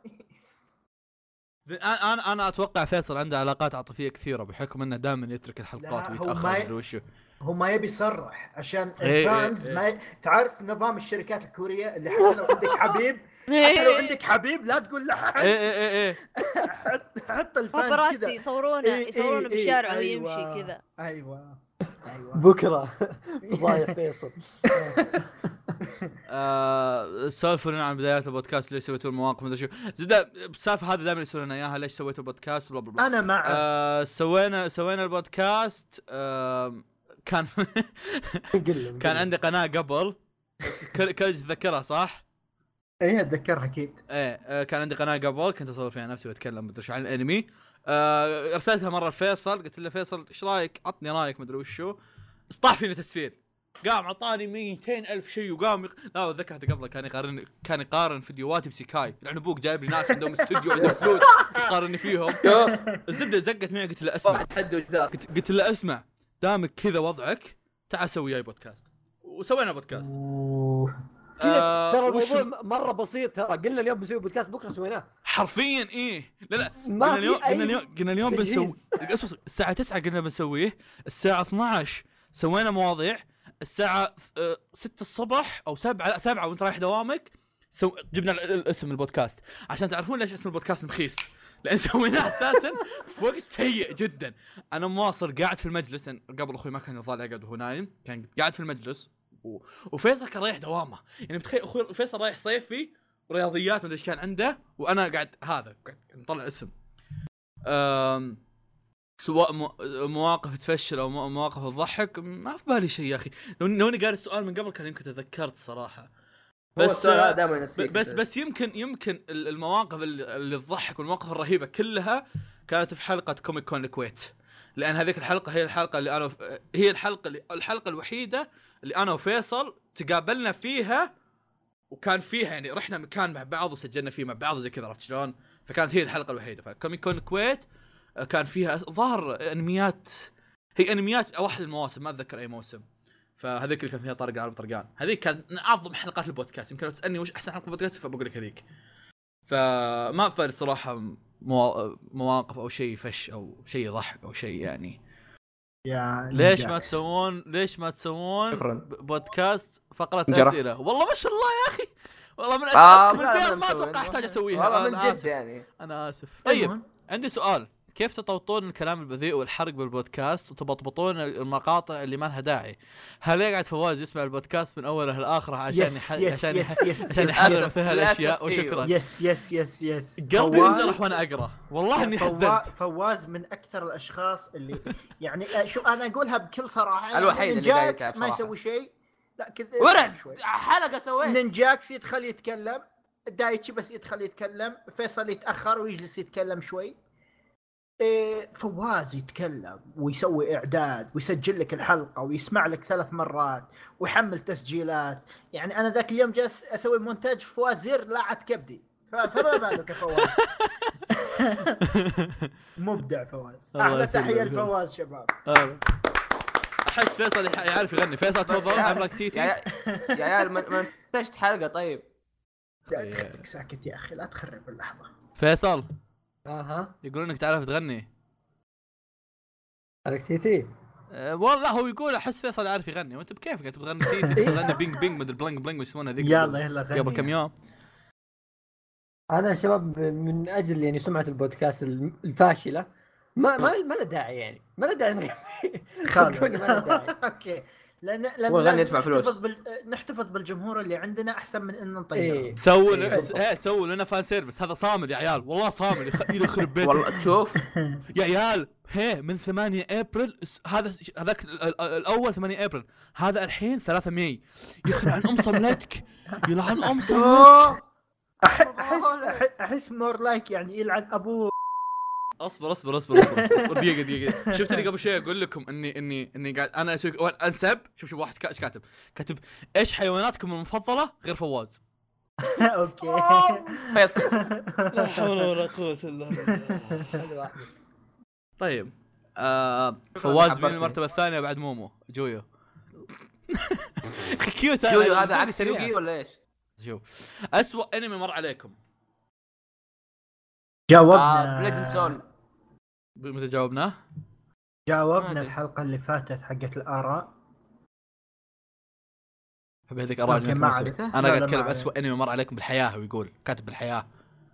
انا انا انا اتوقع فيصل عنده علاقات عاطفيه كثيره بحكم انه دائما يترك لا، الحلقات هو ويتاخر ما ي- مدري وشو هو ما يبي يصرح عشان إيه، الفانز إيه، ما ي... تعرف نظام الشركات الكوريه اللي حتى لو عندك حبيب حتى [LAUGHS] لو إيه، عندك حبيب لا تقول [LAUGHS] اي له اي اي اي حط حط الفانز فابراتي كذا يصورونه إيه، إيه، إيه، يصورونه بالشارع وهو أيوة. يمشي كذا ايوه ايوه [LAUGHS] بكره ضايع فيصل آه، سولفوا لنا عن بدايات البودكاست ليش سويتوا المواقف مدري شو زبده السالفه هذه دائما يسالون اياها ليش سويتوا بودكاست بلا بلا بلا انا مع آه، سوينا سوينا البودكاست آه، كان [LAUGHS] قل كان عندي قناه قبل كل كل تذكرها صح؟ ايه اتذكرها اكيد ايه آه، كان عندي قناه قبل كنت اصور فيها نفسي واتكلم مدري شو عن الانمي آه، ارسلتها مره لفيصل قلت له فيصل ايش رايك عطني رايك مدري وشو طاح فيني تسفير قام عطاني 200 الف شيء وقام يق... لا ذكرت قبله كان يقارن كان يقارن فيديوهاتي بسيكاي لعن ابوك جايب لي ناس عندهم استوديو عندهم فلوس يقارني فيهم شوف الزبده زقت معي قلت له اسمع [LAUGHS] واحد حد وجدار قلت, قلت له اسمع دامك كذا وضعك تعال سوي وياي بودكاست وسوينا بودكاست آه، ترى وش- الموضوع م- مره بسيط ترى قلنا اليوم بنسوي بودكاست بكره سويناه حرفيا ايه لا لا ما قلنا في اليوم أي قلنا اليوم قلنا اليوم بنسوي تجهيز. اصبر الساعة 9 قلنا بنسويه الساعة 12 سوينا مواضيع الساعة آه، 6 الصبح او 7 7 وانت رايح دوامك سو... جبنا ال- ال- اسم البودكاست عشان تعرفون ليش اسم البودكاست مخيس لان [LAUGHS] سويناه اساسا في وقت سيء جدا انا مواصل قاعد في المجلس لأن قبل اخوي ما كان يطالع يقعد وهو نايم كان قاعد في المجلس و... وفيصل كان رايح دوامه يعني متخيل اخوي فيصل رايح صيفي رياضيات مدري ايش كان عنده وانا قاعد هذا قاعد نطلع اسم أم سواء مو- مواقف تفشل او مو- مواقف تضحك ما في بالي شيء يا اخي لو لو اني قاري السؤال من قبل كان يمكن تذكرت صراحه بس بس دائما ب- ينسيك بس بس يمكن يمكن ال- المواقف اللي اللي تضحك والمواقف الرهيبه كلها كانت في حلقه كوميك كون الكويت لان هذيك الحلقه هي الحلقه اللي انا وف... هي الحلقه اللي الحلقه الوحيده اللي انا وفيصل تقابلنا فيها وكان فيها يعني رحنا مكان مع بعض وسجلنا فيه مع بعض وزي كذا عرفت شلون؟ فكانت هي الحلقه الوحيده فكوميك كون الكويت آه، كان فيها ظهر انميات هي انميات واحد المواسم ما اتذكر اي موسم فهذيك اللي كان فيها طارق عالم طرقان هذيك كانت من اعظم حلقات البودكاست يمكن لو تسالني وش احسن حلقه بودكاست فبقول لك هذيك فما فرد صراحه موا- مواقف او شيء فش او شيء يضحك او شيء يعني يا ليش نجاح. ما تسوون ليش ما تسوون شكراً. ب- بودكاست فقره جرى. اسئله والله ما شاء الله يا اخي والله من آه، اسئلتكم لا، البيض أنا ما مسوي. اتوقع احتاج اسويها والله من انا جد اسف يعني انا اسف طيب المهم، عندي سؤال كيف تطوطون الكلام البذيء والحرق بالبودكاست وتبطبطون المقاطع اللي ما لها داعي؟ هل يقعد فواز يسمع البودكاست من اوله لاخره عشان يس- يح... يس- عشان يس- يح... يس- عشان يس- يحرر للأسف- في هالاشياء للأسف، أيوة. وشكرا يس يس يس يس قلبي فواز- انجرح وانا اقرا والله اني فوا- حزنت فواز من اكثر الاشخاص [LAUGHS] اللي يعني آه، شو انا اقولها بكل صراحه يعني الوحيد اللي قاعد نينجاكس يتعب ما صراحة. يسوي شيء لا كذا ورعب شوي. حلقه سويت نينجاكس يدخل يتكلم دايتشي بس يدخل يتكلم فيصل يتاخر ويجلس يتكلم شوي إيه، فواز يتكلم ويسوي اعداد ويسجل لك الحلقه ويسمع لك ثلاث مرات ويحمل تسجيلات يعني انا ذاك اليوم جالس اسوي مونتاج فواز زر لاعت كبدي ف- فما بالك يا [LAUGHS] فواز مبدع فواز الله احلى يسلمك. تحيه لفواز شباب آه. احس فيصل يح- يعرف يغني فيصل تفضل يا- املك يا تيتي يا- يا عيال ما ما انتجت حلقه طيب لا طيب. خليك ساكت يا اخي لا تخرب اللحظه فيصل اها يقولون انك تعرف تغني عليك تيتي أه والله هو يقول احس فيصل يعرف يغني وانت بكيفك أنت بتغني [LAUGHS] تيتي إيه. تغني بينج بينج مدري بلينج بلينج وش يسمونها ذيك يلا يلا غني قبل كم يوم انا شباب من اجل يعني سمعه البودكاست الم- الفاشله ما ما ما له داعي يعني ما له داعي [LAUGHS] نغني. خالد صدقوني ما له [LAUGHS] داعي اوكي لان لان والله لازم ندفع فلوس. نحتفظ بال... نحتفظ بالجمهور اللي عندنا احسن من ان نطيره ايه سووا لنا إيه. س- إيه، سووا لنا فان سيرفيس هذا صامل يا عيال والله صامل يخ- يخرب بيته [LAUGHS] والله تشوف يا عيال هي من 8 ابريل س- هذا س- هذاك ال- ال- الاول 8 ابريل هذا الحين 3 ماي يخرع عن ام صملتك يلعن ام [LAUGHS] صملتك أح... احس أح- احس مور لايك يعني يلعن [LAUGHS] ابوه اصبر اصبر اصبر اصبر, أصبر. دقيقه دقيقه شفت اللي قبل شوي اقول لكم اني اني اني قاعد انا اسوي وأنا انسب شوف شوف واحد كا- ايش كاتب كاتب ايش حيواناتكم المفضله غير فواز اوكي فيصل لا حول ولا قوه الا بالله حلو أحمد. طيب آه فواز من عبرتني. المرتبه الثانيه بعد مومو [LAUGHS] جويو أخي كيوت أنا، جوجو أنا هذا بالنسبة عكس [LAUGHS] لي يوغي ولا ايش؟ شوف اسوء انمي مر عليكم اه بليد جاوبنا سول ب- متى جاوبناه؟ ما جاوبنا أدري. الحلقه اللي فاتت حقت الاراء حبي هذيك اراء أوكي، اللي ما ما عليك. تناسب. لا، انا قاعد لا، اتكلم ما اسوء انمي مر عليكم بالحياه هو يقول كاتب بالحياه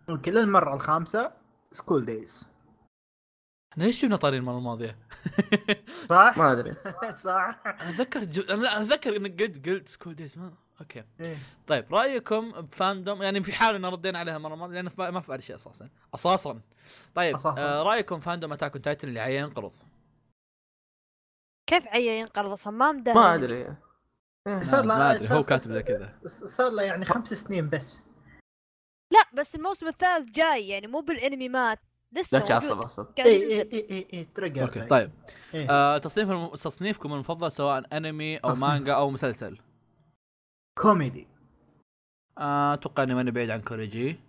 ممكن للمره الخامسه سكول دايز احنا ليش جبنا طاري المره الماضيه؟ صح ما ادري [LAUGHS] صح انا اتذكر جو... انا لا، اتذكر انك قلت قلت سكول ديز ما اوكي إيه. طيب رايكم بفاندوم يعني في حال ان ردينا عليها مره ماضيه لان ما ما في شيء اساسا اصاصا طيب أصاصاً. آه رايكم فاندوم اتاك أون تايتن اللي عيا ينقرض كيف عيا ينقرض اصلا ما مدهني ما ادري صار له- نعم، ما ادري صار- هو صار- كاتب زي كذا صار له يعني خمس سنين بس لا بس الموسم الثالث جاي يعني مو بالانمي مات لسه لا تعصب موجود اصلا قاعد اي اي ينزل. اي اي اي تريجر اوكي لايك. طيب إيه. آه تصنيف الم... تصنيفكم المفضل سواء انمي او تصنيف. مانجا او مسلسل كوميدي آه، اتوقع اني ماني بعيد عن كوريجي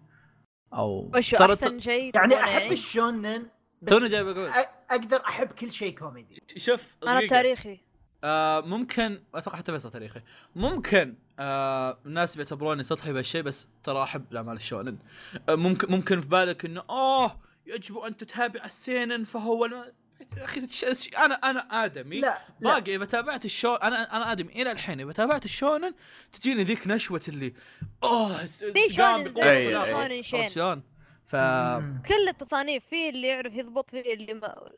او وشو ترى- احسن شيء يعني تكون احب الشونن بس توني جاي بقول أ- اقدر احب كل شيء كوميدي شوف انا دقيقة. تاريخي آه ممكن اتوقع حتى فيصل تاريخي ممكن آه الناس بيعتبروني سطحي بهالشيء بس ترى احب الاعمال الشونن آه ممكن ممكن في بالك انه اوه يجب ان تتابع السينن فهو الم... يا اخي تش- انا انا ادمي لا لا باقي اذا تابعت الشو انا انا ادمي الى الحين اذا تابعت الشونن تجيني ذيك نشوه اللي اوه س- في سقام شونن بقوة زي صداع. شونن شين عرفت شلون؟ ف مم. كل التصانيف في اللي يعرف يضبط في اللي ما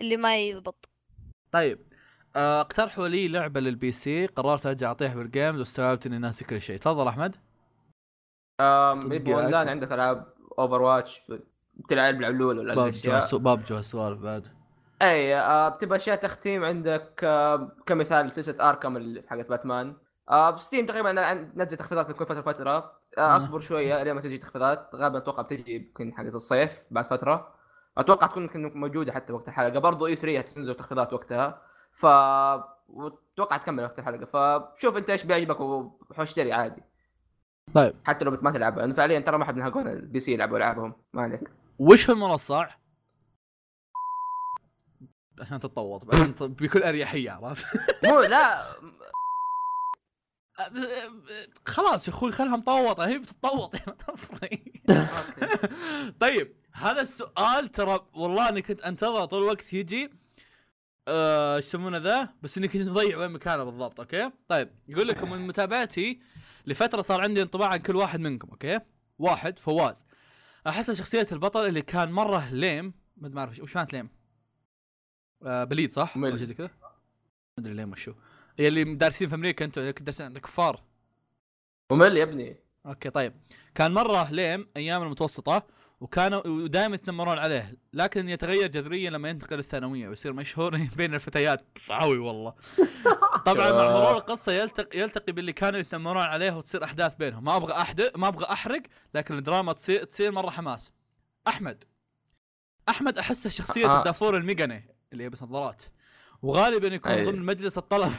اللي ما يضبط [LAUGHS] [LAUGHS] طيب آه، اقترحوا لي لعبه للبي سي قررت ارجع اطيح بالجيمز واستوعبت اني ناسي كل شيء تفضل احمد يبقى اونلاين عندك العاب اوفر واتش بتلعب بالعلول ولا بابجو الاشياء هالسو- بابجو هالسوالف بعد اي آه، بتبغى اشياء تختيم عندك آه، كمثال سلسله اركم اللي حقت باتمان آه، بستيم تقريبا عن- نزل تخفيضات بكل فتره فتره آه، اصبر شويه لين ما تجي تخفيضات غالبا اتوقع بتجي يمكن حقت الصيف بعد فتره اتوقع تكون يمكن موجوده حتى وقت الحلقه برضو E اي 3 هتنزل تخفيضات وقتها ف واتوقع تكمل وقت الحلقه فشوف انت ايش بيعجبك وحوش اشتري عادي طيب. حتى لو بت- ما تلعبها لأن فعليا ترى ما حد من هاكون البي سي يلعبوا العابهم ما عليك وش هو المنصع؟ عشان تتطوط بعدين ت- بكل اريحيه عرفت؟ مو لا [LAUGHS] خلاص يا اخوي خلها مطوطه هي بتتطوط [LAUGHS] يعني تفرق. أوكي. [LAUGHS] طيب هذا السؤال ترى والله اني كنت انتظره طول الوقت يجي آه، ايش يسمونه ذا بس اني كنت مضيع وين مكانه بالضبط اوكي طيب يقول لكم من متابعتي لفتره صار عندي انطباع عن كل واحد منكم اوكي واحد فواز احس شخصيه البطل اللي كان مره ليم ما أدري- ما اعرف وش معنات ليم آه بليد صح؟ مل. أو شيء زي كذا ما ادري ليم وشو هي اللي دارسين في امريكا انتم دارسين عند كفار ممل يا ابني اوكي طيب كان مره ليم ايام المتوسطه وكانوا ودائما يتنمرون عليه لكن يتغير جذريا لما ينتقل الثانويه ويصير مشهور [LAUGHS] بين الفتيات عوي [LAUGHS] والله طبعا مع مرور القصه يلتقي يلتقي باللي كانوا يتنمرون عليه وتصير احداث بينهم ما ابغى احد ما ابغى احرق لكن الدراما تصير تصير مره حماس احمد احمد احسه شخصيه آه. الدافور الميجاني اللي يلبس نظارات وغالبا يكون أي. ضمن مجلس الطلب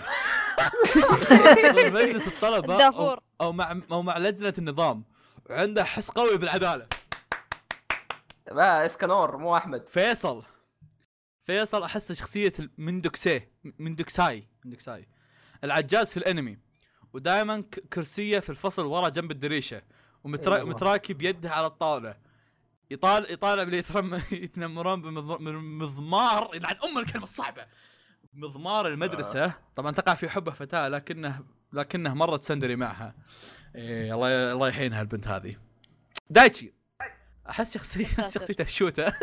[LAUGHS] ضمن مجلس الطلبه أو- الدافور [LAUGHS] او مع او مع لجنه النظام وعنده حس قوي بالعداله لا اسكنور آه، مو احمد طيب، فيصل فيصل احسه شخصيه المندكسي مندكساي مندكساي العجاز في الانمي ودائما كرسيه في الفصل ورا جنب الدريشه إي ومترا... والله. متراكب يده على الطاوله يطال يطالع باللي يترم... [LAUGHS] يتنمرون بمض- بمضمار يلعن ام الكلمه الصعبه مضمار المدرسه طبعا تقع في حبه فتاه لكنه لكنه مرت سندري معها إيه الله ي... الله يحينها البنت هذه دايتشي احس [LAUGHS] شخصيه ساتر. شخصيته الشوته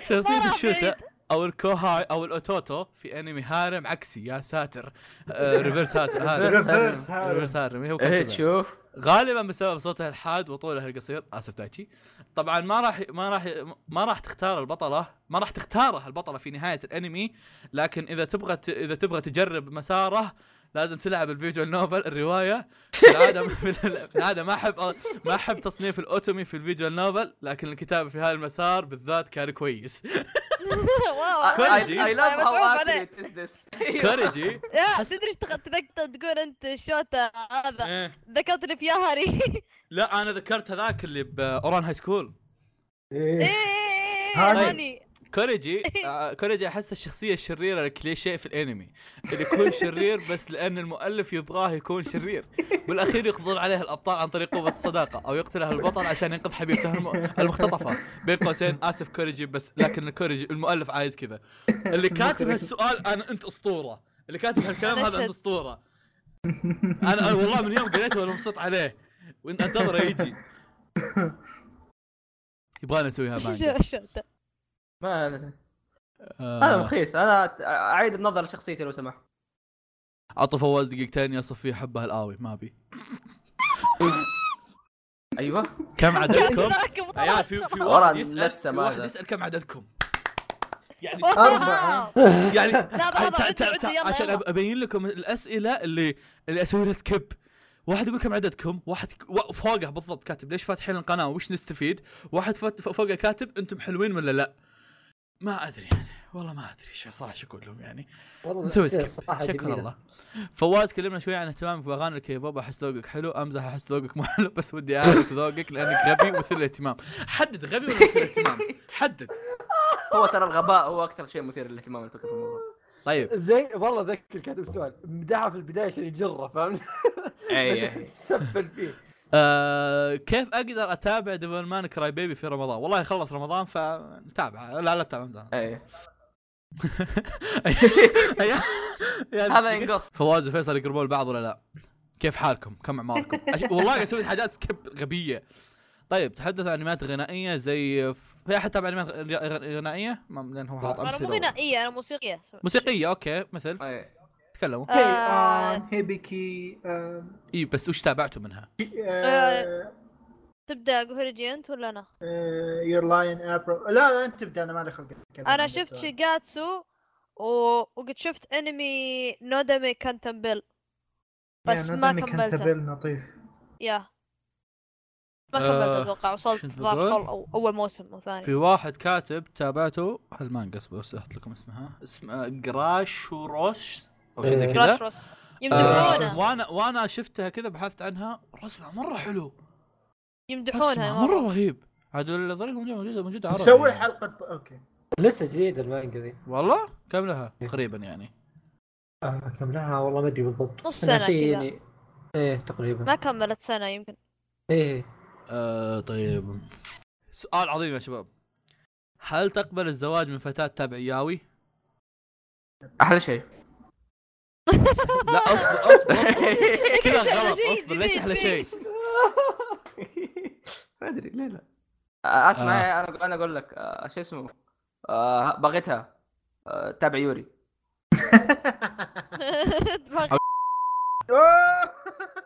شخصية مرة الشوتا بعيد. او الكوهاي او الاوتوتو في انمي هارم عكسي يا ساتر آه، ريفرس هات- هارم ريفرس. ريفرس هذا ريفرس هارم إيه، هو ايه كاتبها. تشوف غالبا بسبب صوته الحاد وطوله القصير اسف تايتشي طبعا ما راح ما راح ما راح تختار البطله ما راح تختاره البطله في نهايه الانمي لكن اذا تبغى ت... اذا تبغى تجرب مساره لازم تلعب الفيديو نوفل الروايه في العاده في العاده ما احب ما احب تصنيف الاوتومي في الفيديو نوفل لكن الكتاب في هذا المسار بالذات كان كويس آه، واو كوريجي. اي لاف متعوب هاو عليه. اكيوريت از ذس أيوة. كوريجي يا إيه، تدري ايش تق- تذكر- تقول انت الشوتة هذا [LAUGHS] إيه. ذكرتني في ياهري لا انا ذكرت هذاك اللي باوران هاي سكول [LAUGHS] إيه، إيه. إيه، إيه، هذه. راني. كوريجي آه، كوريجي احس الشخصيه الشريره الكليشيه في الانمي اللي يكون شرير بس لان المؤلف يبغاه يكون شرير بالاخير يقضون عليه الابطال عن طريق قوه الصداقه او يقتله البطل عشان ينقذ حبيبته الم- المختطفه بين قوسين اسف كوريجي بس لكن كوريجي المؤلف عايز كذا اللي كاتب هالسؤال انا انت اسطوره اللي كاتب هالكلام هذا انت اسطوره انا والله من يوم قريته وانا مبسوط عليه وانت انتظره يجي يبغانا نسويها إيش مانجا الشوتة؟ ما أدري. انا آه. مخيس انا أت- اعيد النظر لشخصيتي لو سمحت عطوا فواز دقيقتين يصف فيه حبه القاوي ما ابي ايوه إيه، كم [LAUGHS] عددكم؟ ذاك أبو عيال طلال في في شرف. واحد ورا يسال لسه في ما واحد ذا. يسال كم عددكم؟ [LAUGHS] يعني أربعة. [LAUGHS] يعني لا بعض تع- عدوا- تع- عدوا، تع- يلا، عشان يلا. أب- ابين لكم الاسئله اللي اللي اسوي لها سكيب واحد يقول كم عددكم؟ واحد ك- و- فوقه بالضبط كاتب ليش فاتحين القناه وش نستفيد؟ واحد فوت- ف- فوقه كاتب انتم حلوين ولا لا؟ ما ادري يعني والله ما ادري شو صراحه شو اقول لهم يعني والله نسوي شخصية سكيب صراحة شكرا جميلة. الله فواز كلمنا شوي عن اهتمامك باغاني الكيبوب احس ذوقك حلو امزح احس ذوقك مو حلو بس ودي اعرف ذوقك لانك غبي مثير للاهتمام حدد غبي ولا مثير للاهتمام حدد هو ترى الغباء هو اكثر شيء مثير للاهتمام الفكره في الموضوع طيب ذي والله ذاك اللي كاتب سؤال مدحها في البدايه عشان يجره فهمت؟ إيه. اي [LAUGHS] سبل فيه آه كيف اقدر اتابع ديفل مان كراي بيبي في رمضان والله خلص رمضان فتابع لا لا تتابع رمضان [LAUGHS] اي يا- يا- هذا ينقص فواز وفيصل يقربون لبعض ولا لا؟ كيف حالكم؟ كم اعماركم؟ أش- والله قاعد اسوي حاجات سكيب غبيه. طيب تحدث عن انميات غنائيه زي ف- في احد تابع انميات غ- غ- غنائيه؟ ما لان هو حاط انا مو امثله غنائية انا موسيقية سوري. موسيقيه اوكي مثل اي تكلموا آه، هي آن هيبيكي آه، اي بس وش تابعتوا منها؟ آه، تبدا جوهرجي انت ولا انا؟ آه، يور لاين ابرو لا لا انت تبدا انا ما لي خلق أتكلم عن انا السؤال. شفت شيجاتسو و... وقد شفت انمي نودامي كانتمبل بس يا ما ندمي كان كملته. تبل لطيف يا ما آه، كملت اتوقع شو وصلت اسمه ضعف ذول؟ صل أو اول موسم او ثاني في واحد كاتب تابعته هالمانجا اصبر بس احط لكم اسمها اسم جراشوروش او شيء إيه. زي كذا كراش آه، يمدحونها وانا وانا شفتها كذا بحثت عنها رسمها مره حلو يمدحونها رسمها مرة. مره رهيب عاد الظريف موجوده موجوده موجوده عربي نسوي يعني. حلقه اوكي لسه جديد المانجا ذي والله كم لها تقريبا يعني آه كم لها والله ما ادري بالضبط نص إنها سنة شيء كذا. يعني ايه تقريبا ما كملت سنه يمكن ايه آه طيب سؤال عظيم يا شباب هل تقبل الزواج من فتاة تابع ياوي؟ احلى شيء لا اصبر اصبر, [LAUGHS] إيه. أصبر. [LAUGHS] [LAUGHS] كذا غلط شيء اصبر ليش جديد احلى فيه. شيء؟ [LAUGHS] ما ادري ليه لا آه، اسمع آه. انا انا اقول لك آه، شو اسمه آه، بغيتها آه، تابع يوري دماغ [LAUGHS]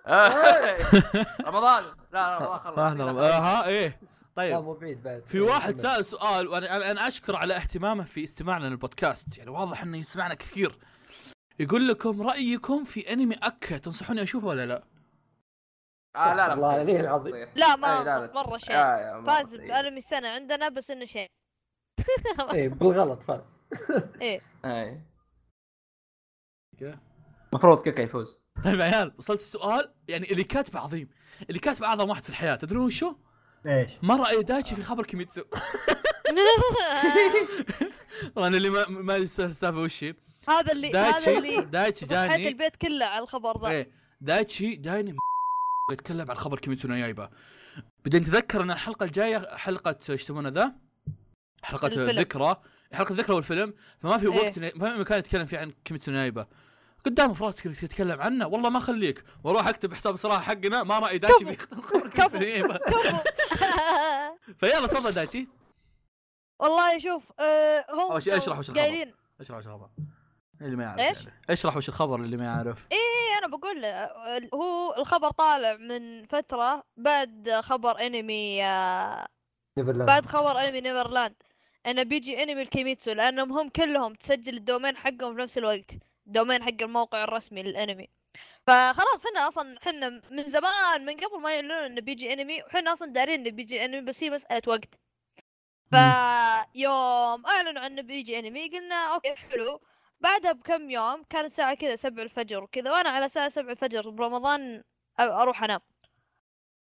آه. [LAUGHS] رمضان لا لا، رمضان خلص لحظة، آه، ها ايه طيب لا مو بعيد بعد في واحد سأل سؤال وانا أنا- انا اشكر على اهتمامه في استماعنا للبودكاست يعني واضح انه يسمعنا كثير يقول لكم رايكم في انمي اكا تنصحوني اشوفه ولا لا؟ آه لا لا الله مخلص، عليه العظيم. [LAUGHS] مخلص. لا أي، لا، ما لا. انصح مره شيء يا- يا مرة فاز سيء. بانمي السنه عندنا بس انه [LAUGHS] شيء [LAUGHS] ايه بالغلط فاز أي. إيه. مفروض كيكا يفوز طيب يا عيال وصلت السؤال يعني اللي كاتبه عظيم اللي كاتبه اعظم واحد في الحياه تدرون شو؟ ايش؟ ما راي دايتشي في خبر كيميتسو [LAUGHS] آه، [LAUGHS] طبعا اللي ما ما يستوعب السالفه وش هي هذا اللي هذا دايتشي اللي دايتشي صحيت جاني البيت كله على الخبر ذا إيه. ايه دايتشي دايني م- [LAUGHS] يتكلم عن خبر كيميتسو نو يايبا بعدين تذكر ان الحلقه الجايه حلقه ايش يسمونه ذا؟ حلقه الفيلم. ذكرى حلقه ذكرى والفيلم فما في إيه. وقت إنه- ما في مكان يتكلم فيه عن كيميتسو نو يايبا قدامه في راسك إنك تتكلم عنه والله ما اخليك واروح اكتب حساب صراحه حقنا ما راي دايتشي في خبر [LAUGHS] كيميتسو نو يايبا كفو. فيلا تفضل دايتشي [LAUGHS] والله شوف آه هو أول شيء اشرح وش الخبر. قايلين اشرح وش الخبر اللي ما يعرف إيش؟ يعني. اشرح وش الخبر اللي ما يعرف إيه انا بقول آه، ال- هو الخبر طالع من فتره بعد خبر انمي آه نيفرلاند بعد خبر انمي نيفرلاند انه بيجي انمي الكيميتسو لانهم هم كلهم تسجل الدومين حقهم في نفس الوقت الدومين حق الموقع الرسمي للانمي فخلاص احنا اصلا احنا من زمان من قبل ما يعلنون انه بيجي انمي وحنا اصلا دارين انه بيجي انمي بس هي مساله وقت فيوم اعلنوا عن انه بيجي انمي قلنا اوكي حلو بعدها بكم يوم كان الساعة كذا سبع الفجر وكذا وانا على الساعة سبع الفجر برمضان أ- اروح انام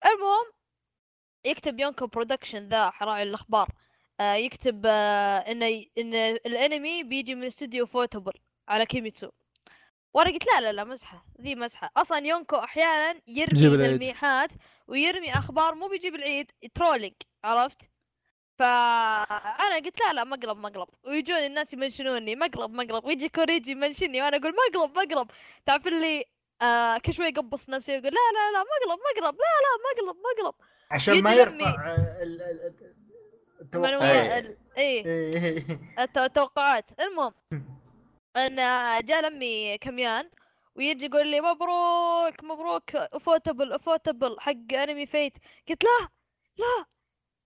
المهم يكتب يونكو برودكشن ذا راعي الاخبار آه، يكتب آه، انه ي- ان الانمي بيجي من استوديو فوتبل على كيميتسو وانا قلت لا لا لا مزحه ذي مزحه اصلا يونكو احيانا يرمي جيب العيد. تلميحات ويرمي اخبار مو بيجيب العيد ترولينج عرفت فانا قلت لا لا مقلب مقلب ويجوني الناس يمنشنوني مقلب مقلب ويجي كوريجي يمنشني وانا اقول مقلب مقلب تعرف اللي آه كل شوي يقبص نفسه يقول لا لا لا مقلب مقلب لا لا مقلب مقلب عشان ما يجي يرفع آه، ال- ال- ال- التوقع منوع إيه. ال- ايه إيه. الت- التوقعات المهم ان جاء لمي كميان ويجي يقول لي مبروك مبروك افوتبل افوتبل حق انمي فيت قلت لا لا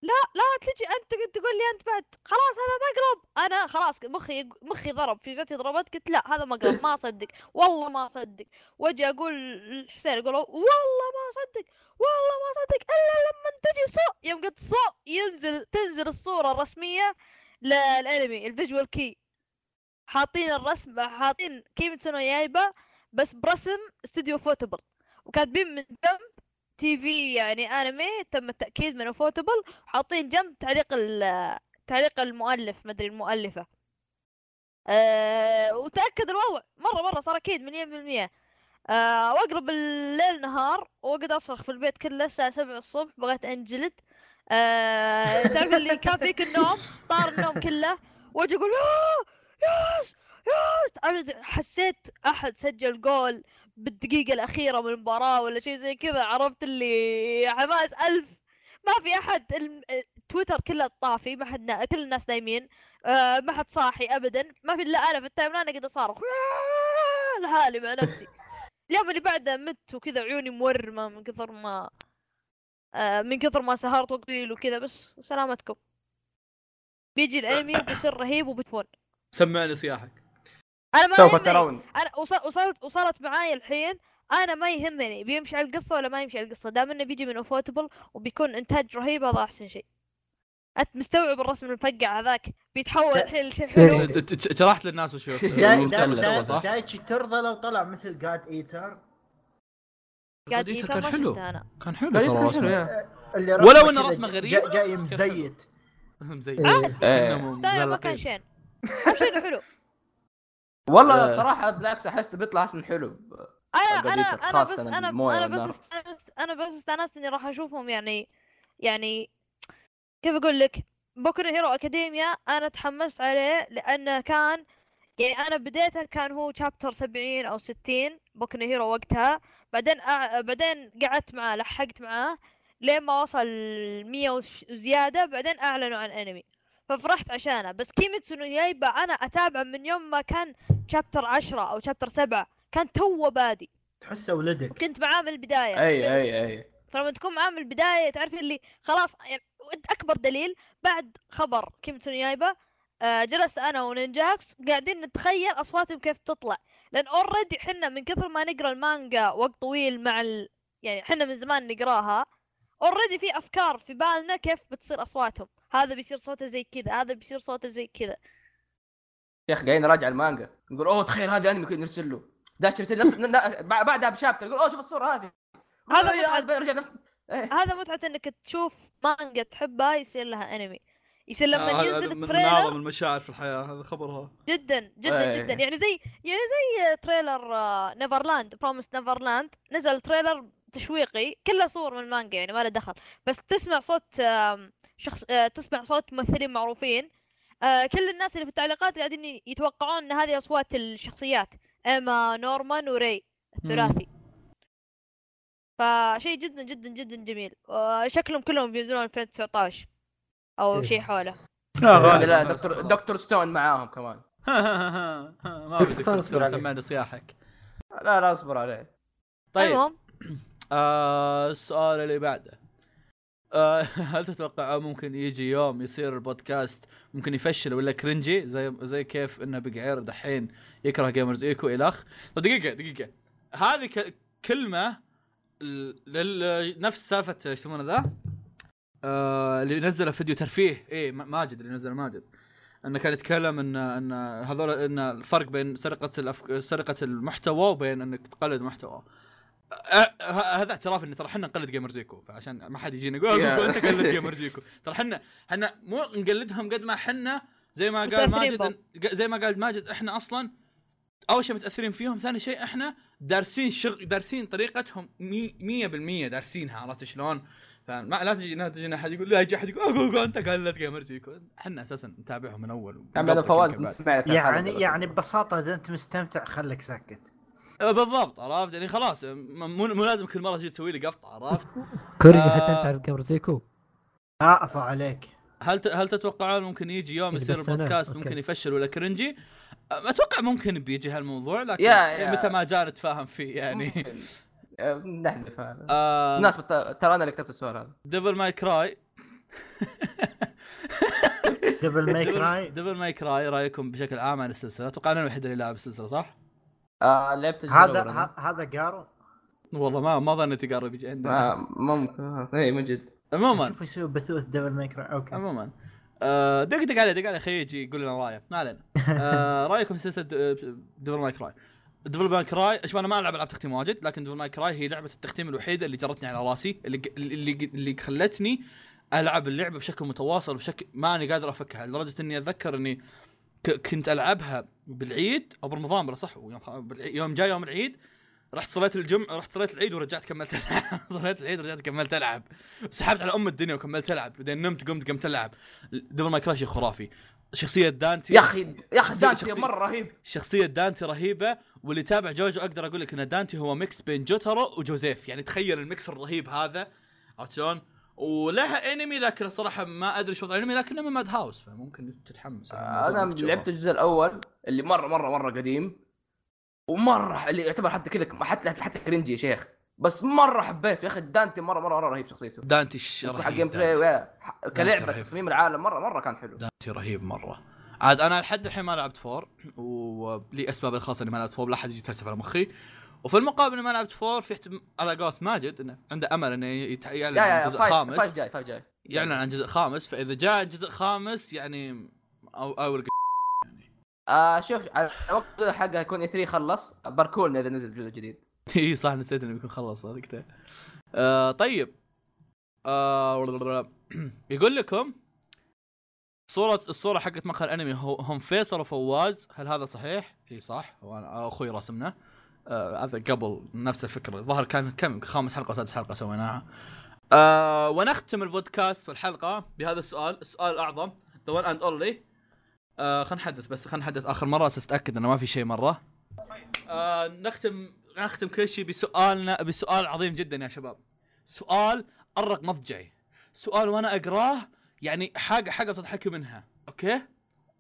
لا لا تجي انت قلت تقول لي انت بعد خلاص هذا مقلب انا خلاص مخي مخي ضرب فيزتي ضربت قلت لا هذا مقلب ما اصدق والله ما اصدق واجي اقول الحسين يقول والله ما اصدق والله ما اصدق الا لما تجي صو يوم قلت صو ينزل تنزل الصوره الرسميه للانمي الفيجوال كي حاطين الرسم حاطين كيميتسو نو يايبا بس برسم استوديو فوتبل وكاتبين من جنب تي في يعني انمي تم التاكيد منه فوتبل حاطين جنب تعليق ال- تعليق المؤلف مدري المؤلفه أه وتاكد الوضع مره مره صار اكيد مليون بالمية أه واقرب الليل نهار واقعد اصرخ في البيت كله الساعه 7 الصبح بغيت انجلد أه [LAUGHS] تعرف اللي كان فيك النوم طار النوم كله واجي اقول آه ياس ياس أنا حسيت احد سجل جول بالدقيقه الاخيره من المباراه ولا شيء زي كذا عرفت اللي حماس ألف ما في احد الم- تويتر كله طافي ما حد نا... كل الناس نايمين آه ما حد صاحي ابدا ما في الا انا في التايم لاين قاعد اصارخ [LAUGHS] لحالي مع نفسي [LAUGHS] اليوم اللي بعده مت وكذا عيوني مورمه من كثر ما آه من كثر ما سهرت وقليل وكذا بس سلامتكم بيجي الانمي وبيصير رهيب وبتفون سمعني صياحك انا ما سوف يهمني. ترون انا وص- وصلت وصلت معاي الحين انا ما يهمني بيمشي على القصه ولا ما يمشي على القصه دام انه بيجي من افوتبل وبيكون انتاج رهيب هذا احسن شيء انت مستوعب الرسم المفقع هذاك بيتحول لا. الحين لشيء حلو ت- ت- شرحت للناس وشو داي- وش داي- اللي سوى، داي- صح؟ دايتشي ترضى لو طلع مثل جاد ايتر قاعد إيه، إيثر ما شفته انا كان حلو طيب، ترى كان حلو، رسمه يا. اللي ولو رسمه إنه كذا رسمه غريب، جا- جاي بس كان حلو. مزيت مزين [LAUGHS] إيه. ستايله ما كان شين أهم شيء إنه حلو والله آه. صراحه بالعكس احس بيطلع احسن حلو انا انا قضيتك انا خاصة بس انا الموية انا بس والنار. استانست انا بس استانست اني راح اشوفهم يعني يعني كيف اقول لك بوكو هيرو اكاديميا انا تحمست عليه لانه كان يعني انا بديته كان هو شابتر 70 او 60 بوكو هيرو وقتها بعدين أع... بعدين قعدت معاه لحقت معاه لين ما وصل 100 وش- وزياده بعدين اعلنوا عن انمي ففرحت عشانه بس كيميتسو نو يايبا انا اتابعه من يوم ما كان شابتر 10 او شابتر 7 كان توه بادي تحسه ولدك كنت معاه من البدايه اي اي اي فلما تكون معاه من البدايه تعرف اللي خلاص يعني وانت اكبر دليل بعد خبر كيمتون يايبا آه، جلست انا ونينجاكس قاعدين نتخيل اصواتهم كيف تطلع لان اوريدي حنا من كثر ما نقرا المانجا وقت طويل مع ال... يعني حنا من زمان نقراها اوريدي في افكار في بالنا كيف بتصير اصواتهم هذا بيصير صوته زي كذا هذا بيصير صوته زي كذا يا اخي قاعدين نراجع المانجا نقول اوه تخيل هذا انمي كنا نرسل له ذاك يرسل نفس ن- ن- بع- بعدها بشابتر يقول اوه شوف الصوره هذه هذا أوه، يا- متعة رجع نفس إيه. هذا متعة انك تشوف مانجا تحبها يصير لها انمي يصير لما آه، هذا ينزل من- من التريلر اعظم المشاعر في الحياه هذا [LAUGHS] خبرها جدا جدا إيه. جدا يعني زي يعني زي تريلر آه، نيفرلاند بروميس نيفرلاند نزل تريلر تشويقي كله صور من المانجا يعني ما له دخل بس تسمع صوت آم، شخص آه، تسمع صوت ممثلين معروفين آه، كل الناس اللي في التعليقات قاعدين ي- يتوقعون ان هذه اصوات الشخصيات ايما نورمان وري الثلاثي فشيء جدا جدا جدا جميل آه، شكلهم كلهم بينزلون 2019 او شيء Yes. حوله غالباً. لا [LAUGHS] دكتور دكتور ستون معاهم كمان ما أبي دكتور دكتور اصبر عليه. سمعني صياحك لا لا اصبر عليه طيب المهم آه السؤال اللي بعده آه [LAUGHS] هل تتوقع ممكن يجي يوم يصير البودكاست ممكن يفشل ولا كرنجي زي زي كيف انه بقعير دحين يكره جيمرز ايكو الخ طب دقيقه دقيقه هذه ك- كلمه ل- لل نفس سالفه ايش يسمونه ذا آه اللي نزل فيديو ترفيه اي م- ماجد اللي نزل ماجد انه كان يتكلم ان ان هذول ان الفرق بين سرقه الأفك... سرقه المحتوى وبين انك تقلد محتوى أه، ه- هذا اعتراف ان ترى احنا نقلد جيمر زيكو فعشان ما حد يجينا يقول Yeah. "أبوكو انت قلد جيمر زيكو ترى احنا احنا مو نقلدهم قد ما احنا زي ما قال متأثرين ماجد إن- ق- زي ما قال ماجد احنا اصلا اول شيء متاثرين فيهم ثاني شيء احنا دارسين شغ... دارسين طريقتهم مي- مية بالمية دارسينها عرفت شلون؟ فما لا تجي لا تجينا احد يقول لا يجي احد يقول اوه أوه، أوه، انت قلد جيمر زيكو احنا اساسا نتابعهم من اول عملوا بعد. فواز سمعت يعني يعني ببساطه اذا انت مستمتع خلك ساكت آه، بالضبط عرفت يعني خلاص م- مو مو لازم كل مره تجي تسوي لي قفطه عرفت؟ كوري آه. حتى انت عارف قبل زيكو ها افا عليك هل ت... هل تتوقعون ممكن يجي يوم إيه، يصير بس أنا- البودكاست أوكي. ممكن يفشل ولا كرنجي؟ أه، اتوقع ممكن بيجي هالموضوع لكن يا- يا. متى ما جاء نتفاهم فيه يعني نحذف هذا [LAUGHS] آه الناس بت- ترى انا اللي كتبت السؤال هذا ديفل ماي كراي [LAUGHS] دبل ميك راي ديفل ماي كراي رايكم بشكل عام عن السلسله؟ اتوقع انا الوحيد اللي لاعب السلسله صح؟ آه، لعبت الجزء هذا الأول أنا. ه- هذا جارو والله ما ما ظنيت قرب يجي عندنا آه، ممكن آه، اي من جد عموما شوف يسوي بثوث دبل ميك راي [LAUGHS] اوكي عموما آه، دق دق عليه دق عليه خليه يجي يقول لنا رايه ما علينا آه، رايكم في سلسله ديفل ماي كراي ديفل ماي كراي شوف انا ما العب العاب تختيم واجد لكن ديفل ماي كراي هي لعبه التختيم الوحيده اللي جرتني على راسي اللي اللي اللي خلتني العب اللعبه بشكل متواصل بشكل ما اني قادر افكها لدرجه اني اتذكر اني ك- كنت العبها بالعيد او برمضان بلا صح يوم خ- بالعي- يوم جاي يوم العيد رحت صليت الجمعه رحت صليت العيد ورجعت كملت العب [LAUGHS] صليت العيد ورجعت كملت العب سحبت على ام الدنيا وكملت العب بعدين نمت قمت قمت العب دبل ماي كراش خرافي شخصيه دانتي يا اخي يا اخي شخصية- دانتي شخصية- مره رهيب شخصية دانتي رهيبة واللي تابع جوجو اقدر اقول لك ان دانتي هو ميكس بين جوترو وجوزيف يعني تخيل الميكس الرهيب هذا عرفت شلون؟ ولها انمي لكن صراحة ما ادري شو وضع الانمي لكنه من ماد هاوس فممكن تتحمس آه، انا لعبت الجزء الاول اللي مره مره مره قديم ومره ح- اللي يعتبر حتى كذا حتى حتى كرنجي يا شيخ بس مره حبيته يا اخي دانتي مره مره مره رهيب شخصيته دانتي الش- حق جيم رهيب بلاي دانتي. ويا- ح- كلعبه رهيب. تصميم العالم مره مره كان حلو دانتي رهيب مرة عاد انا لحد الحين ما لعبت فور ولي اسباب الخاصة اني ما لعبت فور لا احد يجي يتفلسف على مخي وفي المقابل اني ما لعبت فور في احتم... على قولة ماجد انه عنده امل انه يت- يعلن يا يا عن جزء فايف خامس فايف جاي فايف جاي يعلن عن جزء خامس فاذا جاء جزء خامس يعني او او آه شوف على وقت حقها يكون اي 3 خلص باركولنا اذا نزل جزء جديد [LAUGHS] اي إيه، صح نسيت انه بيكون خلص وقته [CLEARS THROAT] آه طيب آه يقول لكم صورة الصورة حقت مقهى الانمي هو- هم فيصل وفواز هل هذا صحيح؟ اي صح وانا اخوي رسمنا آه، هذا قبل نفس الفكرة الظاهر كان كم خامس حلقة وسادس حلقة سويناها آه ونختم البودكاست والحلقة بهذا السؤال السؤال الاعظم ذا وان اند اونلي خلينا آه، نحدث بس خلينا نحدث اخر مرة اساس اتاكد انه ما في شيء مرة آه نختم نختم كل شيء بسؤالنا بسؤال عظيم جدا يا شباب سؤال ارق مضجعي سؤال وانا اقراه يعني حاجه حاجه بتضحكوا منها اوكي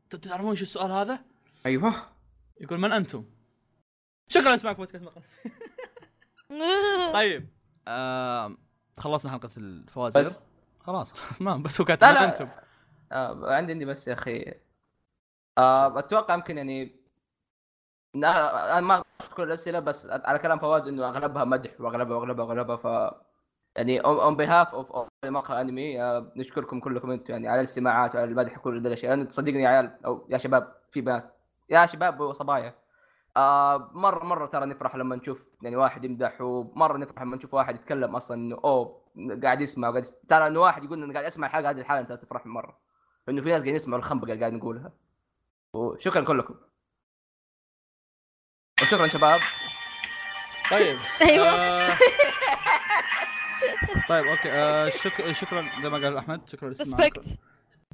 ت- تعرفون شو السؤال هذا أيوه. ايوه يقول من انتم شكرا اسمعك بودكاست مقر طيب آم، خلصنا حلقه الفوازير بس خلاص خلاص ما بس هو كاتب لا، من لا. انتم آه عندي عندي بس يا اخي آه اتوقع يمكن يعني لا انا ما أخذت كل الاسئله بس على كلام فواز انه اغلبها مدح واغلبها واغلبها واغلبها ف يعني اون بيهاف اوف مقهى انمي آه نشكركم كلكم انتم يعني على الاستماعات وعلى المدح وكل ذي الاشياء لأن صدقني يا عيال او يا شباب في بنات يا شباب وصبايا آه مره مره ترى نفرح لما نشوف يعني واحد يمدح ومره نفرح لما نشوف واحد يتكلم اصلا انه اوه قاعد يسمع وقاعد يسمع. ترى انه واحد يقول انه قاعد اسمع الحلقه هذه الحاله انت تفرح مره انه في ناس قاعدين يسمعوا الخنبقه اللي قاعد نقولها وشكرا كلكم وشكرا شباب طيب أيوة. آه، طيب اوكي آه، شك- شكرا زي ما قال احمد شكرا لاستماعكم ريسبكت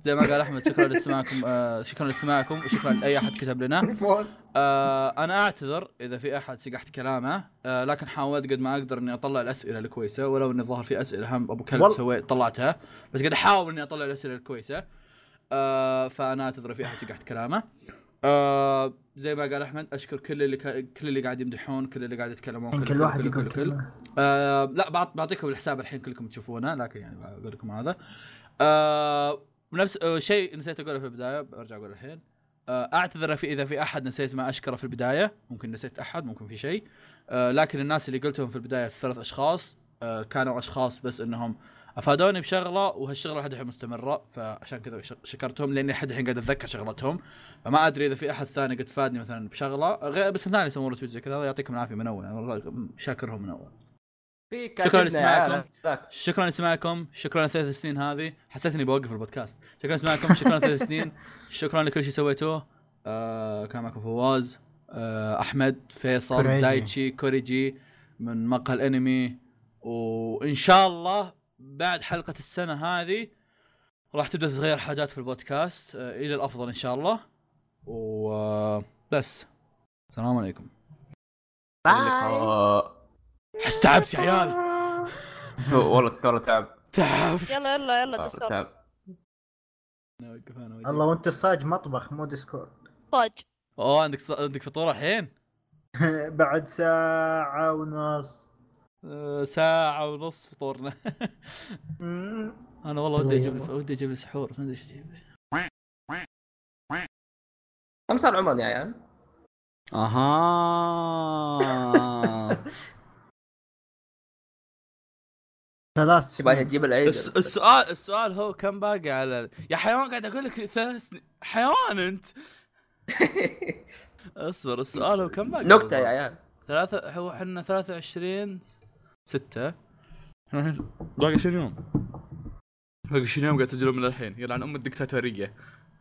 زي ما قال احمد شكرا لاستماعكم آه، شكرا لاستماعكم وشكرا لاي احد كتب لنا فوز آه انا اعتذر اذا في احد سقحت كلامه آه لكن حاولت قد ما اقدر اني اطلع الاسئله الكويسه ولو اني ظهر في اسئله هم ابو كلب وال- سويت طلعتها بس قد احاول اني اطلع الاسئله الكويسه آه فانا اعتذر في احد سقحت كلامه آه زي ما قال احمد اشكر كل اللي كا... كل اللي قاعد يمدحون كل اللي قاعد يتكلمون كل- يعني كل كل- واحد كل- يقول كل- كل. كلمه آه لا بعط بعطيكم الحساب الحين كلكم تشوفونه لكن يعني بقول لكم هذا آه نفس آه شيء نسيت اقوله في البدايه برجع اقوله الحين آه اعتذر في اذا في احد نسيت ما اشكره في البدايه ممكن نسيت احد ممكن في شيء آه لكن الناس اللي قلتهم في البدايه الثلاث اشخاص آه كانوا اشخاص بس انهم افادوني بشغله وهالشغله لحد الحين مستمره فعشان كذا شك- شكرتهم لاني لحد الحين قاعد اتذكر شغلتهم فما ادري اذا في احد ثاني قد فادني مثلا بشغله غير بس ثاني يسوون له تويت زي كذا يعطيكم يعني العافيه من اول أنا شاكرهم من اول في شكراً كاتبنا يا عيال، لاستماعكم. ذاك. شكرا لسماعكم شكرا لثلاث سنين هذه حسيت اني بوقف البودكاست شكرا لسماعكم شكرا لثلاث سنين شكرا لكل شيء سويتوه آه كان معكم فواز آه احمد فيصل كوريجي. دايتشي كوريجي من مقهى الانمي وان شاء الله بعد حلقه السنه هذه راح تبدا تتغير حاجات في البودكاست آه الى الافضل ان شاء الله وبس السلام عليكم باي حس تعبت يا عيال [LAUGHS] والله والله تعب تعبت يلا يلا يلا والله تصور تعب الله وانت الصاج مطبخ مو ديسكورد طاج اوه عندك ص- عندك فطور الحين بعد ساعة ونص آه، ساعة ونص فطورنا [LAUGHS] مم. انا والله الله ودي اجيب يلا. ودي اجيب لي سحور ما ادري ايش اجيب كم صار عمرنا يا عيال؟ اها [LAUGHS] ثلاث تبغى سنين. تجيب العيد الس- السؤال السؤال هو كم باقي على ال- يا حيوان قاعد اقول لك ثلاث سنين حيوان [LAUGHS] انت اصبر السؤال هو كم باقي على نكته يا الباقي؟ عيال ثلاثة هو احنا 23 6 باقي 20 يوم باقي 20 يوم قاعد تسجلون من الحين يلعن ام الدكتاتورية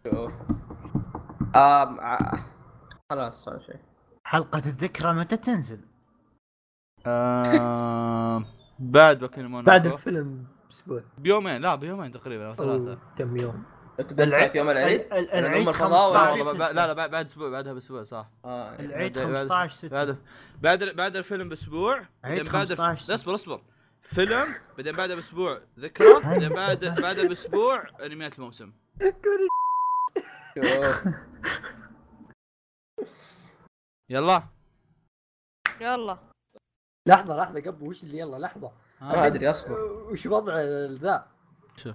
شوف. آم، آه، ع- خلاص صار شيء حلقة الذكرى متى تنزل؟ آم، آه، [LAUGHS] بعد بوكيمون بعد أخوه. الفيلم باسبوع بيومين لا بيومين تقريبا او او ثلاثه كم يوم تبدا في يوم العيد ال- ال- أنا العيد أم الفضاء ولا 15 لا والله ستة. ب- لا لا بعد بعد اسبوع بعدها باسبوع صح آه، العيد بعد- بعد- 15 6 بعد بعد بعد الفيلم باسبوع عيد بعدين بعد الف- 15. لا اصبر اصبر فيلم بعدين بعدها باسبوع ذكرى بعدين بعد بعدها باسبوع انميات الموسم شوف. يلا يلا لحظه لحظه قبل وش اللي يلا لحظه ما ادري اصبر وش وضع ذا شو؟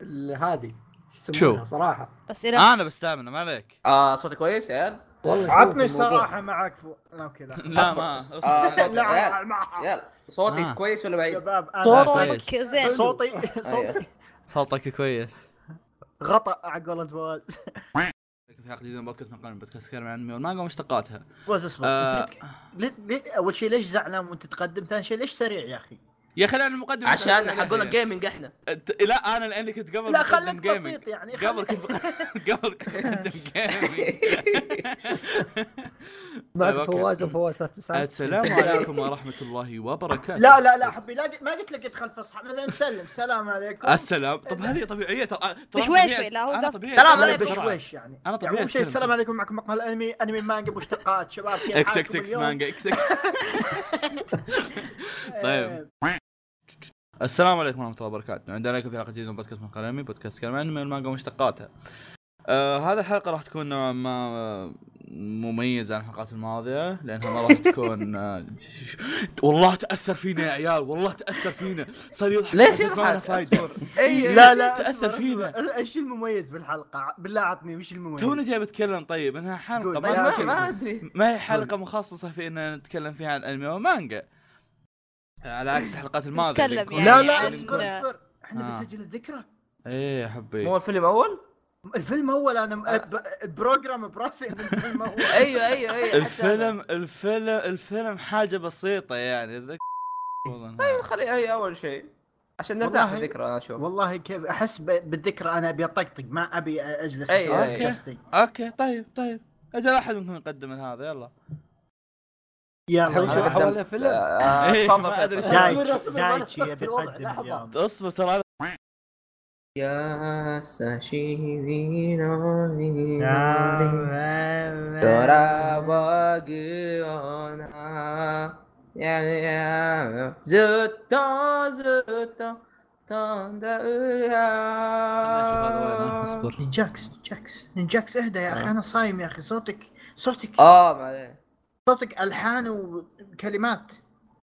ال- هذه شو شو؟ يسمونها صراحه اسئله انا بستامن ما عليك آه صوتي كويس يا عيال والله شوف عطني الموضوع. الصراحة معك فو... لا اوكي لا لا أصبر. ما آه، اصبر صوت- لا عيال، معها عيال، صوتي آه. كويس ولا بعيد؟ شباب أنا- طوطي. صوتك زين صوتي أيوه. [LAUGHS] صوتي صوتك كويس غطى على قولة فواز في حلقه جديده من بودكاست مقال بودكاست كلام عن الانمي والمانجا ومشتقاتها فواز اصبر آه. أنت ليه- ليه- اول شيء ليش زعلان وانت تقدم؟ ثاني شيء ليش سريع يا اخي؟ يا اخي انا المقدم عشان حقنا جيمنج احنا يعني. أنت- لا انا لاني كنت قبل لا مقدم خليك gaming. بسيط يعني قبل خليك كنت بق- قبل كنت [LAUGHS] [LAUGHS] مقدم gaming. معك طيب، أوكي. فواز وفواز لا تسعة السلام عليكم ورحمه الله وبركاته لا لا لا حبي لا ما قلت لك ادخل فصحى مثلا سلم سلام عليكم السلام طب هذه طبيعيه ترى ترى بشويش طبيعي- شوي، لا، هو أنا قصد- طبيعي سلام أتكلم لا، عليكم. بسرعة. بشويش يعني أنا طبيعي يعني أول شيء أتكلم. السلام عليكم معكم مقهى الانمي انمي مانجا مشتقات شباب كيف اكس اكس حالكم اكس اليوم؟ مانجا [LAUGHS] اكس اكس طيب. آه، السلام عليكم ورحمه الله وبركاته عندنا عليكم في حلقه جديده من بودكاست من قلمي بودكاست كلام عن المانجا ومشتقاتها آه هذه الحلقه راح تكون نوعا ما آه، مميزه عن الحلقات الماضيه لانها ما راح تكون آه، [LAUGHS] والله تاثر فينا يا عيال والله تاثر فينا صار يضحك ليش ما له يضحك؟ فايده اصبر. اي لا [LAUGHS] لا تأثر أصبر، فينا. أصبر. ايش المميز بالحلقه بالله عطني وش المميز تونا جاي بتكلم طيب انها حلقه قول. ما, يا ما ما, أخي. ما ادري ما هي حلقه مخصصه في اننا نتكلم فيها عن انمي ومانجا آه، على عكس الحلقات الماضيه اللي نتكلم نكون- يعني لا عن- لا اصبر اصبر احنا آه. بنسجل الذكرى ايه يا حبي مو الفيلم اول؟ الفيلم اول انا آه. م- ب- بروجرام براسي إن الفيلم [LAUGHS] اول أيوه. ايوه ايوه ايوه حتى أنا. الفيلم الفيلم الفيلم حاجه بسيطه يعني ذك... طيب خلي اي اول شيء عشان نرتاح في والله- الذكرى انا اشوف والله كيف احس ب- بالذكرى انا ابي اطقطق ما ابي اجلس أي- أيوه، أسوي أي. adjusting. اوكي طيب طيب اجل احد منكم يقدم هذا يلا حاول يلا شوف أنا حولنا فيلم آه، إيه، تفضل ما أدري فيصل. شو- دايتشي أصبر، أصبر، ما دايتشي نستغفر يبي الله، يقدم لحظة. اليوم اصبر ترى أنا- يا ساشيمي نوني يا- تراباقيونا يعني يا زوتو زوتو أنا أشوف هذا وين، اصبر نينجاكس نينجاكس نينجاكس اهدى يا اخي انا آه. صايم يا اخي صوتك صوتك اه ما عليه صوتك الحان وكلمات